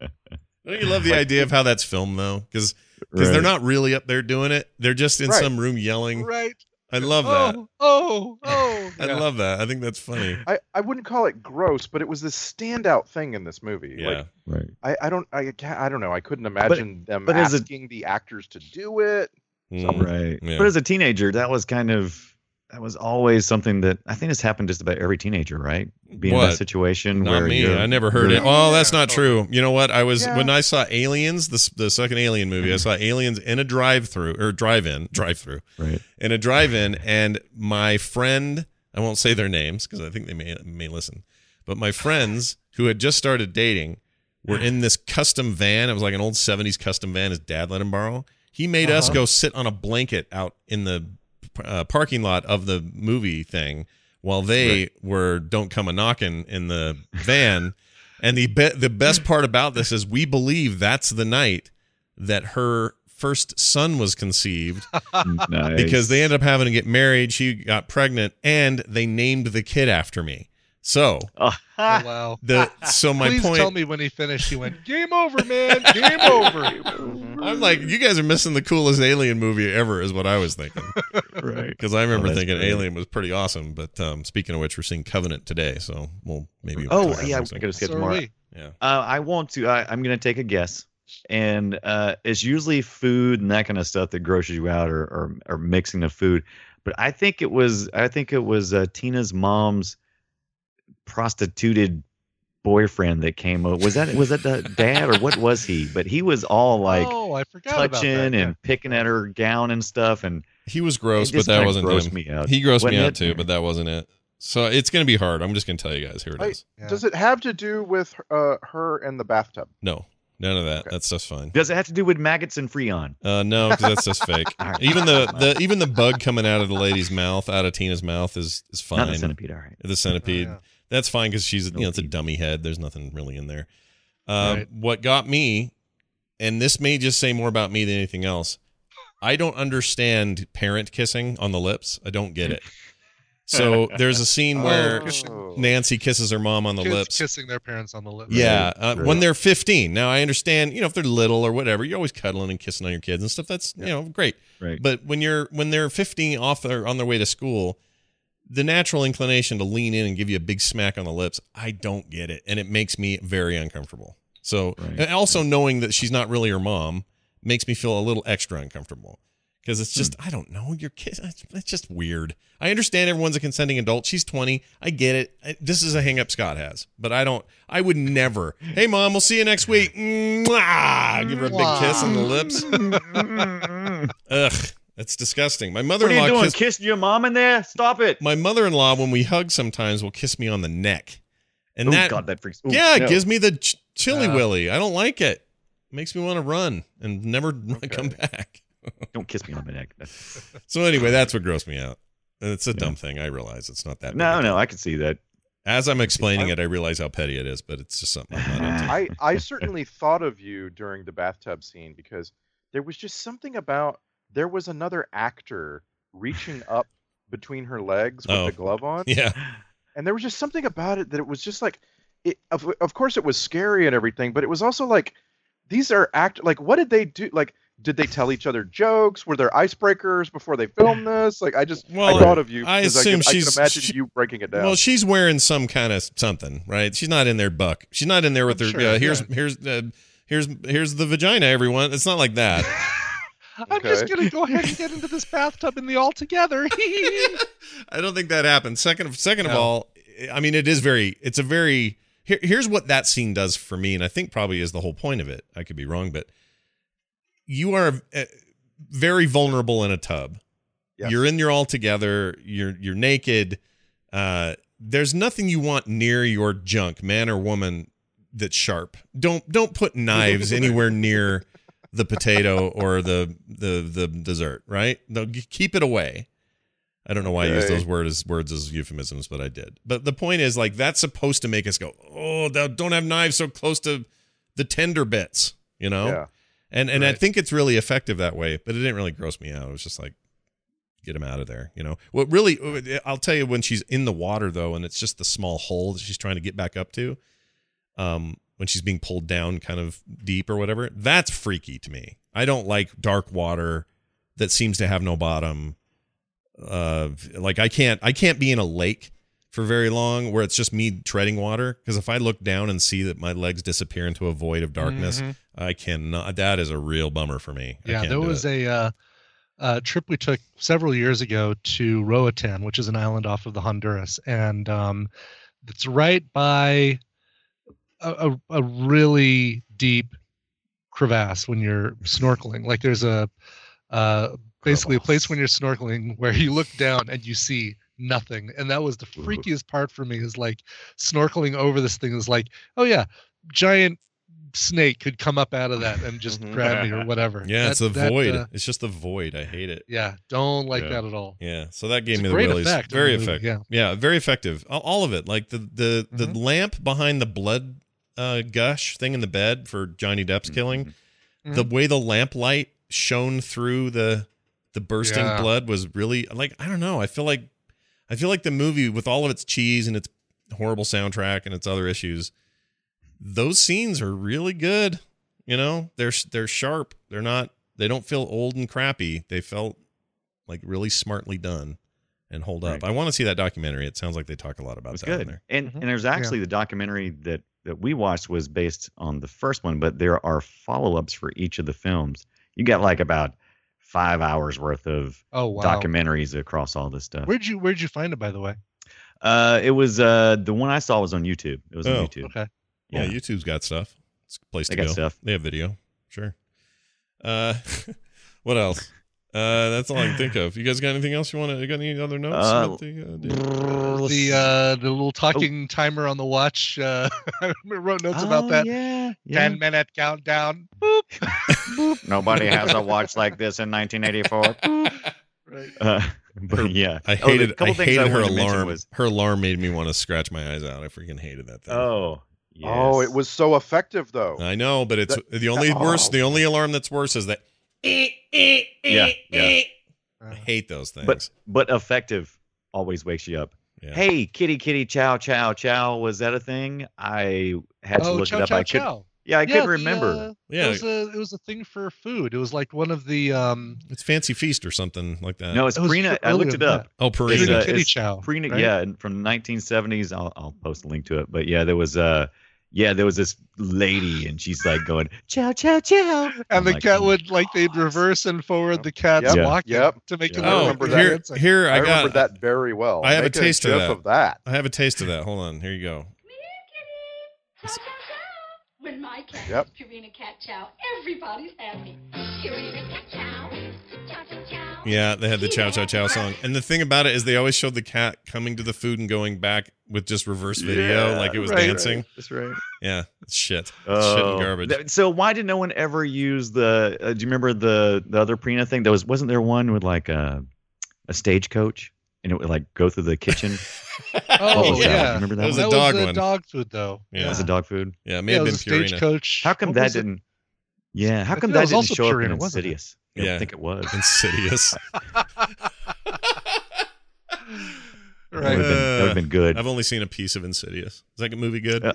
Speaker 1: Don't you love the
Speaker 5: Like-
Speaker 1: idea of how that's filmed though? Because they're
Speaker 5: Right.
Speaker 1: not really up there doing it. They're just in
Speaker 7: Right.
Speaker 1: some room yelling.
Speaker 6: Right.
Speaker 1: I love that.
Speaker 6: Oh, oh, oh.
Speaker 1: I love that. I think that's funny.
Speaker 7: I, I wouldn't call it gross, but it was this standout thing in this movie.
Speaker 1: Yeah.
Speaker 7: Like
Speaker 5: Right.
Speaker 7: I, I don't I can't, I don't know. I couldn't imagine them
Speaker 5: but as a-
Speaker 7: asking the actors to do it.
Speaker 1: Mm.
Speaker 5: Right.
Speaker 1: Yeah.
Speaker 5: But as a teenager, that was kind of that was always something that I think this happened just about every teenager, right? Being in
Speaker 1: What?
Speaker 5: that situation
Speaker 1: Not
Speaker 5: where
Speaker 1: me.
Speaker 5: you're-
Speaker 1: I never heard
Speaker 5: you're-
Speaker 1: it. Well, that's
Speaker 6: Yeah.
Speaker 1: not true. You know what? I was
Speaker 7: Yeah.
Speaker 1: when I saw Aliens, the s- the second Alien movie. I
Speaker 5: Mm-hmm.
Speaker 1: saw Aliens in a drive-through or drive-in, drive-through.
Speaker 5: Right.
Speaker 1: in a drive-in, and my friend, I won't say their names because I think they may may listen, but my friends who had just started dating were in this custom van. It was like an old '70s custom van his dad let him borrow. He made us
Speaker 6: Uh-huh.
Speaker 1: go sit on a blanket out in the uh, parking lot of the movie thing while they were "Don't Come a Knockin'" in the van. And the be- the best part about this is we believe that's the night that her first son was conceived
Speaker 5: Nice.
Speaker 1: because they ended up having to get married. She got pregnant, and they named the kid after me. So
Speaker 5: Oh,
Speaker 6: Oh, wow.
Speaker 1: the so my
Speaker 6: Please
Speaker 1: point.
Speaker 6: tell me when he finished. He went, "Game over, man. Game
Speaker 5: Oh,
Speaker 6: over."
Speaker 7: Mm-hmm.
Speaker 1: I'm like, you guys are missing the coolest alien movie ever, is what I was thinking.
Speaker 5: right.
Speaker 1: Because I remember
Speaker 5: Oh, that's
Speaker 1: thinking
Speaker 5: great.
Speaker 1: Alien was pretty awesome. But um, speaking of which, we're seeing Covenant today, so we'll maybe. we'll talk
Speaker 5: Oh
Speaker 1: about
Speaker 5: yeah, I
Speaker 1: this thing.
Speaker 5: could skip
Speaker 6: So
Speaker 5: tomorrow.
Speaker 6: are we.
Speaker 1: yeah.
Speaker 5: Uh, I want to. I, I'm going to take a guess, and uh, it's usually food and that kind of stuff that grosses you out, or or, or mixing of food. But I think it was. I think it was uh, Tina's mom's prostituted boyfriend that came over. Was that was that the dad or what was he? But he was all like
Speaker 6: oh, I forgot about
Speaker 5: touching
Speaker 6: that.
Speaker 5: and picking at her gown and stuff, and
Speaker 1: He was
Speaker 5: it
Speaker 1: gross, but
Speaker 5: just
Speaker 1: that
Speaker 5: kinda
Speaker 1: wasn't
Speaker 5: grossed
Speaker 1: him.
Speaker 5: me out.
Speaker 1: He grossed
Speaker 5: Wasn't
Speaker 1: me out
Speaker 5: it?
Speaker 1: too, but that wasn't it. So it's gonna be hard. I'm just gonna tell you guys. Here it is.
Speaker 7: I-
Speaker 6: Yeah.
Speaker 7: Does it have to do with uh, her and the bathtub?
Speaker 1: No, none of that.
Speaker 7: Okay.
Speaker 1: That stuff's fine.
Speaker 5: Does it have to do with maggots and Freon?
Speaker 1: Uh, no, because that's just fake.
Speaker 5: All right.
Speaker 1: Even the, the even the bug coming out of the lady's mouth, out of Tina's mouth, is is fine.
Speaker 5: Not the centipede. All right.
Speaker 1: The
Speaker 6: Oh,
Speaker 1: centipede.
Speaker 6: yeah.
Speaker 1: That's fine because she's you know it's a
Speaker 5: Millipede.
Speaker 1: dummy head. There's nothing really in there. Um,
Speaker 6: Right.
Speaker 1: What got me, and this may just say more about me than anything else. I don't understand parent kissing on the lips. I don't get it. So there's a scene where
Speaker 6: Oh.
Speaker 1: Nancy kisses her mom on the
Speaker 6: Kids
Speaker 1: lips.
Speaker 6: kissing their parents on the lips.
Speaker 1: Yeah, uh,
Speaker 5: Right.
Speaker 1: when they're 15. Now I understand, you know, if they're little or whatever, you're always cuddling and kissing on your kids and stuff. That's you know great.
Speaker 5: Right.
Speaker 1: But when you're when they're 15 off their on their way to school, the natural inclination to lean in and give you a big smack on the lips, I don't get it, and it makes me very uncomfortable. So
Speaker 5: Right.
Speaker 1: and also knowing that she's not really her mom makes me feel a little extra uncomfortable because it's just
Speaker 5: Hmm.
Speaker 1: I don't know your kid. That's that's just weird. I understand everyone's a consenting adult. She's 20. I get it. I, this is a hang up Scott has, but I don't. I would never. Hey mom, we'll see you next week. Mwah! Give her a big kiss on the lips.
Speaker 5: Mm,
Speaker 1: Ugh, that's disgusting. My
Speaker 5: What are you
Speaker 1: mother-in-law
Speaker 5: doing?
Speaker 1: kissed
Speaker 5: Kissing your mom in there? Stop it.
Speaker 1: my mother-in-law when we hug sometimes will kiss me on the neck, and
Speaker 5: oh
Speaker 1: that
Speaker 5: God, that freaks. Ooh, Uh.
Speaker 1: yeah it
Speaker 5: no.
Speaker 1: gives me the ch- chilly
Speaker 6: Yeah.
Speaker 1: willy. I don't like it. Makes me want to run and never
Speaker 7: Okay.
Speaker 1: come back.
Speaker 5: Don't kiss me on the neck. That's-
Speaker 1: So anyway, that's what grossed me out. And It's a
Speaker 5: Yeah.
Speaker 1: dumb thing. I realize it's not that. big a
Speaker 5: No,
Speaker 1: deal.
Speaker 5: no, I can see that.
Speaker 1: As I'm explaining it, I realize how petty it is, but it's just something I'm not into.
Speaker 7: I, I certainly thought of you during the bathtub scene because there was just something about there was another actor reaching up between her legs with
Speaker 1: Oh.
Speaker 7: the glove on,
Speaker 1: Yeah,
Speaker 7: and there was just something about it that it was just like, it, of of course it was scary and everything, but it was also like, these are act like what did they do? Like did they tell each other jokes? Were there icebreakers before they filmed this? Like I just
Speaker 1: Well,
Speaker 7: I thought of you.
Speaker 1: I
Speaker 7: 'cause
Speaker 1: assume
Speaker 7: I can,
Speaker 1: she's-
Speaker 7: I can imagine
Speaker 1: she-
Speaker 7: you breaking it down.
Speaker 1: Well, she's wearing some kind of something, right? She's not in there buck. She's not in there with
Speaker 6: I'm
Speaker 1: her.
Speaker 6: sure,
Speaker 1: uh, here's
Speaker 6: yeah.
Speaker 1: here's uh, here's here's the vagina, everyone. It's not like that.
Speaker 6: I'm just
Speaker 7: Okay.
Speaker 6: gonna go ahead and get into this bathtub in the all together.
Speaker 1: I don't think that happened. Second, second of
Speaker 6: No.
Speaker 1: all, I mean, it is very. It's a very. Here, here's what that scene does for me, and I think probably is the whole point of it. I could be wrong, but you are uh, very vulnerable in a tub.
Speaker 7: Yes.
Speaker 1: You're in your all together. You're you're naked. Uh, there's nothing you want near your junk, man or woman, that's sharp. Don't don't put knives anywhere near the potato or the the the dessert. Right? No, keep it away. I don't know why I used
Speaker 7: Okay.
Speaker 1: those words as words as euphemisms, but I did. But the point is, like, that's supposed to make us go, "Oh, th- don't have knives so close to the tender bits," you know.
Speaker 7: Yeah.
Speaker 1: And and I
Speaker 6: Right.
Speaker 1: think it's really effective that way. But it didn't really gross me out. It was just like, get him out of there, you know. What really, uh, I'll tell you, when she's in the water though, and it's just the small hole that she's trying to get back up to, um, when she's being pulled down kind of deep or whatever, that's freaky to me. I don't like dark water that seems to have no bottom. Uh, like I can't, I can't be in a lake for very long where it's just me treading water because if I look down and see that my legs disappear into a void of darkness,
Speaker 6: Mhm.
Speaker 1: I cannot. That is a real bummer for me. I
Speaker 6: Yeah,
Speaker 1: can't
Speaker 6: there
Speaker 1: do
Speaker 6: was
Speaker 1: it.
Speaker 6: a uh, uh, trip we took several years ago to Roatan, which is an island off of the Honduras, and um, it's right by a, a, a really deep crevasse when you're snorkeling. Like there's a uh, basically a place when you're snorkeling where you look down and you see nothing, and that was the freakiest part for me. Is like snorkeling over this thing is like, oh yeah, giant snake could come up out of that and just
Speaker 5: Mm-hmm.
Speaker 7: Mhm.
Speaker 6: grab me or whatever.
Speaker 1: yeah, it's
Speaker 6: That-
Speaker 1: a
Speaker 6: that,
Speaker 1: void.
Speaker 6: uh,
Speaker 1: it's just the void. I hate it.
Speaker 6: yeah, don't like
Speaker 1: Yeah.
Speaker 6: that at all.
Speaker 1: Yeah, so that gave
Speaker 6: It's
Speaker 1: me
Speaker 6: a
Speaker 1: the
Speaker 6: great
Speaker 1: willies.
Speaker 6: effect on
Speaker 1: very
Speaker 6: the movie,
Speaker 1: effective. Yeah. very effective. All, all of it, like the the
Speaker 6: Mm-hmm.
Speaker 1: the lamp behind the blood uh, gush thing in the bed for Johnny
Speaker 6: Mm-hmm.
Speaker 1: Depp's killing.
Speaker 5: Mm,
Speaker 1: The way the lamp light shone through the the bursting
Speaker 6: Yeah.
Speaker 1: blood was really like I don't know. I feel like I feel like the movie with all of its cheese and its horrible soundtrack and its other issues, those scenes are really good. You know, they're they're sharp. They're not. They don't feel old and crappy. They felt like really smartly done and hold up. I want to see that documentary. It sounds like they talk a lot about
Speaker 5: It was
Speaker 1: that in
Speaker 5: good.
Speaker 1: there.
Speaker 5: And
Speaker 6: Mhm.
Speaker 5: and there's actually the documentary that that we watched was based on the first one, but there are follow-ups for each of the films. You got like about five hours worth of
Speaker 6: Oh wow.
Speaker 5: documentaries across all this stuff.
Speaker 6: Where'd you Where'd you find it, by the way?
Speaker 5: Uh, it was uh the one I saw was on YouTube. It was
Speaker 1: Oh.
Speaker 5: on YouTube.
Speaker 6: Okay.
Speaker 1: Yeah,
Speaker 5: Yeah.
Speaker 1: YouTube's got stuff. It's a place
Speaker 5: They
Speaker 1: to
Speaker 5: got
Speaker 1: go.
Speaker 5: stuff.
Speaker 1: They have video. Sure. Uh, what else? Uh, that's all I can think of. You guys got anything else you want to? You got any other notes?
Speaker 5: Uh,
Speaker 1: about the, uh, the-
Speaker 6: The uh, the
Speaker 5: Oh.
Speaker 6: little talking timer on the watch. Uh, I wrote notes about
Speaker 5: Oh,
Speaker 6: that.
Speaker 5: Yeah, yeah.
Speaker 6: Ten minute countdown.
Speaker 5: Nobody has a watch like this in 1984.
Speaker 6: Right.
Speaker 5: Uh, but yeah,
Speaker 1: I
Speaker 5: Oh, the
Speaker 1: hated. I
Speaker 5: couple things
Speaker 1: hated her
Speaker 5: wanted to mention
Speaker 1: alarm.
Speaker 5: was-
Speaker 1: her alarm made me want to scratch my eyes out. I freaking hated that thing.
Speaker 5: oh, yes.
Speaker 7: Oh, it was so effective though.
Speaker 1: I know, but it's the only
Speaker 7: oh.
Speaker 1: worse. The only alarm that's worse is that.
Speaker 5: Yeah, yeah.
Speaker 1: I
Speaker 6: Uh,
Speaker 1: hate those things.
Speaker 5: But but effective always wakes you up.
Speaker 1: Yeah.
Speaker 5: Hey, kitty, kitty, chow, chow, chow. Was that a thing? I had to
Speaker 6: oh,
Speaker 5: look
Speaker 6: chow
Speaker 5: it up.
Speaker 6: chow
Speaker 5: I could,
Speaker 6: chow.
Speaker 5: yeah, I
Speaker 6: Yeah,
Speaker 5: couldn't
Speaker 6: the,
Speaker 5: remember.
Speaker 6: uh, It
Speaker 1: yeah,
Speaker 6: was a it was a thing for food. It was like one of the um.
Speaker 1: it's fancy feast or something like uh, that.
Speaker 5: no, it's
Speaker 6: it was
Speaker 5: Prina. I
Speaker 6: earlier
Speaker 5: looked it
Speaker 6: than
Speaker 5: up.
Speaker 1: oh,
Speaker 5: It's,
Speaker 6: Kitty
Speaker 5: uh,
Speaker 1: Purina.
Speaker 6: Kitty
Speaker 5: it's
Speaker 6: Chow.
Speaker 5: Prina,
Speaker 6: right?
Speaker 5: yeah, and from the 1970s. I'll, I'll post a link to it. But yeah, there was uh, yeah, there was this lady, and she's like going chow, chow, chow, I'm
Speaker 6: And the
Speaker 5: like,
Speaker 6: cat
Speaker 5: "Oh,
Speaker 6: would like they'd reverse and forward the cat's
Speaker 7: Yep.
Speaker 6: walking
Speaker 7: Yep.
Speaker 6: to make
Speaker 5: Yeah.
Speaker 6: it
Speaker 7: I
Speaker 1: Oh,
Speaker 7: remember that.
Speaker 1: here, here
Speaker 7: I,
Speaker 1: I
Speaker 7: remember
Speaker 1: got.
Speaker 7: that very well.
Speaker 1: I have a
Speaker 7: Make
Speaker 1: taste of
Speaker 7: gif
Speaker 1: that.
Speaker 7: of that.
Speaker 1: I have a taste of that. Hold on. Here you go.
Speaker 8: Chow, chow, chow. When my cat
Speaker 7: Yep.
Speaker 8: is Purina Cat Chow, everybody's happy. Purina Cat Chow. Chow, chow, chow.
Speaker 1: Yeah, they had the Chow Chow Chow song. And the thing about it is they always showed the cat coming to the food and going back with just reverse video
Speaker 5: Yeah,
Speaker 1: like it was
Speaker 6: right,
Speaker 1: dancing.
Speaker 5: That's right.
Speaker 1: Yeah, it's shit. It's shit
Speaker 5: Oh.
Speaker 1: and garbage.
Speaker 5: Th- So why did no one ever use the? Uh, do you remember the the other Prina thing? There was wasn't there one with like a a stagecoach and it would like go through the kitchen?
Speaker 6: Oh,
Speaker 5: Bubble salad.
Speaker 6: yeah.
Speaker 5: You remember that?
Speaker 1: That was
Speaker 5: one?
Speaker 1: a dog
Speaker 6: the
Speaker 1: one.
Speaker 6: dog food though.
Speaker 1: Yeah.
Speaker 5: That was a dog food.
Speaker 1: yeah, it may
Speaker 6: Yeah, it
Speaker 1: have
Speaker 6: was
Speaker 1: been
Speaker 6: a
Speaker 1: Purina.
Speaker 6: stagecoach.
Speaker 5: How come
Speaker 6: What
Speaker 5: that
Speaker 6: was it?
Speaker 5: didn't? Yeah, how
Speaker 6: I
Speaker 5: come
Speaker 6: think that
Speaker 5: that,
Speaker 6: was
Speaker 5: didn't
Speaker 6: also
Speaker 5: show up in
Speaker 6: Purina, wasn't it?
Speaker 5: Insidious? I
Speaker 1: Yeah.
Speaker 5: don't think it was.
Speaker 1: Insidious.
Speaker 5: That would have
Speaker 6: Right.
Speaker 5: been, that would've been good.
Speaker 1: I've only seen a piece of Insidious. Is that movie good?
Speaker 5: Uh,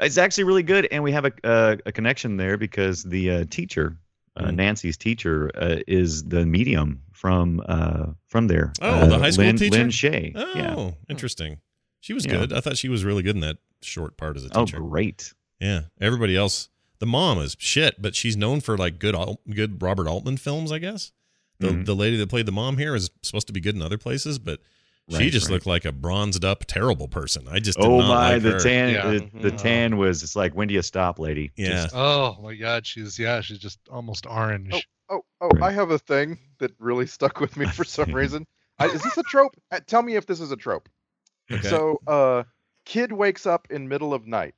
Speaker 5: It's actually really good, and we have a uh, a connection there because the uh, teacher, uh,
Speaker 1: Mm.
Speaker 5: Nancy's teacher, uh, is the medium from uh, from there.
Speaker 1: Oh,
Speaker 5: Uh,
Speaker 1: the high school
Speaker 5: Lynn,
Speaker 1: teacher?
Speaker 5: Lynn Shay.
Speaker 1: oh,
Speaker 5: Yeah.
Speaker 6: Hmm.
Speaker 1: interesting. She was
Speaker 5: Yeah.
Speaker 1: good. I thought she was really good in that short part as a
Speaker 5: Oh,
Speaker 1: teacher.
Speaker 5: great.
Speaker 1: yeah. Everybody else The mom is shit, but she's known for like good Al- good Robert Altman films, I guess. The
Speaker 6: Mm-hmm.
Speaker 5: Mhm.
Speaker 1: the lady that played the mom here is supposed to be good in other places, but she
Speaker 5: Right,
Speaker 1: just
Speaker 5: right.
Speaker 1: looked like a bronzed up terrible person. I just did
Speaker 5: Oh
Speaker 1: not
Speaker 5: my,
Speaker 1: like
Speaker 5: the
Speaker 1: her.
Speaker 5: tan,
Speaker 6: Yeah.
Speaker 5: the, the
Speaker 7: Mhm.
Speaker 5: tan was. It's like when do you stop, lady?
Speaker 1: Yeah.
Speaker 5: Just-
Speaker 6: Oh my God, she's yeah, she's just almost orange.
Speaker 7: Oh, oh,
Speaker 5: Right.
Speaker 7: I have a thing that really stuck with me for some reason. I, is this a trope? Uh, Tell me if this is a trope.
Speaker 1: Okay.
Speaker 7: So, uh, kid wakes up in middle of night.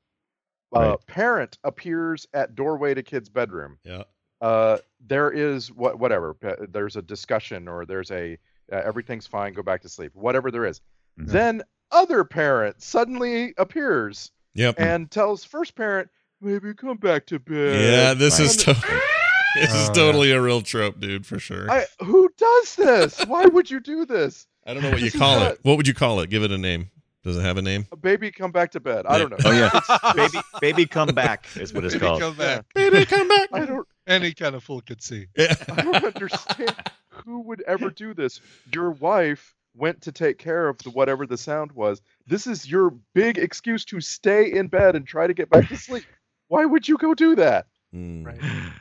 Speaker 7: Uh,
Speaker 5: Right.
Speaker 7: Parent appears at doorway to kid's bedroom.
Speaker 1: yeah.
Speaker 7: Uh, there is what whatever. uh, There's a discussion or there's a uh, everything's fine. Go back to sleep. Whatever there is.
Speaker 5: Mhm.
Speaker 7: Then other parent suddenly appears
Speaker 1: Yep.
Speaker 7: and tells first parent, "Maybe come back to bed."
Speaker 1: yeah, this is
Speaker 7: Fine.
Speaker 1: to- this is
Speaker 6: Oh,
Speaker 1: totally a real trope, dude, for sure. I,
Speaker 7: I, who does this? Why would you do this?
Speaker 1: don't know what you
Speaker 7: this is
Speaker 1: call
Speaker 7: not-
Speaker 1: it. What would you call it? Give it a name. Does it have a name?
Speaker 7: Baby, come back to bed. I don't know.
Speaker 5: Oh yeah, baby, baby, come back is what it's
Speaker 6: Baby,
Speaker 5: called.
Speaker 6: come back.
Speaker 1: Baby, come back.
Speaker 7: I don't.
Speaker 6: Any kind of fool could see.
Speaker 7: I don't understand who would ever do this. Your wife went to take care of the whatever the sound was. This is your big excuse to stay in bed and try to get back to sleep. Why would you go do that?
Speaker 1: Mm,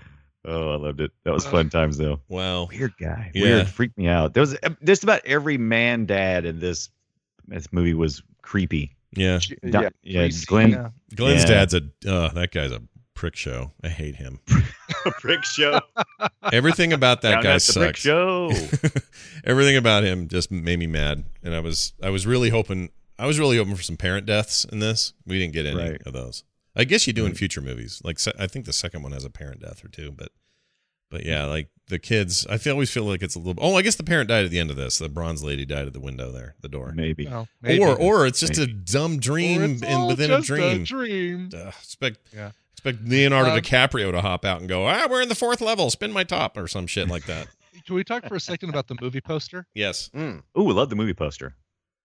Speaker 5: Oh, I loved it. That was fun times though.
Speaker 1: Wow.
Speaker 5: Weird guy.
Speaker 1: Yeah.
Speaker 5: Weird. Freaked me out. There was uh, just about every man dad in this this movie was creepy.
Speaker 1: Yeah.
Speaker 7: She-
Speaker 5: Don-
Speaker 7: yeah.
Speaker 5: yeah, Glenn
Speaker 6: Yeah.
Speaker 1: Glenn's
Speaker 5: Yeah.
Speaker 1: dad's a uh, that guy's a prick show. I hate him.
Speaker 5: Brick Show.
Speaker 1: Everything about that
Speaker 5: Down
Speaker 1: guy
Speaker 5: at the Brick
Speaker 1: sucks.
Speaker 5: Show.
Speaker 1: Everything about him just made me mad, and I was I was really hoping I was really hoping for some parent deaths in this. We didn't get any
Speaker 5: Right.
Speaker 1: of those. I guess you do in
Speaker 6: Mm.
Speaker 5: Right.
Speaker 1: future movies. Like se- I think the second one has a parent death or two, but but yeah, like the kids. I feel, always feel like it's a little. Oh, I guess the parent died at the end of this. The bronze lady died at the window there, the door.
Speaker 5: Maybe.
Speaker 6: Well, maybe.
Speaker 1: Or or it's just a dumb dream
Speaker 6: Or it's
Speaker 1: in,
Speaker 6: all
Speaker 1: within
Speaker 6: just
Speaker 1: a dream.
Speaker 6: dream.
Speaker 1: uh, expect
Speaker 6: Yeah.
Speaker 1: expect Leonardo
Speaker 6: Um,
Speaker 1: DiCaprio to hop out and go, ah, we're in the fourth level, spin my top or some shit like that.
Speaker 6: Can we talk for a second about the movie poster?
Speaker 1: yes.
Speaker 7: Mm.
Speaker 5: Ooh, I love the movie poster.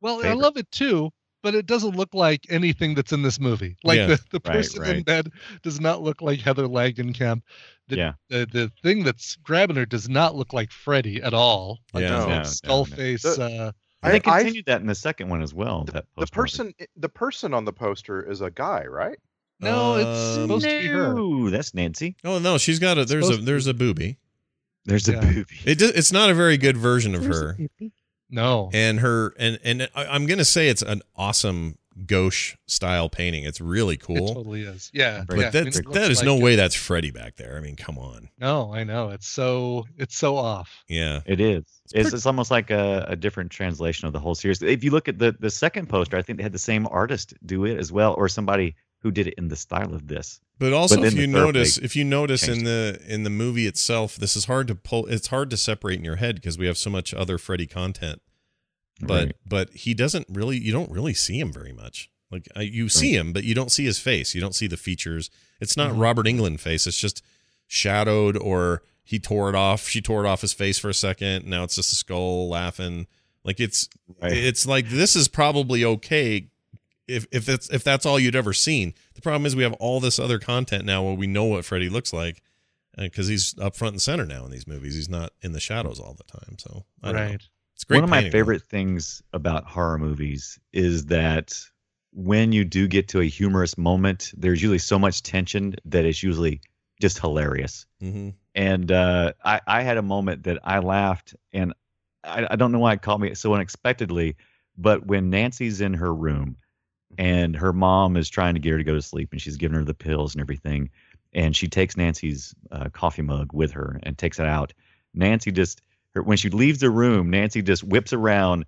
Speaker 6: Well, I
Speaker 5: Favorite.
Speaker 6: love it too, but it doesn't look like anything that's in this movie. Like
Speaker 1: Yeah.
Speaker 6: the, the
Speaker 5: Right,
Speaker 6: person in
Speaker 5: right.
Speaker 6: bed does not look like Heather Langenkamp. The,
Speaker 5: Yeah.
Speaker 6: the, the thing that's grabbing her does not look like Freddy at all. Like
Speaker 1: Yeah.
Speaker 6: this
Speaker 5: No,
Speaker 6: little
Speaker 5: no,
Speaker 6: skull
Speaker 5: no.
Speaker 6: face.
Speaker 7: The-
Speaker 6: uh,
Speaker 5: And they
Speaker 7: I- I-
Speaker 5: continued that in the second one as well.
Speaker 7: The,
Speaker 5: that
Speaker 7: the
Speaker 5: poster.
Speaker 7: person, the person on the poster is a guy, right?
Speaker 6: no, it's
Speaker 1: Um,
Speaker 6: uh, supposed to be her.
Speaker 5: Ooh, that's Nancy.
Speaker 1: Oh no, she's got a there's a
Speaker 6: Supposed to-
Speaker 1: there's a booby.
Speaker 5: There's a
Speaker 6: Yeah.
Speaker 5: booby.
Speaker 1: It do- it's not a very good version of her,
Speaker 6: No.
Speaker 1: and her and and I, I'm gonna say it's an awesome gauche style painting. It's really
Speaker 6: It
Speaker 1: cool,
Speaker 6: totally is. Yeah.
Speaker 5: But
Speaker 1: but
Speaker 6: yeah. I mean,
Speaker 1: that's
Speaker 6: it looks
Speaker 1: that is
Speaker 6: like
Speaker 1: no
Speaker 6: it.
Speaker 1: way that's Freddy back there. I mean, come on,
Speaker 6: No, I know. It's so it's so off.
Speaker 1: yeah,
Speaker 5: It is. It's,
Speaker 1: pretty-
Speaker 5: it's, almost like a, a different translation of the whole series. If you look at the, the second poster, I think they had the same artist do it as well, or somebody who did it in the style of this.
Speaker 1: But also,
Speaker 5: But
Speaker 1: if
Speaker 5: then
Speaker 1: you
Speaker 5: the third
Speaker 1: notice,
Speaker 5: page
Speaker 1: if you notice in
Speaker 5: changed.
Speaker 1: the in the movie itself, this is hard to pull. It's hard to separate in your head because we have so much other Freddy content. But
Speaker 5: Right.
Speaker 1: but he doesn't really. You don't really see him very much. Like I, you see him, but you don't see his face. You don't see the features. It's not
Speaker 5: Mm-hmm.
Speaker 6: Mhm.
Speaker 1: Robert England face. It's just shadowed, or he tore it off. She tore it off his face for a second. Now it's just a skull laughing. Like it's it's like this is probably okay if if that's if that's all you'd ever seen. The problem is we have all this other content now where we know what Freddy looks like because he's up front and center now in these movies. He's not in the shadows all the time. So I don't know.
Speaker 6: Right.
Speaker 1: It's a great.
Speaker 5: One of my
Speaker 1: painting, though.
Speaker 5: favorite things about horror movies is that when you do get to a humorous moment, there's usually so much tension that it's usually just hilarious.
Speaker 1: Mhm.
Speaker 5: and uh, I, I had a moment that I laughed, and I, I don't know why it caught me so unexpectedly, but when Nancy's in her room, and her mom is trying to get her to go to sleep, and she's giving her the pills and everything, and she takes Nancy's uh, coffee mug with her and takes it out. Nancy just her, when she leaves the room, Nancy just whips around,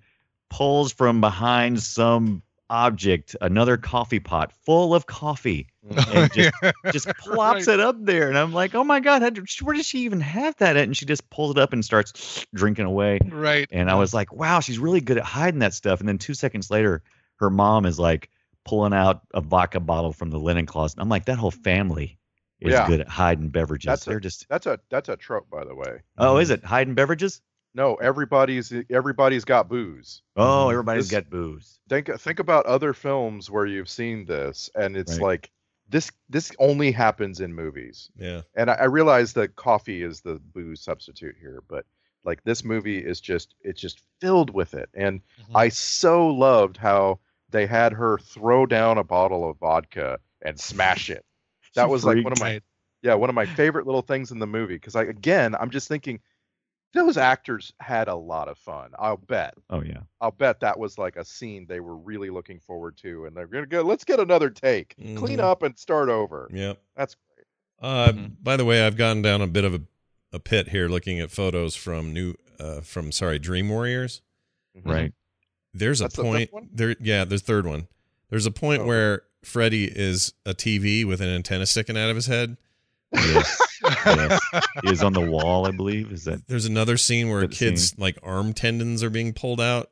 Speaker 5: pulls from behind some object another coffee pot full of coffee and just just plops
Speaker 6: Right.
Speaker 5: it up there, and I'm like, oh my god, that- where does she even have that at? And she just pulls it up and starts drinking away.
Speaker 6: Right.
Speaker 5: And I was like, wow, she's really good at hiding that stuff. And then two seconds later, her mom is like pulling out a vodka bottle from the linen closet. I'm like, that whole family is
Speaker 7: Yeah.
Speaker 5: good at hiding beverages.
Speaker 7: That's a-
Speaker 5: They're just
Speaker 7: That's a that's a trope, by the way.
Speaker 5: oh, is it hiding beverages?
Speaker 7: No, everybody's everybody's got booze.
Speaker 5: Oh,
Speaker 1: Mhm.
Speaker 5: everybody's
Speaker 7: Mm-hmm. This-
Speaker 5: got booze.
Speaker 7: Think think about other films where you've seen this, and it's
Speaker 5: Right.
Speaker 7: like this this only happens in movies.
Speaker 1: Yeah.
Speaker 7: and I, I realize that coffee is the booze substitute here, but like this movie is just it's just filled with it. And
Speaker 6: Mhm.
Speaker 7: I so loved how they had her throw down a bottle of vodka and smash it. That was like one of my
Speaker 6: Right.
Speaker 7: Yeah, one of my favorite little things in the movie because I again I'm just thinking those actors had a lot of fun. I'll bet.
Speaker 5: Oh yeah.
Speaker 7: I'll bet that was like a scene they were really looking forward to, and they're gonna go. Let's get another take, clean
Speaker 1: Mhm.
Speaker 7: up, and start over.
Speaker 1: Yep.
Speaker 7: That's great. Mm-hmm.
Speaker 1: Uh, By the way, I've gotten down a bit of a, a pit here looking at photos from new uh, from sorry Dream Warriors.
Speaker 7: Mm-hmm.
Speaker 5: Right.
Speaker 1: There's a
Speaker 7: That's the fifth
Speaker 1: point
Speaker 7: one?
Speaker 1: there. Yeah, there's third one. There's a point
Speaker 7: Oh.
Speaker 1: where Freddy is a TV with an antenna sticking out of his head.
Speaker 5: Yes. yes. Is on the wall, I believe. Is that
Speaker 1: There's another scene where a
Speaker 5: Good
Speaker 1: kid's like arm tendons are being pulled out.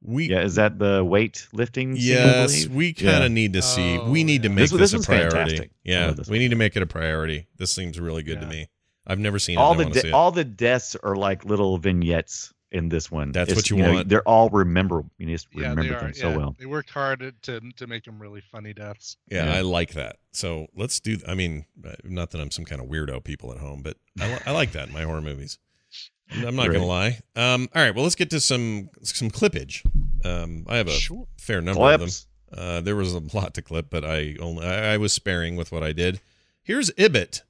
Speaker 1: We
Speaker 5: yeah, is that the weight lifting? scene, I
Speaker 1: yes,
Speaker 5: believe?
Speaker 1: we kind of
Speaker 5: Yeah.
Speaker 1: need to see.
Speaker 6: Oh,
Speaker 1: we need to
Speaker 6: yeah.
Speaker 1: make
Speaker 5: This-
Speaker 1: this,
Speaker 5: this one's
Speaker 1: a priority.
Speaker 5: fantastic. I
Speaker 1: Yeah,
Speaker 5: love this
Speaker 1: we
Speaker 5: one.
Speaker 1: need to make it a priority. This seems really good to
Speaker 6: Yeah.
Speaker 1: me. I've never seen it.
Speaker 5: all
Speaker 1: I
Speaker 5: the
Speaker 1: wanna see
Speaker 5: de-
Speaker 1: it.
Speaker 5: all the deaths are like little vignettes in this one.
Speaker 1: That's what you
Speaker 5: know,
Speaker 1: want.
Speaker 5: they're all rememberable. You just
Speaker 6: Yeah,
Speaker 5: remember
Speaker 6: they are.
Speaker 5: them so
Speaker 6: yeah.
Speaker 5: well.
Speaker 6: They worked hard to to make them really funny deaths.
Speaker 1: Yeah,
Speaker 5: Yeah.
Speaker 1: I like that. So let's do. I mean, uh, not that I'm some kind of weirdo people at home, but I, li- I like that in my horror movies. I'm I'm not gonna lie. Um, all right, well, let's get to some some clippage. Um, I have a
Speaker 6: Sure.
Speaker 1: fair number of them.
Speaker 5: Clips.
Speaker 1: Uh, there was a lot to clip, but I only I, I was sparing with what I did. Here's Ibit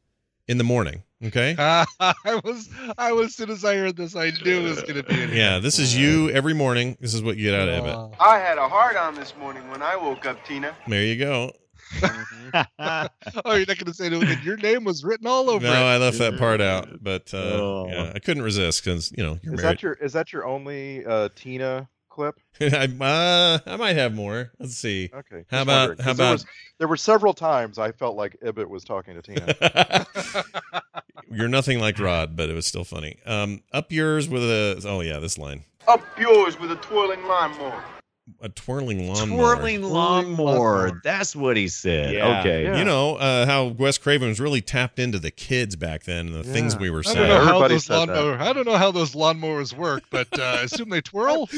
Speaker 1: in the morning. Okay.
Speaker 6: Ah, I was I was as soon as I heard this, I knew it was gonna be in
Speaker 1: Yeah, this is you every morning. This is what you get out of Ibit.
Speaker 6: Oh.
Speaker 9: I had a heart on this morning when I woke up, Tina.
Speaker 1: There you go.
Speaker 6: Oh, you're not gonna say it again. Your name was written all over
Speaker 1: No,
Speaker 6: it.
Speaker 1: I left that part out, but uh,
Speaker 5: Oh.
Speaker 1: yeah, I couldn't resist because you know you're
Speaker 7: Is
Speaker 1: married.
Speaker 7: that your is that your only uh, Tina clip?
Speaker 1: I, uh, I might have more. Let's see.
Speaker 7: Okay. just
Speaker 1: How about-
Speaker 7: wondering, 'cause
Speaker 1: how
Speaker 7: there
Speaker 1: about-
Speaker 7: was- there were several times I felt like Ibbot was talking to Tina.
Speaker 1: You're nothing like Rod, but it was still funny. Um, up yours with a oh yeah, this line
Speaker 9: Up yours with a twirling lawnmower.
Speaker 1: a twirling lawnmower.
Speaker 5: Twirling
Speaker 6: lawnmower.
Speaker 5: lawnmower. That's what he said.
Speaker 1: Yeah.
Speaker 5: Okay.
Speaker 7: Yeah.
Speaker 1: You know uh, how Wes Craven was really tapped into the kids back then and the things
Speaker 7: Yeah.
Speaker 1: we were
Speaker 6: I
Speaker 1: saying.
Speaker 6: don't know how
Speaker 7: Everybody
Speaker 6: those
Speaker 7: said that.
Speaker 6: lawnmower. I don't know how those lawnmowers work, but uh, I assume they twirl.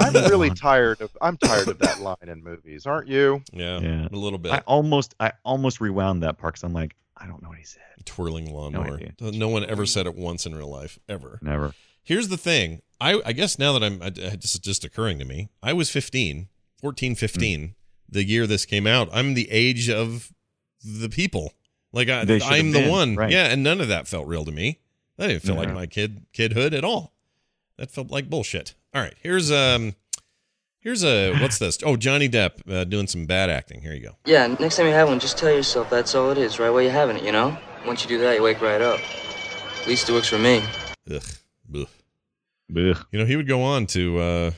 Speaker 7: I'm really tired of I'm tired of that line in movies, aren't you?
Speaker 1: Yeah,
Speaker 5: Yeah.
Speaker 1: a little bit.
Speaker 5: I almost I almost rewound that part because I'm like I don't know what he said.
Speaker 1: twirling lawnmower.
Speaker 5: idea.
Speaker 1: No, one ever said it once in real life ever.
Speaker 5: Never.
Speaker 1: Here's the thing. I, I guess now that I'm, I, I- this is just occurring to me. I was 15, 14, 15, the year this came out. I'm the age of the people. Like I,
Speaker 5: They should
Speaker 1: I'm
Speaker 5: have
Speaker 1: the
Speaker 5: been,
Speaker 1: one.
Speaker 5: right.
Speaker 1: Yeah, and none of that felt real to me. That didn't feel like
Speaker 5: No.
Speaker 1: my kid kidhood at all. That felt like bullshit. All right, here's um, here's a what's this? Oh, Johnny Depp uh, doing some bad acting. Here you go.
Speaker 10: Yeah, next time you have one, just tell yourself that's all it is, right where you're having it, you know? Once you do that, you wake right up. At least it works for me.
Speaker 1: Ugh. Ugh.
Speaker 5: Ugh.
Speaker 1: You know, he would go on to uh,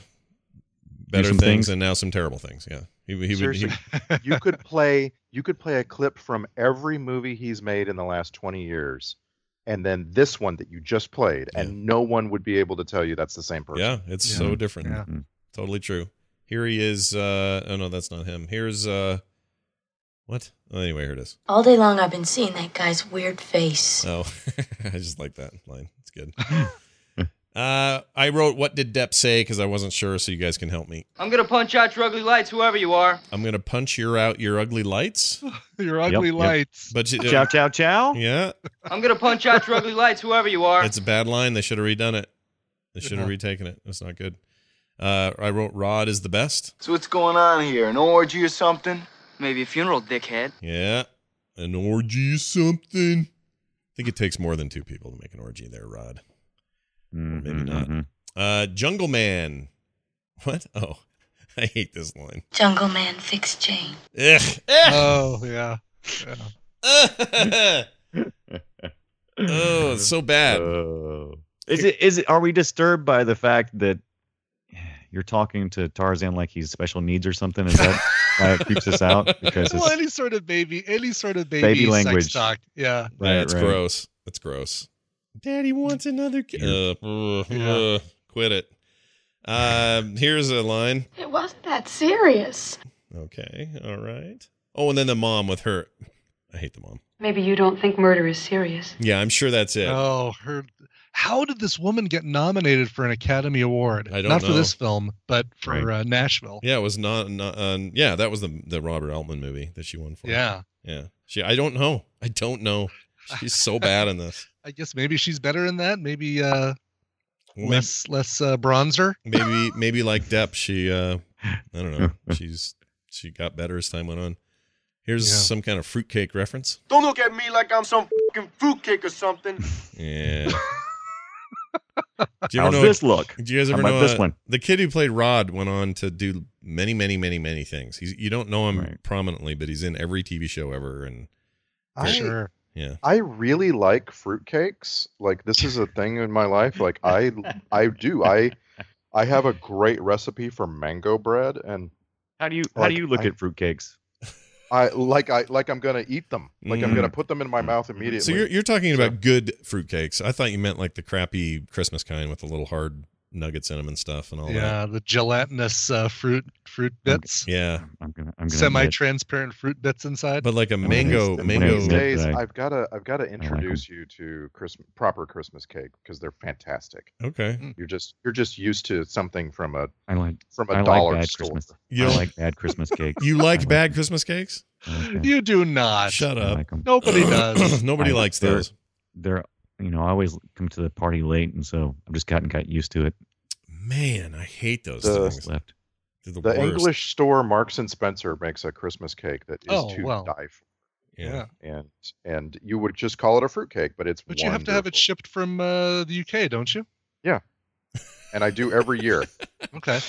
Speaker 1: better
Speaker 5: some
Speaker 1: things,
Speaker 5: things.
Speaker 1: and now some terrible things. Yeah, he, he would. He,
Speaker 7: Seriously, you could play you could play a clip from every movie he's made in the last 20 years and then this one that you just played and no one would be able to tell you that's the same person.
Speaker 1: yeah, it's
Speaker 6: Yeah.
Speaker 1: so different.
Speaker 6: Yeah.
Speaker 5: Mhm.
Speaker 1: Totally true. Here he is. Uh, oh no, that's not him. Here's uh, what? Oh, anyway, here it is.
Speaker 3: All day long, I've been seeing that guy's weird face.
Speaker 1: Oh, I just like that line. It's good. Uh, I wrote what did Depp say because I wasn't sure, so you guys can help me.
Speaker 10: I'm gonna punch out your ugly lights, whoever you are.
Speaker 1: I'm gonna punch your out your ugly lights,
Speaker 6: Your ugly
Speaker 5: yep.
Speaker 6: lights.
Speaker 1: but you-
Speaker 5: Chow chow chow.
Speaker 1: yeah,
Speaker 10: I'm gonna punch out your ugly lights, whoever you are.
Speaker 1: It's a bad line. They should have redone it. They should have
Speaker 6: Yeah.
Speaker 1: retaken it. That's not good. Uh, I wrote Rod is the best.
Speaker 9: So what's going on here? An orgy or something?
Speaker 10: Maybe a funeral, dickhead.
Speaker 1: Yeah. An orgy or something. I think it takes more than two people to make an orgy there, Rod.
Speaker 5: Mhm,
Speaker 1: maybe not.
Speaker 5: mhm.
Speaker 1: Uh, Jungle Man. What? Oh, I hate this line.
Speaker 3: Jungle Man fixed Jane.
Speaker 1: Ugh.
Speaker 6: Oh yeah.
Speaker 1: Ugh. oh, it's so bad.
Speaker 5: Oh. Is it is it are we disturbed by the fact that you're talking to Tarzan like he's special needs or something? Is that why it creeps us out? Because
Speaker 6: Well,
Speaker 5: it's,
Speaker 6: any sort of baby, any sort of baby,
Speaker 5: Baby
Speaker 6: sex
Speaker 5: language.
Speaker 6: talk. Yeah.
Speaker 1: That's gross. That's gross. Daddy wants another kid. Uh, uh, uh, quit it. Um, here's a line.
Speaker 2: It wasn't that serious.
Speaker 1: Okay. All right. Oh, and then the mom with her. I hate the mom.
Speaker 11: Maybe you don't think murder is serious.
Speaker 1: Yeah, I'm sure that's it.
Speaker 6: Oh, her. How did this woman get nominated for an Academy Award?
Speaker 1: I don't
Speaker 6: Not
Speaker 1: know.
Speaker 6: for this film, but for
Speaker 5: Right.
Speaker 6: uh, Nashville.
Speaker 1: Yeah, it was not. not um, yeah, that was the the Robert Altman movie that she won for.
Speaker 6: Yeah.
Speaker 1: Yeah. She. I don't know. I don't know. She's so bad in this.
Speaker 6: I guess maybe she's better in that. Maybe uh,
Speaker 1: Well, may-
Speaker 6: less less uh, bronzer.
Speaker 1: maybe maybe like Depp, she. uh I don't know. She's she got better as time went on. Here's some kind of fruitcake reference.
Speaker 9: Don't look at me like I'm some fucking fruitcake or something.
Speaker 1: Yeah.
Speaker 5: How's this look?
Speaker 1: Do you guys
Speaker 5: How
Speaker 1: ever
Speaker 5: about
Speaker 1: know
Speaker 5: this
Speaker 1: uh,
Speaker 5: one?
Speaker 1: The kid who played Rod went on to do many, many, many, many things. He's you don't know him prominently, but he's in every TV show ever, and
Speaker 7: I-
Speaker 6: Sure.
Speaker 1: yeah,
Speaker 7: I really like fruitcakes. Like this is a thing in my life. Like I I do. I I have a great recipe for mango bread and
Speaker 5: How do you how
Speaker 7: Like,
Speaker 5: do you look
Speaker 7: I-
Speaker 5: at fruitcakes?
Speaker 7: I like I like I'm gonna eat them. Like I'm gonna put them in my mouth immediately.
Speaker 1: Mm. So you're you're talking about good fruitcakes. I thought you meant like the crappy Christmas kind with the little hard nuggets in them and stuff and all Oh, that.
Speaker 6: yeah, the gelatinous uh, fruit fruit bits,
Speaker 1: Yeah,
Speaker 5: I'm gonna I'm gonna admit-
Speaker 6: semi-transparent fruit bits inside.
Speaker 1: but like a
Speaker 5: gonna
Speaker 1: mango
Speaker 5: miss- I'm gonna
Speaker 1: oh, mango.
Speaker 5: miss
Speaker 7: These days,
Speaker 5: I-
Speaker 7: I've gotta I've gotta introduce you to Christmas proper Christmas cake because they're fantastic.
Speaker 1: Okay,
Speaker 7: You're just you're just used to something from a
Speaker 5: I like
Speaker 7: from a
Speaker 5: I
Speaker 7: dollar
Speaker 5: like bad
Speaker 7: store.
Speaker 5: Christmas.
Speaker 1: You
Speaker 5: I
Speaker 1: don't-
Speaker 5: like bad Christmas cakes.
Speaker 1: you
Speaker 5: I
Speaker 1: like
Speaker 5: like
Speaker 1: bad Christmas cakes?
Speaker 5: I like that.
Speaker 6: you do not.
Speaker 1: Shut
Speaker 5: I
Speaker 1: up.
Speaker 5: like 'em.
Speaker 6: Nobody does.
Speaker 1: Nobody
Speaker 5: I-
Speaker 1: likes
Speaker 5: they're-
Speaker 1: those.
Speaker 5: They're you know I always come to the party late, and so I've just gotten got used to it.
Speaker 1: Man, I hate those
Speaker 7: The-
Speaker 1: things.
Speaker 5: Left.
Speaker 1: They're
Speaker 7: The
Speaker 1: worst.
Speaker 7: English store Marks and Spencer makes a Christmas cake that is
Speaker 6: Oh,
Speaker 7: to
Speaker 6: well.
Speaker 7: die for.
Speaker 1: Yeah.
Speaker 7: and and you would just call it a fruitcake, but it's
Speaker 6: But you have to have it
Speaker 7: wonderful.
Speaker 6: shipped from uh, the UK, don't you?
Speaker 7: and I do every year.
Speaker 6: Okay.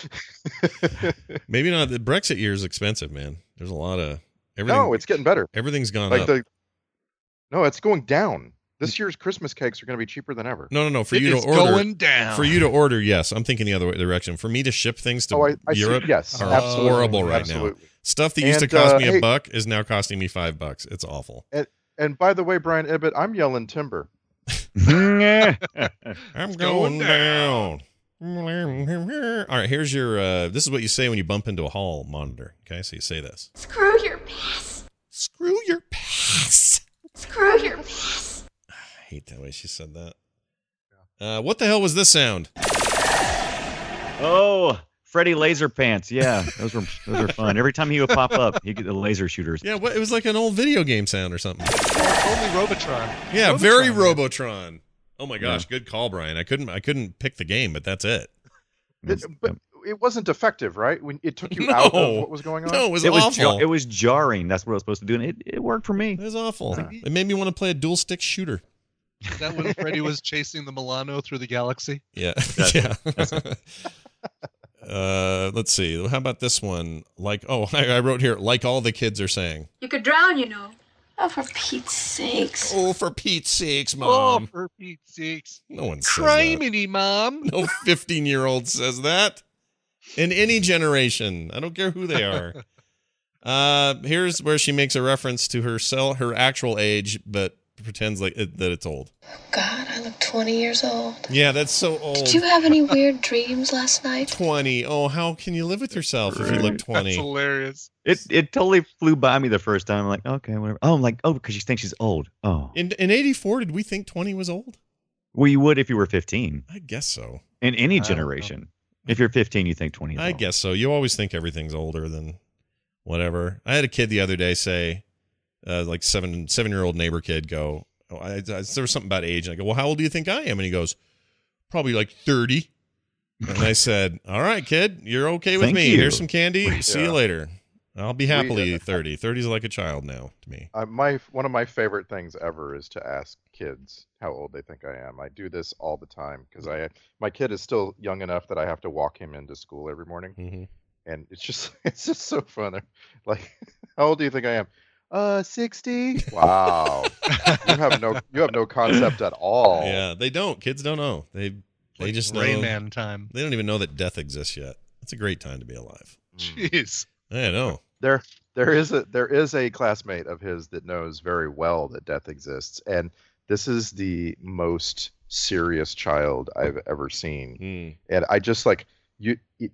Speaker 1: Maybe not. The Brexit year is expensive, man. There's a lot of everything.
Speaker 7: no, it's getting better.
Speaker 1: everything's gone
Speaker 7: Like
Speaker 1: up.
Speaker 7: the no, it's going down. This year's Christmas cakes are going to be cheaper than ever.
Speaker 1: no, no, no. For
Speaker 6: It
Speaker 1: you
Speaker 6: is
Speaker 1: to order,
Speaker 6: going down.
Speaker 1: for you to order, yes. I'm thinking the other way- direction. For me to ship things to
Speaker 7: oh, I, I see-
Speaker 1: Europe,
Speaker 7: yes,
Speaker 1: are
Speaker 7: absolutely,
Speaker 1: horrible right now.
Speaker 7: absolutely.
Speaker 1: Stuff that used
Speaker 7: And,
Speaker 1: to cost
Speaker 7: uh,
Speaker 1: me a
Speaker 7: hey-
Speaker 1: buck is now costing me five bucks. It's awful.
Speaker 7: And by the way, Brian Ibbett, I'm yelling timber.
Speaker 1: I'm going,
Speaker 6: going
Speaker 1: down. All right, here's your. Uh, this is what you say when you bump into a hall monitor. Okay, so you say this.
Speaker 8: Screw your pass.
Speaker 1: Screw your pass.
Speaker 8: Screw your pass.
Speaker 1: I hate that way she said that. Uh, what the hell was this sound?
Speaker 5: oh, Freddy Laser Pants. Yeah, those were those were fun. Every time he would pop up, he get the laser shooters.
Speaker 1: Yeah, what, it was like an old video game sound or something.
Speaker 6: Only Robotron.
Speaker 1: Yeah,
Speaker 6: Robotron,
Speaker 1: very
Speaker 6: man.
Speaker 1: Robotron. Oh my gosh, good call, Brian. I couldn't I couldn't pick the game, but that's it.
Speaker 7: It- but it wasn't effective, right? When it took you
Speaker 1: No.
Speaker 7: out of what was going on.
Speaker 1: No, it was
Speaker 5: it was
Speaker 1: awful.
Speaker 5: jar- it was jarring. That's what I was supposed to do, and it, it worked for me.
Speaker 1: It was awful.
Speaker 5: Uh.
Speaker 1: It made me want to play a dual stick shooter.
Speaker 6: Is that when Freddy was chasing the Milano through the galaxy?
Speaker 1: Yeah. yeah. uh, let's see. How about this one? Like, oh, I, I wrote here, like all the kids are saying.
Speaker 11: You could drown, you know.
Speaker 3: Oh, for Pete's sakes.
Speaker 1: Oh, for Pete's sakes,
Speaker 6: Oh,
Speaker 1: mom.
Speaker 6: for Pete's sakes!
Speaker 1: no one says that.
Speaker 6: Criminy, mom.
Speaker 1: No 15 year old says that in any generation. I don't care who they are. Uh, here's where she makes a reference to her cell, her actual age, but pretends like it, that it's old.
Speaker 3: Oh, God, I look 20 years old.
Speaker 1: Yeah, that's so old.
Speaker 3: Did you have any weird dreams last night?
Speaker 1: 20. Oh, how can you live with yourself if you look
Speaker 6: That's
Speaker 1: 20?
Speaker 6: hilarious.
Speaker 5: It it totally flew by me the first time. I'm like, okay, whatever. Oh, I'm like, oh, because you think she's old. Oh,
Speaker 1: In in 84, did we think 20 was old?
Speaker 5: well, you would if you were 15
Speaker 1: I guess so.
Speaker 5: in any
Speaker 6: I don't know.
Speaker 5: generation. If you're 15, you think 20. Is
Speaker 1: I
Speaker 5: old.
Speaker 1: guess so. You always think everything's older than whatever. I had a kid the other day say, uh, like seven seven year old neighbor kid go, oh, I, I, there was something about age, and I go, well, how old do you think I am? And he goes, probably like thirty. And I said, all right, kid, you're okay with
Speaker 5: Thank
Speaker 1: me.
Speaker 5: you.
Speaker 1: Here's some candy. See you
Speaker 7: Yeah.
Speaker 1: later. I'll be happily
Speaker 7: We, uh,
Speaker 1: 30. 30 is like a child now to me.
Speaker 7: Uh, my one of my favorite things ever is to ask kids how old they think I am. I do this all the time because I my kid is still young enough that I have to walk him into school every morning,
Speaker 1: hmm
Speaker 7: and it's just it's just so fun. Like, how old do you think I am? Uh, sixty. Wow, you have no you have no concept at all.
Speaker 1: Yeah, they don't. Kids don't know. They they
Speaker 6: Like
Speaker 1: just know.
Speaker 6: Rayman time.
Speaker 1: They don't even know that death exists yet. It's a great time to be alive.
Speaker 7: Mm.
Speaker 6: Jeez.
Speaker 1: I know.
Speaker 7: There there is a there is a classmate of his that knows very well that death exists, and this is the most serious child I've ever seen.
Speaker 1: Mm.
Speaker 7: and i just like you, you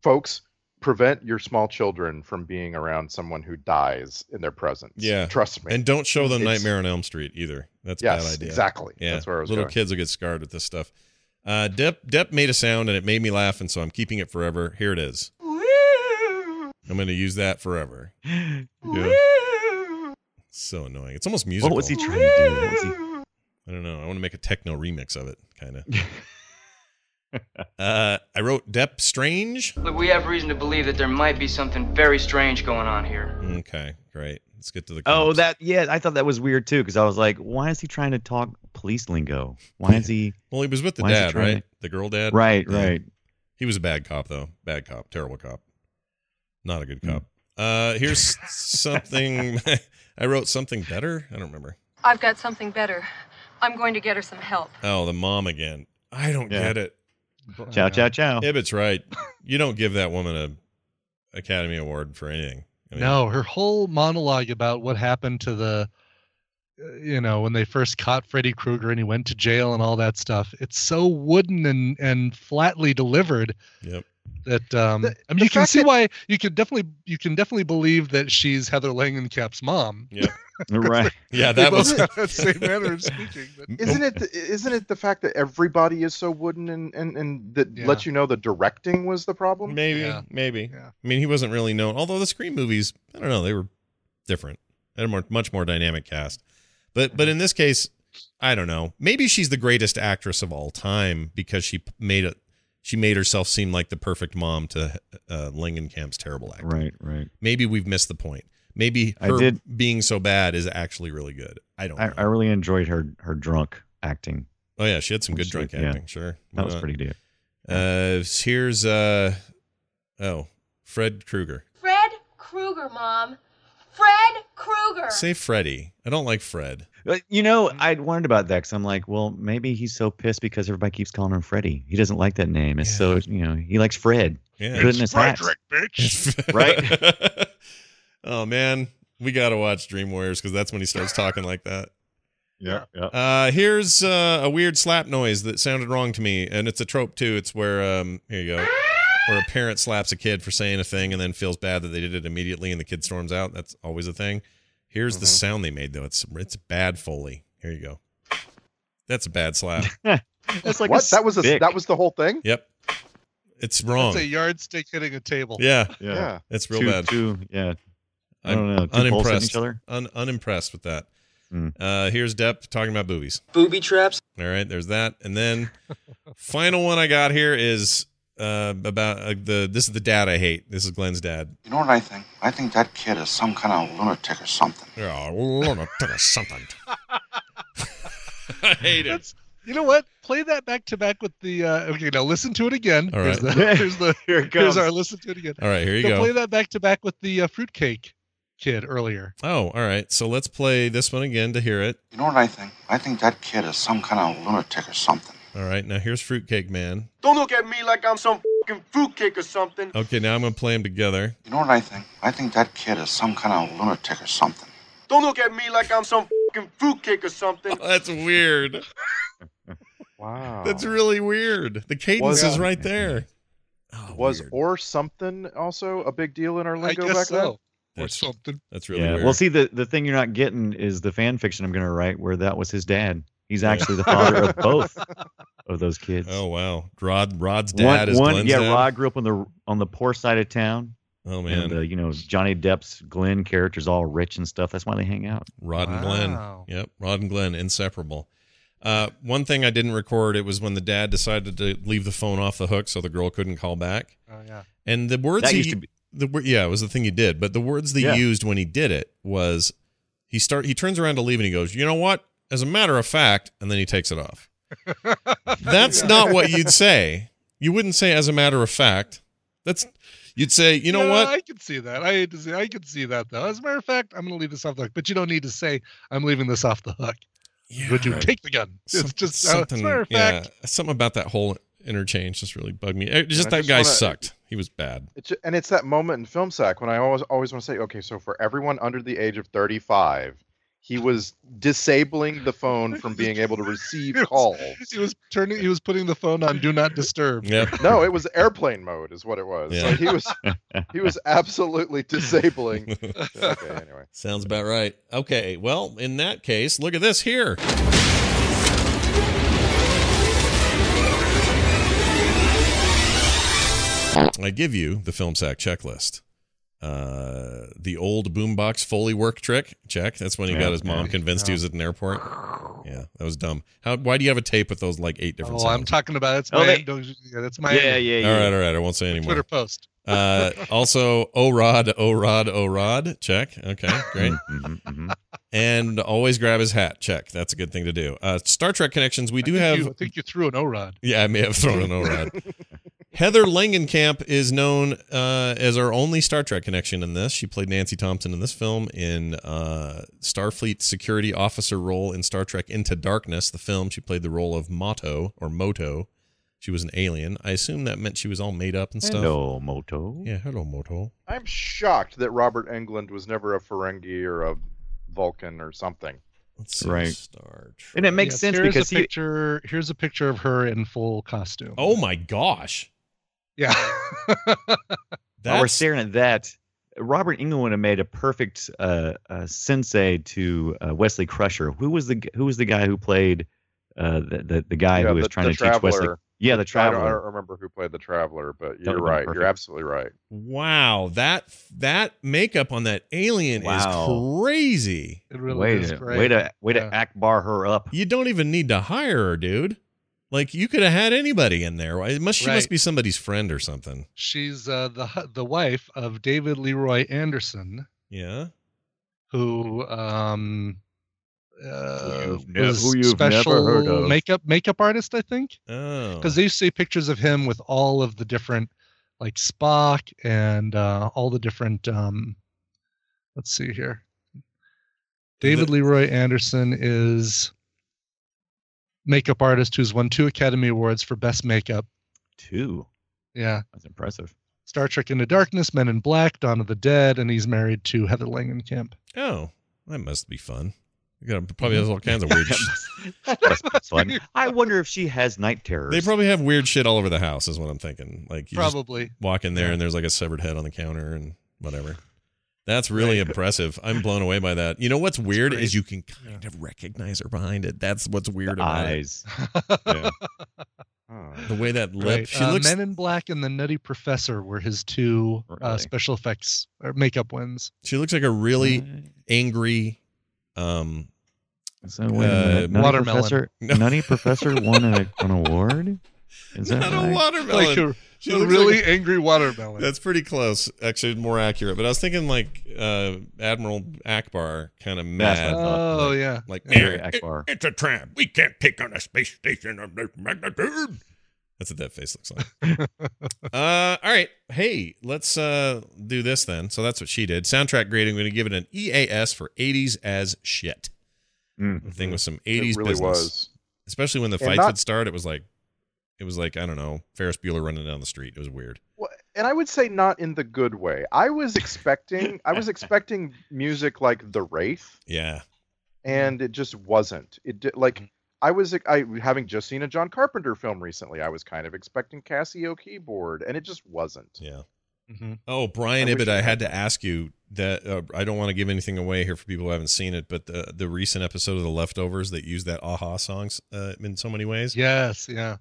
Speaker 7: folks prevent your small children from being around someone who dies in their presence
Speaker 1: Yeah.
Speaker 7: trust me
Speaker 1: And don't show them
Speaker 7: It's-
Speaker 1: Nightmare on Elm Street either. That's a
Speaker 7: yes
Speaker 1: bad idea.
Speaker 7: exactly
Speaker 1: Yeah.
Speaker 7: that's where i was
Speaker 1: Little
Speaker 7: going
Speaker 1: kids will get scarred with this stuff. Uh, Depp, Depp made a sound and it made me laugh, and so I'm keeping it forever. Here it is. I'm going to use that forever. So annoying. It's almost musical.
Speaker 5: What was he trying to do? What was he-
Speaker 1: I don't know. I want to make a techno remix of it, kind of. Uh, I wrote Depp Strange.
Speaker 10: Look, we have reason to believe that there might be something very strange going on here.
Speaker 1: Okay, great. Let's get to the.
Speaker 5: Oh, that yeah, I thought that was weird too because I was like, why is he trying to talk police lingo? Why is he?
Speaker 1: Well, he was with the
Speaker 5: why is he
Speaker 1: dad,
Speaker 5: trying
Speaker 1: right? The girl dad.
Speaker 5: Right,
Speaker 1: Yeah.
Speaker 5: right.
Speaker 1: He was a bad cop, though. Bad cop. Terrible cop. Not a good
Speaker 5: Mm.
Speaker 1: cop. Uh, here's something. I wrote something better. I don't remember.
Speaker 11: I've got something better. I'm going to get her some help.
Speaker 1: Oh, the mom again. I don't
Speaker 5: Yeah. Oh.
Speaker 1: get it.
Speaker 6: Uh,
Speaker 5: To,
Speaker 7: uh,
Speaker 5: chow, chow, chow.
Speaker 1: Ibbott's right. You don't give that woman a Academy Award for anything. I mean,
Speaker 6: No, her whole monologue about what happened to the, uh, you know, when they first caught Freddy Krueger and he went to jail and all that stuff. It's so wooden and and flatly delivered
Speaker 1: Yep.
Speaker 6: that um,
Speaker 7: The-
Speaker 6: I mean,
Speaker 7: the
Speaker 6: you can
Speaker 7: fact
Speaker 6: see
Speaker 7: that-
Speaker 6: why you can definitely you can definitely believe that she's Heather Langenkamp's mom.
Speaker 1: Yeah.
Speaker 5: right.
Speaker 1: Yeah,
Speaker 6: They
Speaker 1: that
Speaker 6: both
Speaker 1: was.
Speaker 6: have that same manner of speaking. but-
Speaker 7: Isn't it? The, isn't it the fact that everybody is so wooden and and, and that
Speaker 6: Yeah.
Speaker 7: lets you know the directing was the problem?
Speaker 1: Maybe,
Speaker 6: Yeah.
Speaker 1: maybe.
Speaker 6: Yeah.
Speaker 1: I mean, he wasn't really known. Although the Scream movies, I don't know, they were different. They had a more, much more dynamic cast. But but in this case, I don't know. Maybe she's the greatest actress of all time because she p- made it. She made herself seem like the perfect mom to uh, Langenkamp's terrible acting.
Speaker 5: Right, right.
Speaker 1: Maybe we've missed the point. Maybe
Speaker 5: I
Speaker 1: her
Speaker 5: did-
Speaker 1: being so bad is actually really good. I don't.
Speaker 5: I,
Speaker 1: know.
Speaker 5: I really enjoyed her her drunk acting.
Speaker 1: oh yeah, she had some good
Speaker 5: She-
Speaker 1: drunk
Speaker 5: yeah.
Speaker 1: acting. Sure,
Speaker 5: That
Speaker 1: Why
Speaker 5: was
Speaker 1: not?
Speaker 5: pretty good.
Speaker 1: Uh, here's uh, oh, Fred Krueger.
Speaker 8: Fred Krueger, Mom. Fred Krueger.
Speaker 1: Say Freddy. I don't like Fred.
Speaker 5: But, You know, I'd wondered about that because I'm like, well, maybe he's so pissed because everybody keeps calling him Freddy. He doesn't like that name. It's
Speaker 1: Yeah.
Speaker 5: so you know he likes Fred.
Speaker 1: Yeah.
Speaker 5: Put it in his hat. Right?
Speaker 1: oh man, we gotta watch Dream Warriors because that's when he starts talking like that.
Speaker 5: Yeah, yeah.
Speaker 1: Uh, here's uh, a weird slap noise that sounded wrong to me, and it's a trope too. It's where um, here you go, where a parent slaps a kid for saying a thing and then feels bad that they did it immediately, and the kid storms out. That's always a thing. Here's the
Speaker 5: Mm-hmm.
Speaker 7: Mhm.
Speaker 1: sound they made though. It's it's bad foley. Here you go. That's a bad slap.
Speaker 5: That's like a
Speaker 7: what? That was a,
Speaker 5: stick.
Speaker 7: that was the whole thing.
Speaker 1: yep, it's wrong.
Speaker 6: That's a yardstick hitting a table.
Speaker 1: Yeah,
Speaker 5: yeah.
Speaker 1: it's real
Speaker 5: Two-
Speaker 1: bad.
Speaker 5: two- yeah. I
Speaker 1: I'm
Speaker 5: don't know. Two poles hitting
Speaker 1: unimpressed.
Speaker 5: each other?
Speaker 1: Un- unimpressed with that.
Speaker 5: Mm.
Speaker 1: Uh, here's Depp talking about boobies.
Speaker 10: Booby traps?
Speaker 1: All right, there's that. And then final one I got here is uh, about uh, the. This is the dad I hate. This is Glenn's dad.
Speaker 12: You know what I think? I think that kid is some kind of lunatic or something.
Speaker 1: Oh, Lorna, take us something. I hate it.
Speaker 6: That's- You know what? Play that back to back with the. Uh, okay, now listen to it again.
Speaker 1: All
Speaker 6: Here's
Speaker 1: right.
Speaker 6: the. Here's the.
Speaker 5: Here it
Speaker 6: Here's
Speaker 5: goes.
Speaker 6: our listen to it again.
Speaker 1: All right, here you
Speaker 6: Now Play
Speaker 1: go.
Speaker 6: that back to back with the uh, fruitcake kid earlier.
Speaker 1: Oh, all right. So let's play this one again to hear it.
Speaker 12: You know what I think? I think that kid is some kind of lunatic or something.
Speaker 1: All right, now here's Fruitcake Man.
Speaker 9: Don't look at me like I'm some fucking fruitcake or something.
Speaker 1: Okay, now I'm gonna play them together.
Speaker 12: You know what I think? I think that kid is some kind of lunatic or something.
Speaker 9: Don't look at me like I'm some fucking fruitcake or something.
Speaker 1: That's weird.
Speaker 7: Wow.
Speaker 1: That's
Speaker 5: Oh.
Speaker 1: really weird. The cadence
Speaker 7: Was-
Speaker 1: is right there. Oh,
Speaker 7: was
Speaker 1: weird.
Speaker 7: or something also a big deal in our
Speaker 6: I
Speaker 7: lingo back
Speaker 6: guess
Speaker 7: then?
Speaker 6: so. Or
Speaker 1: That's-
Speaker 6: something.
Speaker 1: That's really
Speaker 5: yeah.
Speaker 1: weird.
Speaker 5: Well, see, the, the thing you're not getting is the fan fiction I'm going to write where that was his dad. He's
Speaker 1: Yeah.
Speaker 5: actually the father of both of those kids.
Speaker 1: Oh wow, Rod Rod's dad
Speaker 5: one,
Speaker 1: is
Speaker 5: one-
Speaker 1: Glenn's
Speaker 5: yeah,
Speaker 1: dad.
Speaker 5: Rod grew up on the on the poor side of town.
Speaker 1: oh
Speaker 5: And,
Speaker 1: man,
Speaker 5: uh, you know, Johnny Depp's Glenn character's all rich and stuff. That's why they hang out.
Speaker 1: Rod and
Speaker 6: Wow.
Speaker 1: Glenn. Yep, Rod and Glenn, inseparable. Uh, one thing I didn't record it was when the dad decided to leave the phone off the hook so the girl couldn't call back.
Speaker 6: Oh yeah.
Speaker 1: And the words
Speaker 5: That
Speaker 1: he
Speaker 5: used to be.
Speaker 1: the wor- yeah it was the thing he did, but the words they
Speaker 5: Yeah.
Speaker 1: used when he did it was he start he turns around to leave and he goes, you know what? As a matter of fact, and then he takes it off. That's not what you'd say. You wouldn't say as a matter of fact. That's you'd say, you know
Speaker 6: Yeah,
Speaker 1: what?
Speaker 6: I can see that. I hate to see. I can see that though. As a matter of fact, I'm going to leave this off the hook. But you don't need to say I'm leaving this off the hook.
Speaker 1: Yeah.
Speaker 6: Would you take the gun? It's
Speaker 1: Some-
Speaker 6: just uh, as a matter of fact.
Speaker 1: yeah, something about that whole interchange just really bugged me. It- Just
Speaker 7: I
Speaker 1: that
Speaker 7: just
Speaker 1: guy
Speaker 7: wanna-
Speaker 1: sucked. He was bad.
Speaker 7: It's ju- and it's that moment in film sack when I always always want to say, okay, so for everyone under the age of 35, he was disabling the phone from being able to receive
Speaker 6: He was-
Speaker 7: calls.
Speaker 6: He was turning. He was putting the phone on do not disturb.
Speaker 1: Yep.
Speaker 7: No, it was airplane mode, is what it was.
Speaker 1: Yeah.
Speaker 7: Like, he was he was absolutely disabling. Okay, anyway,
Speaker 1: Sounds about right. Okay, well, in that case, look at this here. I give you the film sack checklist. Uh, the old boombox Foley work trick. Check. That's when he
Speaker 4: Yeah,
Speaker 1: got his mom
Speaker 4: yeah.
Speaker 1: convinced he was at an airport. Yeah, that was dumb. How? Why do you have a tape with those like eight different?
Speaker 6: Oh, I'm
Speaker 1: sounds?
Speaker 6: talking about it's
Speaker 5: Oh,
Speaker 6: my
Speaker 5: they-
Speaker 6: endo- yeah, that's my
Speaker 5: Yeah,
Speaker 6: endo-
Speaker 5: yeah,
Speaker 1: All right, all right. I won't say anymore.
Speaker 6: Twitter post.
Speaker 1: Uh, also, O Rod, O Rod, O Rod. Check. Okay, great.
Speaker 5: Mm-hmm,
Speaker 1: and always grab his hat. Check. That's a good thing to do. Uh, Star Trek connections. We do
Speaker 6: I think
Speaker 1: have.
Speaker 6: you- I think you threw an O rod.
Speaker 1: Yeah, I may have thrown an O Rod. Heather Langenkamp is known uh, as our only Star Trek connection in this. She played Nancy Thompson in this film in uh, Starfleet security officer role in Star Trek Into Darkness, the film. She played the role of Moto or Moto. She was an alien. I assume that meant she was all made up and stuff.
Speaker 5: Hello, Moto.
Speaker 1: Yeah, hello, Moto.
Speaker 7: I'm shocked that Robert Englund was never a Ferengi or a Vulcan or something.
Speaker 1: Let's see.
Speaker 5: Right.
Speaker 1: Star Trek.
Speaker 5: And it makes
Speaker 6: Yes,
Speaker 5: sense
Speaker 6: here's
Speaker 5: because
Speaker 6: a
Speaker 5: he.
Speaker 6: picture. Here's a picture of her in full costume.
Speaker 1: Oh my gosh.
Speaker 6: Yeah.
Speaker 5: While we're
Speaker 1: That's
Speaker 5: staring at that, Robert Englund would have made a perfect uh, uh, sensei to uh, Wesley Crusher. Who was the g- Who was the guy who played uh, the, the the guy
Speaker 7: Yeah,
Speaker 5: who was
Speaker 7: the-
Speaker 5: trying
Speaker 7: the
Speaker 5: to teach Wesley?
Speaker 7: Traveler.
Speaker 5: Yeah, the
Speaker 7: I don't, I
Speaker 5: traveler.
Speaker 7: don't remember who played the Traveler, but
Speaker 5: would've
Speaker 7: you're
Speaker 5: been
Speaker 7: right.
Speaker 5: perfect.
Speaker 7: You're absolutely right.
Speaker 1: wow. That that makeup on that alien
Speaker 5: Wow.
Speaker 1: is crazy.
Speaker 6: It really
Speaker 5: way
Speaker 6: is
Speaker 5: to
Speaker 6: great.
Speaker 5: way to way
Speaker 6: Yeah.
Speaker 5: to Akbar her up.
Speaker 1: you don't even need to hire her, dude. Like you could have had anybody in there. It must she must
Speaker 6: Right.
Speaker 1: be somebody's friend or something.
Speaker 6: She's uh, the hu- the wife of David Leroy Anderson,
Speaker 1: Yeah.
Speaker 6: who um uh,
Speaker 5: you've nev-
Speaker 6: was
Speaker 5: who you've never
Speaker 6: special
Speaker 5: heard of.
Speaker 6: makeup makeup artist, I think.
Speaker 1: Oh.
Speaker 6: Because they used to see pictures of him with all of the different like Spock and uh, all the different um let's see here. David
Speaker 1: The-
Speaker 6: Leroy Anderson is makeup artist who's won two Academy Awards for best makeup.
Speaker 5: Two.
Speaker 6: Yeah.
Speaker 5: That's impressive.
Speaker 6: Star Trek Into Darkness, Men in Black, Dawn of the Dead, and he's married to Heather Langenkamp.
Speaker 1: Oh, that must be fun. You got probably has all kinds of weird. shit.
Speaker 5: That must be fun. I wonder if she has night terrors.
Speaker 1: They probably have weird shit all over the house. Is what I'm thinking. Like you just
Speaker 6: Probably.
Speaker 1: walk in there and there's like a severed head on the counter and whatever. That's really impressive. I'm blown away by that. You know what's weird
Speaker 6: great.
Speaker 1: is you can kind of recognize her behind it. That's what's weird
Speaker 5: the
Speaker 1: about it.
Speaker 5: eyes.
Speaker 1: The way that lip.
Speaker 6: Right.
Speaker 1: She
Speaker 6: Uh,
Speaker 1: looks.
Speaker 6: Men in Black and The Nutty Professor were his two uh,
Speaker 5: Really?
Speaker 6: special effects or makeup wins.
Speaker 1: She looks like a really angry. Um.
Speaker 5: So wait a minute.
Speaker 1: Uh,
Speaker 5: Nutty
Speaker 6: watermelon.
Speaker 5: Professor,
Speaker 1: No.
Speaker 5: Nutty Professor won a, an award. Is that
Speaker 1: Not a
Speaker 5: right?
Speaker 1: watermelon.
Speaker 6: Like a,
Speaker 1: She
Speaker 6: a
Speaker 1: looks
Speaker 6: really
Speaker 1: like
Speaker 6: angry watermelon.
Speaker 1: That's pretty close. Actually, more accurate. But I was thinking like uh, Admiral Akbar, kind of
Speaker 5: That's
Speaker 1: mad.
Speaker 5: what I thought.
Speaker 6: oh, yeah.
Speaker 1: Like,
Speaker 5: Very
Speaker 1: "Eh,
Speaker 5: Akbar.
Speaker 1: it- it's a tram. We can't take on a space station of this magnitude. That's what that face looks like. uh, all right. Hey, let's uh, do this then. So that's what she did. Soundtrack grading. We're going to give it an EAS for 80s as shit.
Speaker 5: Mm.
Speaker 1: The thing with some
Speaker 7: Mm-hmm. It
Speaker 1: 80s
Speaker 7: really
Speaker 1: business.
Speaker 7: was.
Speaker 1: Especially when the
Speaker 7: And
Speaker 1: fights
Speaker 7: not-
Speaker 1: would start, it was like, it was like, I don't know, Ferris Bueller running down the street. It was weird.
Speaker 7: Well, and I would say not in the good way. I was expecting I was expecting music like The Wraith,
Speaker 1: Yeah. Mm-hmm.
Speaker 7: and it just wasn't. It did, like I was I having just seen a John Carpenter film recently. I was kind of expecting Casio keyboard, and it just wasn't.
Speaker 1: Yeah.
Speaker 6: Mhm.
Speaker 1: Oh, Brian
Speaker 7: I wish
Speaker 1: Ibbett,
Speaker 7: I
Speaker 1: I
Speaker 7: had
Speaker 1: had to ask you that uh, I don't want to give anything away here for people who haven't seen it, but the the recent episode of The Leftovers that used that aha song uh, in so many ways.
Speaker 6: Yes, yeah.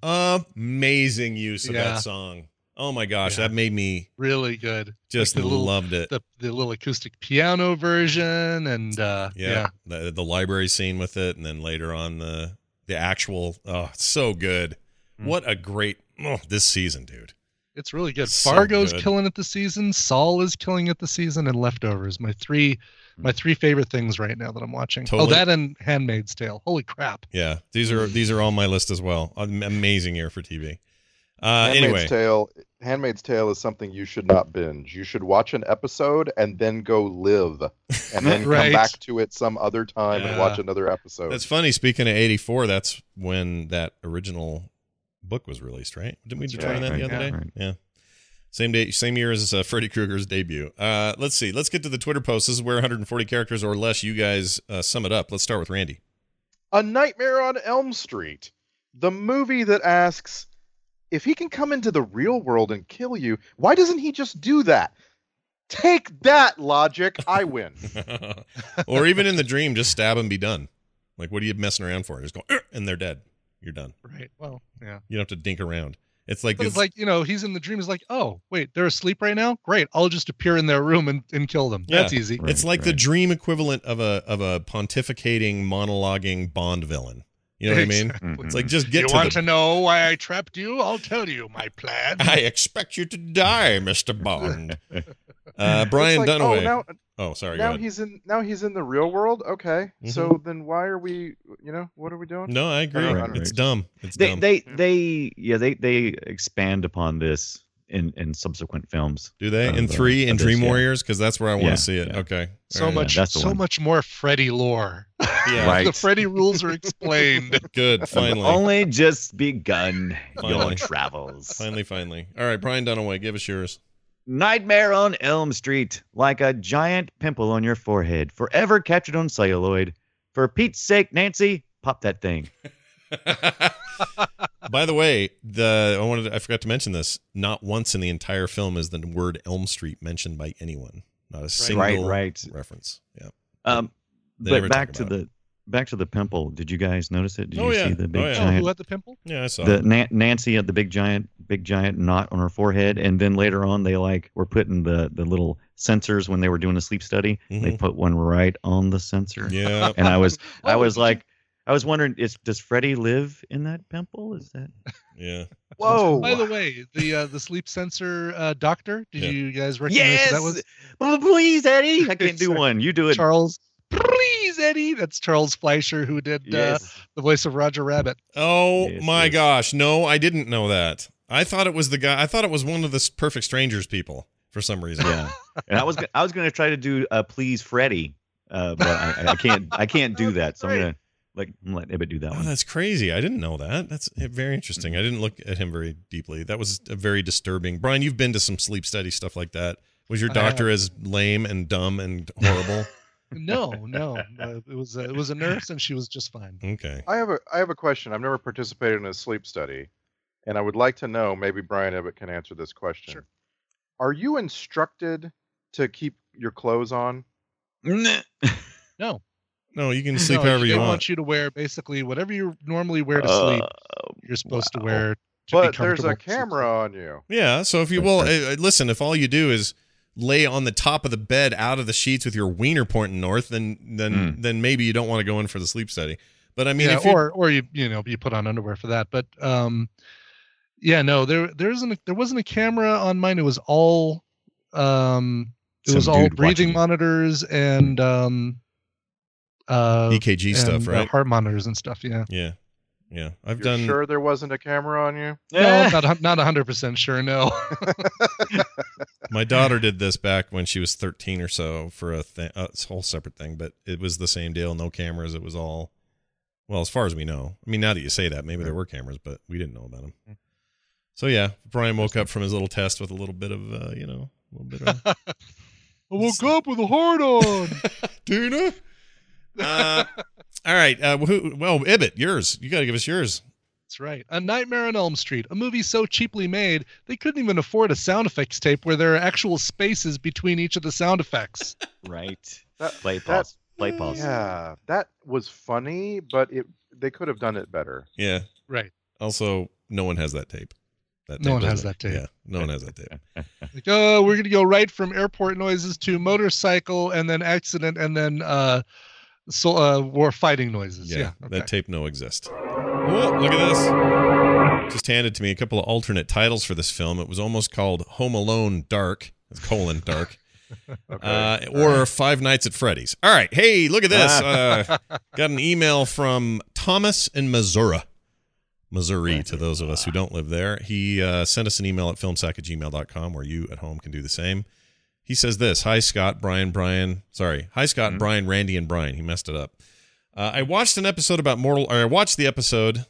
Speaker 1: Amazing use of
Speaker 6: Yeah.
Speaker 1: that song. Oh my gosh,
Speaker 6: Yeah.
Speaker 1: that made me
Speaker 6: Really good.
Speaker 1: just
Speaker 6: the little-
Speaker 1: loved it.
Speaker 6: The, the little acoustic piano version and uh,
Speaker 1: yeah, The, the library scene with it, and then later on the the actual. Oh, it's so good.
Speaker 5: Mm.
Speaker 1: What a great oh, this season, dude.
Speaker 6: It's really good.
Speaker 1: So
Speaker 6: Fargo's
Speaker 1: good.
Speaker 6: killing it this season. Saul is killing it this season, and Leftovers. My three, my three favorite things right now that I'm watching. Oh,
Speaker 1: Hmm. Totally.
Speaker 6: that and Handmaid's Tale. Holy crap!
Speaker 1: Yeah, these are these are on my list as well. Am- Amazing year for TV. Uh,
Speaker 7: Handmaid's
Speaker 1: anyway,
Speaker 7: Tale. Handmaid's Tale is something you should not binge. You should watch an episode and then go live, and then
Speaker 6: Right.
Speaker 7: come back to it some other time and watch
Speaker 1: Yeah.
Speaker 7: another episode.
Speaker 1: That's funny. Speaking of '84, that's when that original book was released, right? Didn't we
Speaker 5: That's
Speaker 1: determine
Speaker 5: right,
Speaker 1: that the
Speaker 5: right,
Speaker 1: other
Speaker 5: yeah,
Speaker 1: day?
Speaker 5: right.
Speaker 1: Yeah. Same day, same year as uh, Freddy Krueger's debut. Uh, let's see. Let's get to the Twitter post. This is where 140 characters or less. You guys uh, sum it up. Let's start with Randy.
Speaker 7: A Nightmare on Elm Street, the movie that asks if he can come into the real world and kill you, why doesn't he just do that? Take that logic, I win.
Speaker 1: or even in the dream, just stab and be done. Like, what are you messing around for? Just go, "Er," and they're dead. You're done.
Speaker 6: Right. Well, yeah.
Speaker 1: You don't have to dink around. It's like
Speaker 6: But
Speaker 1: this.
Speaker 6: it's like, you know, he's in the dream. He's like, oh, wait, they're asleep right now? Great. I'll just appear in their room and, and kill them. That's
Speaker 1: Yeah.
Speaker 6: easy.
Speaker 1: it's like the dream equivalent of a of a pontificating, monologuing Bond villain. You know what I mean? Mm-hmm.
Speaker 6: Exactly.
Speaker 1: It's like just get
Speaker 6: you
Speaker 1: to
Speaker 6: want
Speaker 1: the,
Speaker 6: to know why I trapped you? I'll tell you my plan.
Speaker 1: I expect you to die, Mister Bond. Uh, Brian
Speaker 7: It's like,
Speaker 1: Dunaway.
Speaker 7: Oh, now,
Speaker 1: Oh, sorry. go
Speaker 7: now
Speaker 1: ahead. Mm-hmm.
Speaker 7: he's in. Now he's in the real world. Okay, so then why are we? You know, what are we doing?
Speaker 1: No, I agree.
Speaker 7: don't- I don't
Speaker 1: It's
Speaker 7: know.
Speaker 1: dumb. It's
Speaker 5: they,
Speaker 1: dumb.
Speaker 5: they they yeah they they expand upon this in in subsequent films.
Speaker 1: Do they
Speaker 5: of
Speaker 1: in
Speaker 5: the-
Speaker 1: three in
Speaker 5: of this,
Speaker 1: Dream
Speaker 5: yeah.
Speaker 1: Warriors? Because that's where I want to
Speaker 5: Yeah,
Speaker 1: see it. Okay.
Speaker 6: so
Speaker 1: All right.
Speaker 6: much
Speaker 5: that's the
Speaker 6: so
Speaker 5: one.
Speaker 6: much more Freddy lore.
Speaker 1: Yeah.
Speaker 5: Right.
Speaker 6: the Freddy rules are explained.
Speaker 1: Good. Finally.
Speaker 5: Only just begun
Speaker 1: Finally.
Speaker 5: your travels.
Speaker 1: Finally. Finally. All right, Brian Dunaway, give us yours.
Speaker 5: Nightmare on Elm Street, like a giant pimple on your forehead, forever captured on celluloid. For Pete's sake, Nancy, pop that thing.
Speaker 1: By the way, the I wanted to- I forgot to mention this. Not once in the entire film is the word Elm Street mentioned by anyone. Not a single
Speaker 5: Right, right.
Speaker 1: reference. Yeah.
Speaker 5: Um,
Speaker 1: They never
Speaker 5: but
Speaker 1: talk
Speaker 5: back to
Speaker 1: about it.
Speaker 5: the back to the pimple. Did you guys notice it? Did
Speaker 1: Oh,
Speaker 5: you
Speaker 1: yeah.
Speaker 5: see the big
Speaker 1: Oh, yeah.
Speaker 6: Oh, who
Speaker 5: giant?
Speaker 6: had the pimple?
Speaker 1: Yeah, I saw.
Speaker 5: The
Speaker 1: it.
Speaker 5: Na- Nancy had the big giant, big giant knot on her forehead, and then later on they like were putting the the little sensors when they were doing the sleep study. They
Speaker 1: Mhm.
Speaker 5: put one right on the sensor,
Speaker 1: Yeah.
Speaker 5: and I was I
Speaker 6: Oh,
Speaker 5: was
Speaker 6: did you-
Speaker 5: like, I was wondering, is does Freddy live in that pimple? Is that
Speaker 1: Yeah.
Speaker 7: Whoa!
Speaker 6: By the way, the uh, the sleep sensor uh, doctor. Did
Speaker 1: Yeah.
Speaker 6: you guys recognize
Speaker 5: yes?
Speaker 6: who that was
Speaker 5: Oh, please, Eddie, I can't do
Speaker 6: Exactly.
Speaker 5: one. You do it.
Speaker 6: Charles? Please, Eddie. That's Charles Fleischer who did uh,
Speaker 5: Yes.
Speaker 6: the voice of Roger Rabbit.
Speaker 1: Oh
Speaker 5: Yes,
Speaker 1: my
Speaker 5: yes.
Speaker 1: gosh! No, I didn't know that. I thought it was the guy. I thought it was one of the s- Perfect Strangers people for some reason.
Speaker 5: Yeah. And I was go- I was gonna try to do uh, please Freddy, uh, but I, I can't I can't do that. So I'm gonna like I'm gonna let Ibbot do that
Speaker 1: Oh,
Speaker 5: one.
Speaker 1: that's crazy. I didn't know that. That's uh, very interesting. I didn't look at him very deeply. That was a very disturbing. Brian, you've been to some sleep study stuff like that. Was your
Speaker 6: I
Speaker 1: doctor as lame and dumb and horrible?
Speaker 6: No, no. Uh, it was a, it was a nurse and she was just fine.
Speaker 1: okay.
Speaker 7: I have a I have a question. I've never participated in a sleep study, and I would like to know. Maybe Brian Ebbett can answer this question.
Speaker 6: Sure.
Speaker 7: Are you instructed to keep your clothes on?
Speaker 5: Nah.
Speaker 6: No,
Speaker 1: No, you can sleep
Speaker 6: no,
Speaker 1: however
Speaker 6: they
Speaker 1: you want.
Speaker 6: want you to wear basically whatever you normally wear to sleep.
Speaker 5: Uh,
Speaker 6: You're supposed
Speaker 5: wow.
Speaker 6: to wear. To
Speaker 7: But
Speaker 6: be
Speaker 7: there's a
Speaker 6: comfortable to sleep.
Speaker 7: camera on you.
Speaker 1: Yeah. So if you well, uh, uh, listen, if all you do is lay on the top of the bed out of the sheets with your wiener pointing north, then then then maybe you don't want to go in for the sleep study. But I mean,
Speaker 6: yeah,
Speaker 1: if you
Speaker 6: or or you you know you put on underwear for that, but um, yeah, no, there there isn't a, there wasn't a camera on mine. It was all um, it was
Speaker 5: Some
Speaker 6: all
Speaker 5: dude watching
Speaker 6: breathing
Speaker 5: you.
Speaker 6: monitors and um, uh,
Speaker 1: EKG E stuff,
Speaker 6: and, uh,
Speaker 1: right?
Speaker 6: heart monitors and stuff. Yeah,
Speaker 1: yeah, yeah. I've
Speaker 7: You're
Speaker 1: done.
Speaker 7: sure there wasn't a camera on you?
Speaker 6: no, I'm not not hundred percent sure. No,
Speaker 1: My daughter did this back when she was 13 or so for a thing, uh, it's a whole separate thing, but it was the same deal. No cameras. It was all, well, as far as we know. I mean, now that you say that, maybe there were cameras, but we didn't know about them.
Speaker 6: Mm.
Speaker 1: So yeah, Brian woke up from his little test with a little bit of, uh, you know, a little bit of
Speaker 6: I woke up with a heart on.
Speaker 1: Duna. Uh, all right. Uh, who, well, Ibbot, yours. You got to give us yours.
Speaker 6: That's right. A Nightmare on Elm Street, a movie so cheaply made they couldn't even afford a sound effects tape where there are actual spaces between each of the sound effects.
Speaker 5: Right.
Speaker 7: That-
Speaker 5: Play
Speaker 7: that-
Speaker 5: pause. Play pause.
Speaker 7: Yeah, that was funny, but it they could have done it better.
Speaker 1: Yeah.
Speaker 6: Right.
Speaker 1: Also, no one has that tape. That
Speaker 6: No one has
Speaker 1: doesn't it?
Speaker 6: that tape.
Speaker 1: Yeah. No one has that tape.
Speaker 6: Like, oh, we're gonna go right from airport noises to motorcycle and then accident and then uh so uh war fighting noises.
Speaker 1: Yeah,
Speaker 6: Yeah. okay.
Speaker 1: that tape no exist. Whoa, look at this. Just handed to me a couple of alternate titles for this film. It was almost called Home Alone Dark, colon dark,
Speaker 7: Okay.
Speaker 1: uh, or Five Nights at Freddy's. All right, hey, look at this. Uh, got an email from Thomas in Missouri. Missouri, to those of us who don't live there. He uh, sent us an email at filmsack at gmail.com where you at home can do the same. He says this Hi, Scott, Brian, Brian. Sorry. Hi, Scott,
Speaker 6: Mm-hmm.
Speaker 1: Brian, Randy, and Brian. He messed it up. Uh, I watched an episode about Mortal, or I watched the episode.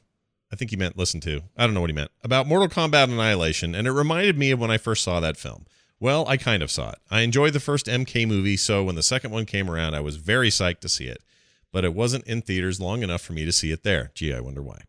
Speaker 1: I think he meant listen to. I don't know what he meant about Mortal Kombat Annihilation, and it reminded me of when I first saw that film. Well, I kind of saw it. I enjoyed the first MK movie, so when the second one came around, I was very psyched to see it. But it wasn't in theaters long enough for me to see it there. Gee, I wonder why.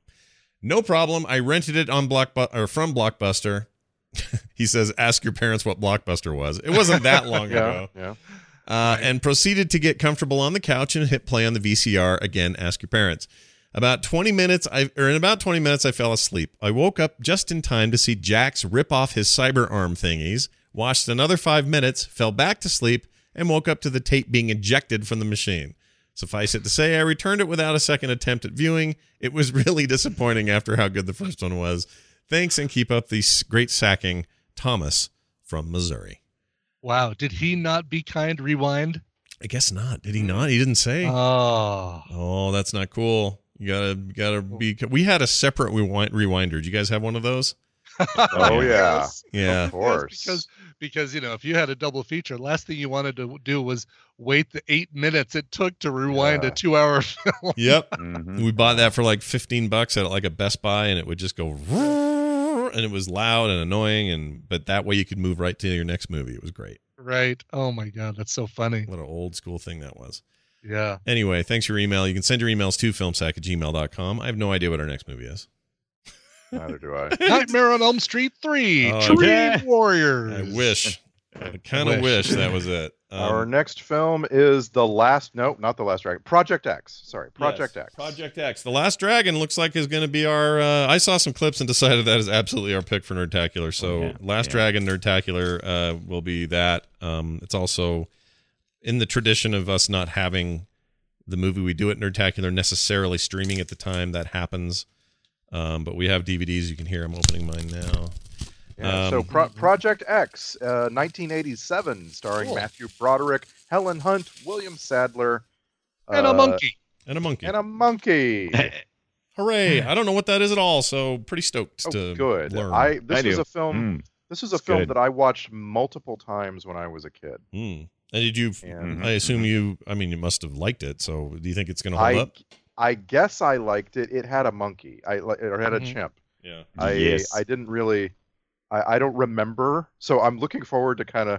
Speaker 1: No problem. I rented it on Blockbuster or from Blockbuster. he says, "Ask your parents what Blockbuster was." It wasn't that long
Speaker 7: yeah,
Speaker 1: ago.
Speaker 7: yeah.
Speaker 1: Uh, and proceeded to get comfortable on the couch and hit play on the VCR. Again, ask your parents. About 20 minutes, I or in about 20 minutes, I fell asleep. I woke up just in time to see Jax rip off his cyber arm thingies. Watched another five minutes, fell back to sleep, and woke up to the tape being ejected from the machine. Suffice it to say, I returned it without a second attempt at viewing. It was really disappointing after how good the first one was. Thanks and keep up the s- great sacking, Thomas from Missouri.
Speaker 6: Wow. Did he not be kind? Rewind.
Speaker 1: I guess not. Did he not? He didn't say.
Speaker 6: Oh.
Speaker 1: Oh, that's not cool. You gotta you gotta be. We had a separate rewind rewinder. Do you guys have one of those?
Speaker 7: Oh yeah.
Speaker 1: Yeah.
Speaker 7: Of course.
Speaker 6: Because because you know if you had a double feature, last thing you wanted to do was wait the eight minutes it took to rewind a two-hour film.
Speaker 1: Yep. We bought that for like 15 bucks at like a Best Buy and it would just go "Roar," and it was loud and annoying and but that way you could move right to your next movie. It was great.
Speaker 6: Right. Oh my God, that's so funny.
Speaker 1: What an old school thing that was.
Speaker 6: Yeah.
Speaker 1: Anyway, thanks for your email. You can send your emails to filmsack at gmail.com. I have no idea what our next movie is.
Speaker 7: Neither do I.
Speaker 6: Nightmare on Elm Street three.
Speaker 1: Oh,
Speaker 6: Tree
Speaker 1: yeah.
Speaker 6: Warriors.
Speaker 1: I wish. I kind of wish. that was it. Um,
Speaker 7: Our next film is the last. No, not the last dragon. Project X. Sorry, Project
Speaker 1: Yes.
Speaker 7: X.
Speaker 1: Project X. The Last Dragon looks like is going to be our. Uh, I saw some clips and decided that is absolutely our pick for Nerdtacular. So Last Dragon Nerdtacular uh, will be that. Um, it's also in the tradition of us not having the movie we do at Nerdtacular necessarily streaming at the time that happens. Um, but we have DVDs. You can hear I'm opening mine now.
Speaker 7: Yeah,
Speaker 1: Um,
Speaker 7: so Pro- Project X, uh, 1987, starring
Speaker 1: Cool.
Speaker 7: Matthew Broderick, Helen Hunt, William Sadler,
Speaker 6: And a
Speaker 7: uh,
Speaker 6: monkey.
Speaker 1: and a monkey.
Speaker 7: and a monkey.
Speaker 1: Hooray! I don't know what that is at all. So pretty stoked
Speaker 7: Oh,
Speaker 1: to
Speaker 7: good.
Speaker 1: learn.
Speaker 7: I this
Speaker 5: I
Speaker 7: was
Speaker 5: do.
Speaker 7: a film.
Speaker 5: Mm.
Speaker 7: This was a
Speaker 5: It's
Speaker 7: film
Speaker 5: good.
Speaker 7: that I watched multiple times when I was a kid.
Speaker 1: Mm. And did you?
Speaker 7: And-
Speaker 1: I assume you. I mean, you must have liked it. So, do you think it's going
Speaker 5: Mm-hmm.
Speaker 1: to hold up?
Speaker 7: I I guess I liked it. It had a monkey. I li- or had a
Speaker 6: Mhm.
Speaker 7: chimp.
Speaker 1: Yeah.
Speaker 7: I
Speaker 5: Yes.
Speaker 7: I didn't really I, I don't remember. So I'm looking forward to kind of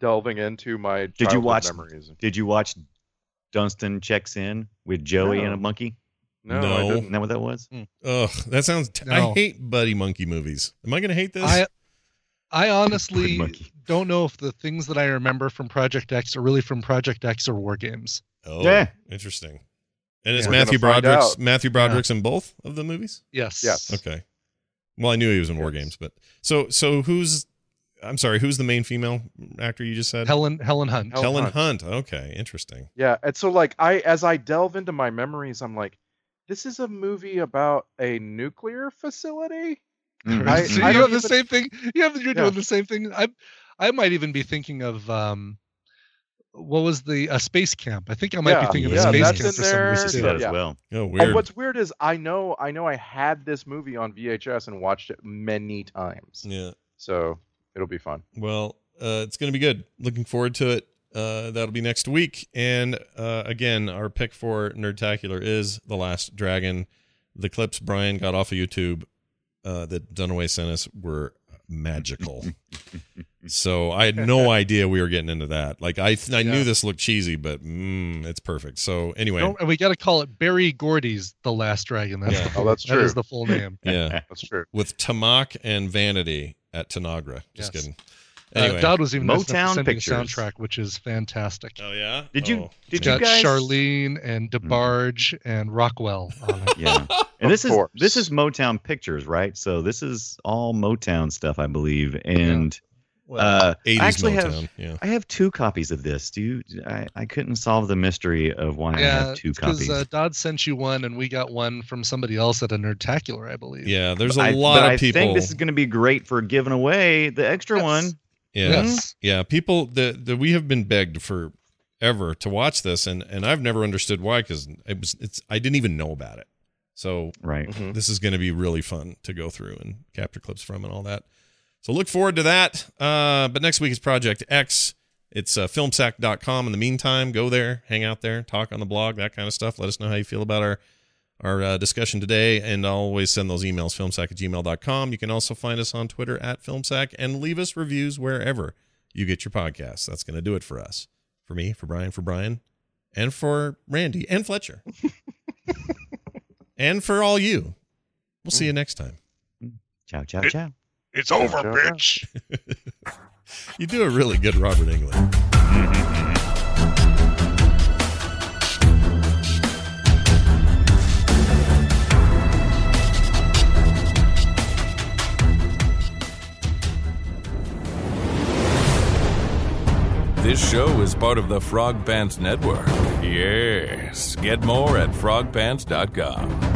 Speaker 7: delving into my
Speaker 5: Did you
Speaker 7: childhood
Speaker 5: watch?
Speaker 7: memories.
Speaker 5: Did you watch Dunstan checks in with Joey
Speaker 7: No.
Speaker 5: and a monkey?
Speaker 7: No,
Speaker 1: No.
Speaker 7: I
Speaker 5: Isn't
Speaker 7: didn't.
Speaker 5: that what that was?
Speaker 1: Ugh, that sounds. T- I
Speaker 6: No.
Speaker 1: hate buddy monkey movies. Am I going to hate this?
Speaker 6: I I honestly
Speaker 5: monkey.
Speaker 6: don't know if the things that I remember from Project X are really from Project X or War Games.
Speaker 1: oh,
Speaker 5: Yeah.
Speaker 1: interesting. And it's
Speaker 6: Yeah.
Speaker 7: We're gonna
Speaker 1: Matthew
Speaker 7: find
Speaker 1: Broderick's.
Speaker 7: out.
Speaker 1: Matthew Broderick's in both of the movies.
Speaker 6: Yes.
Speaker 7: Yes.
Speaker 1: Okay. Well, I knew he was in War
Speaker 7: Yes.
Speaker 1: Games, but so so who's? I'm sorry. Who's the main female actor you just said?
Speaker 6: Helen Helen Hunt.
Speaker 7: Helen
Speaker 1: Helen
Speaker 7: Hunt.
Speaker 1: Hunt. Okay, interesting.
Speaker 7: Yeah, and so like I as I delve into my memories, I'm like, this is a movie about a nuclear facility. I-
Speaker 6: So
Speaker 7: I
Speaker 6: you have
Speaker 7: don't
Speaker 6: the
Speaker 7: even-
Speaker 6: same thing. You have you're
Speaker 7: Yeah.
Speaker 6: doing the same thing. I I might even be thinking of um what was the uh, space camp? I think I might
Speaker 7: Yeah,
Speaker 6: be thinking
Speaker 5: yeah,
Speaker 6: of space
Speaker 5: that's
Speaker 6: camp
Speaker 7: in
Speaker 6: for some
Speaker 7: there.
Speaker 5: I
Speaker 6: reason.
Speaker 5: see
Speaker 6: too.
Speaker 5: that as
Speaker 7: Yeah.
Speaker 5: well.
Speaker 1: Oh, weird.
Speaker 7: And what's weird is I know I know I had this movie on VHS and watched it many times.
Speaker 1: yeah.
Speaker 7: So it'll be fun.
Speaker 1: Well, uh, it's going to be good. Looking forward to it. Uh, that'll be next week. And uh, again, our pick for Nerdtacular is The Last Dragon. The clips Brian got off of YouTube uh, that Dunaway sent us were magical. so I had no idea we were getting into that. Like I, I
Speaker 6: Yeah.
Speaker 1: knew this looked cheesy, but mm, it's perfect. So anyway,
Speaker 6: Don't- and we got to call it Barry Gordy's The Last Dragon. That's
Speaker 1: Yeah.
Speaker 6: the,
Speaker 7: Oh, that's
Speaker 6: that is
Speaker 7: true.
Speaker 6: the full name.
Speaker 1: yeah,
Speaker 7: That's true.
Speaker 1: with Tamak and Vanity at Tanagra. Just
Speaker 6: Yes.
Speaker 1: kidding.
Speaker 6: uh,
Speaker 1: Anyway.
Speaker 6: Dodd was even nice enough to
Speaker 5: Motown
Speaker 6: send me the
Speaker 5: Pictures.
Speaker 6: soundtrack, which is fantastic.
Speaker 1: oh yeah.
Speaker 5: Did you-
Speaker 1: Oh.
Speaker 5: did
Speaker 6: It's
Speaker 5: you
Speaker 6: got
Speaker 5: guys-
Speaker 6: Charlene and
Speaker 5: Hmm.
Speaker 6: DeBarge and Rockwell on it.
Speaker 5: Yeah. And this
Speaker 7: Of
Speaker 5: is
Speaker 7: course.
Speaker 5: this is Motown Pictures, right? So this is all Motown stuff, I believe. And uh, I
Speaker 1: 80s
Speaker 5: actually
Speaker 1: Motown.
Speaker 5: have
Speaker 1: yeah.
Speaker 5: I have two copies of this. Do you? I, I couldn't solve the mystery of why I
Speaker 6: yeah,
Speaker 5: have two
Speaker 6: because
Speaker 5: copies.
Speaker 6: uh, Dodd sent you one, and we got one from somebody else at a Nerdtacular, I believe.
Speaker 1: Yeah, there's a
Speaker 5: I-
Speaker 1: lot
Speaker 5: but
Speaker 1: of
Speaker 5: I
Speaker 1: people.
Speaker 5: think this is going to be great for giving away the extra
Speaker 6: Yes.
Speaker 5: one.
Speaker 1: yeah,
Speaker 5: Hmm?
Speaker 1: yeah. People that that we have been begged for ever to watch this, and and I've never understood why because it was it's I didn't even know about it. So
Speaker 5: Right.
Speaker 6: Mm-hmm.
Speaker 7: Mm-hmm.
Speaker 1: this is going to be really fun to go through and capture clips from and all that. So look forward to that. Uh, but next week is Project X. It's uh, filmsack.com. In the meantime, go there, hang out there, talk on the blog, that kind of stuff. Let us know how you feel about our our uh, discussion today. And I'll always send those emails, filmsack at gmail.com. You can also find us on Twitter at filmsack and leave us reviews wherever you get your podcasts. That's going to do it for us. For me, for Brian, for Brian, and for Randy and Fletcher. and for all you. We'll see you next time.
Speaker 5: Ciao, ciao, ciao.
Speaker 6: It's
Speaker 7: over, bitch.
Speaker 1: You do a really good Robert England.
Speaker 4: This show is part of the Frog Pants Network. Yes. Get more at frogpants.com.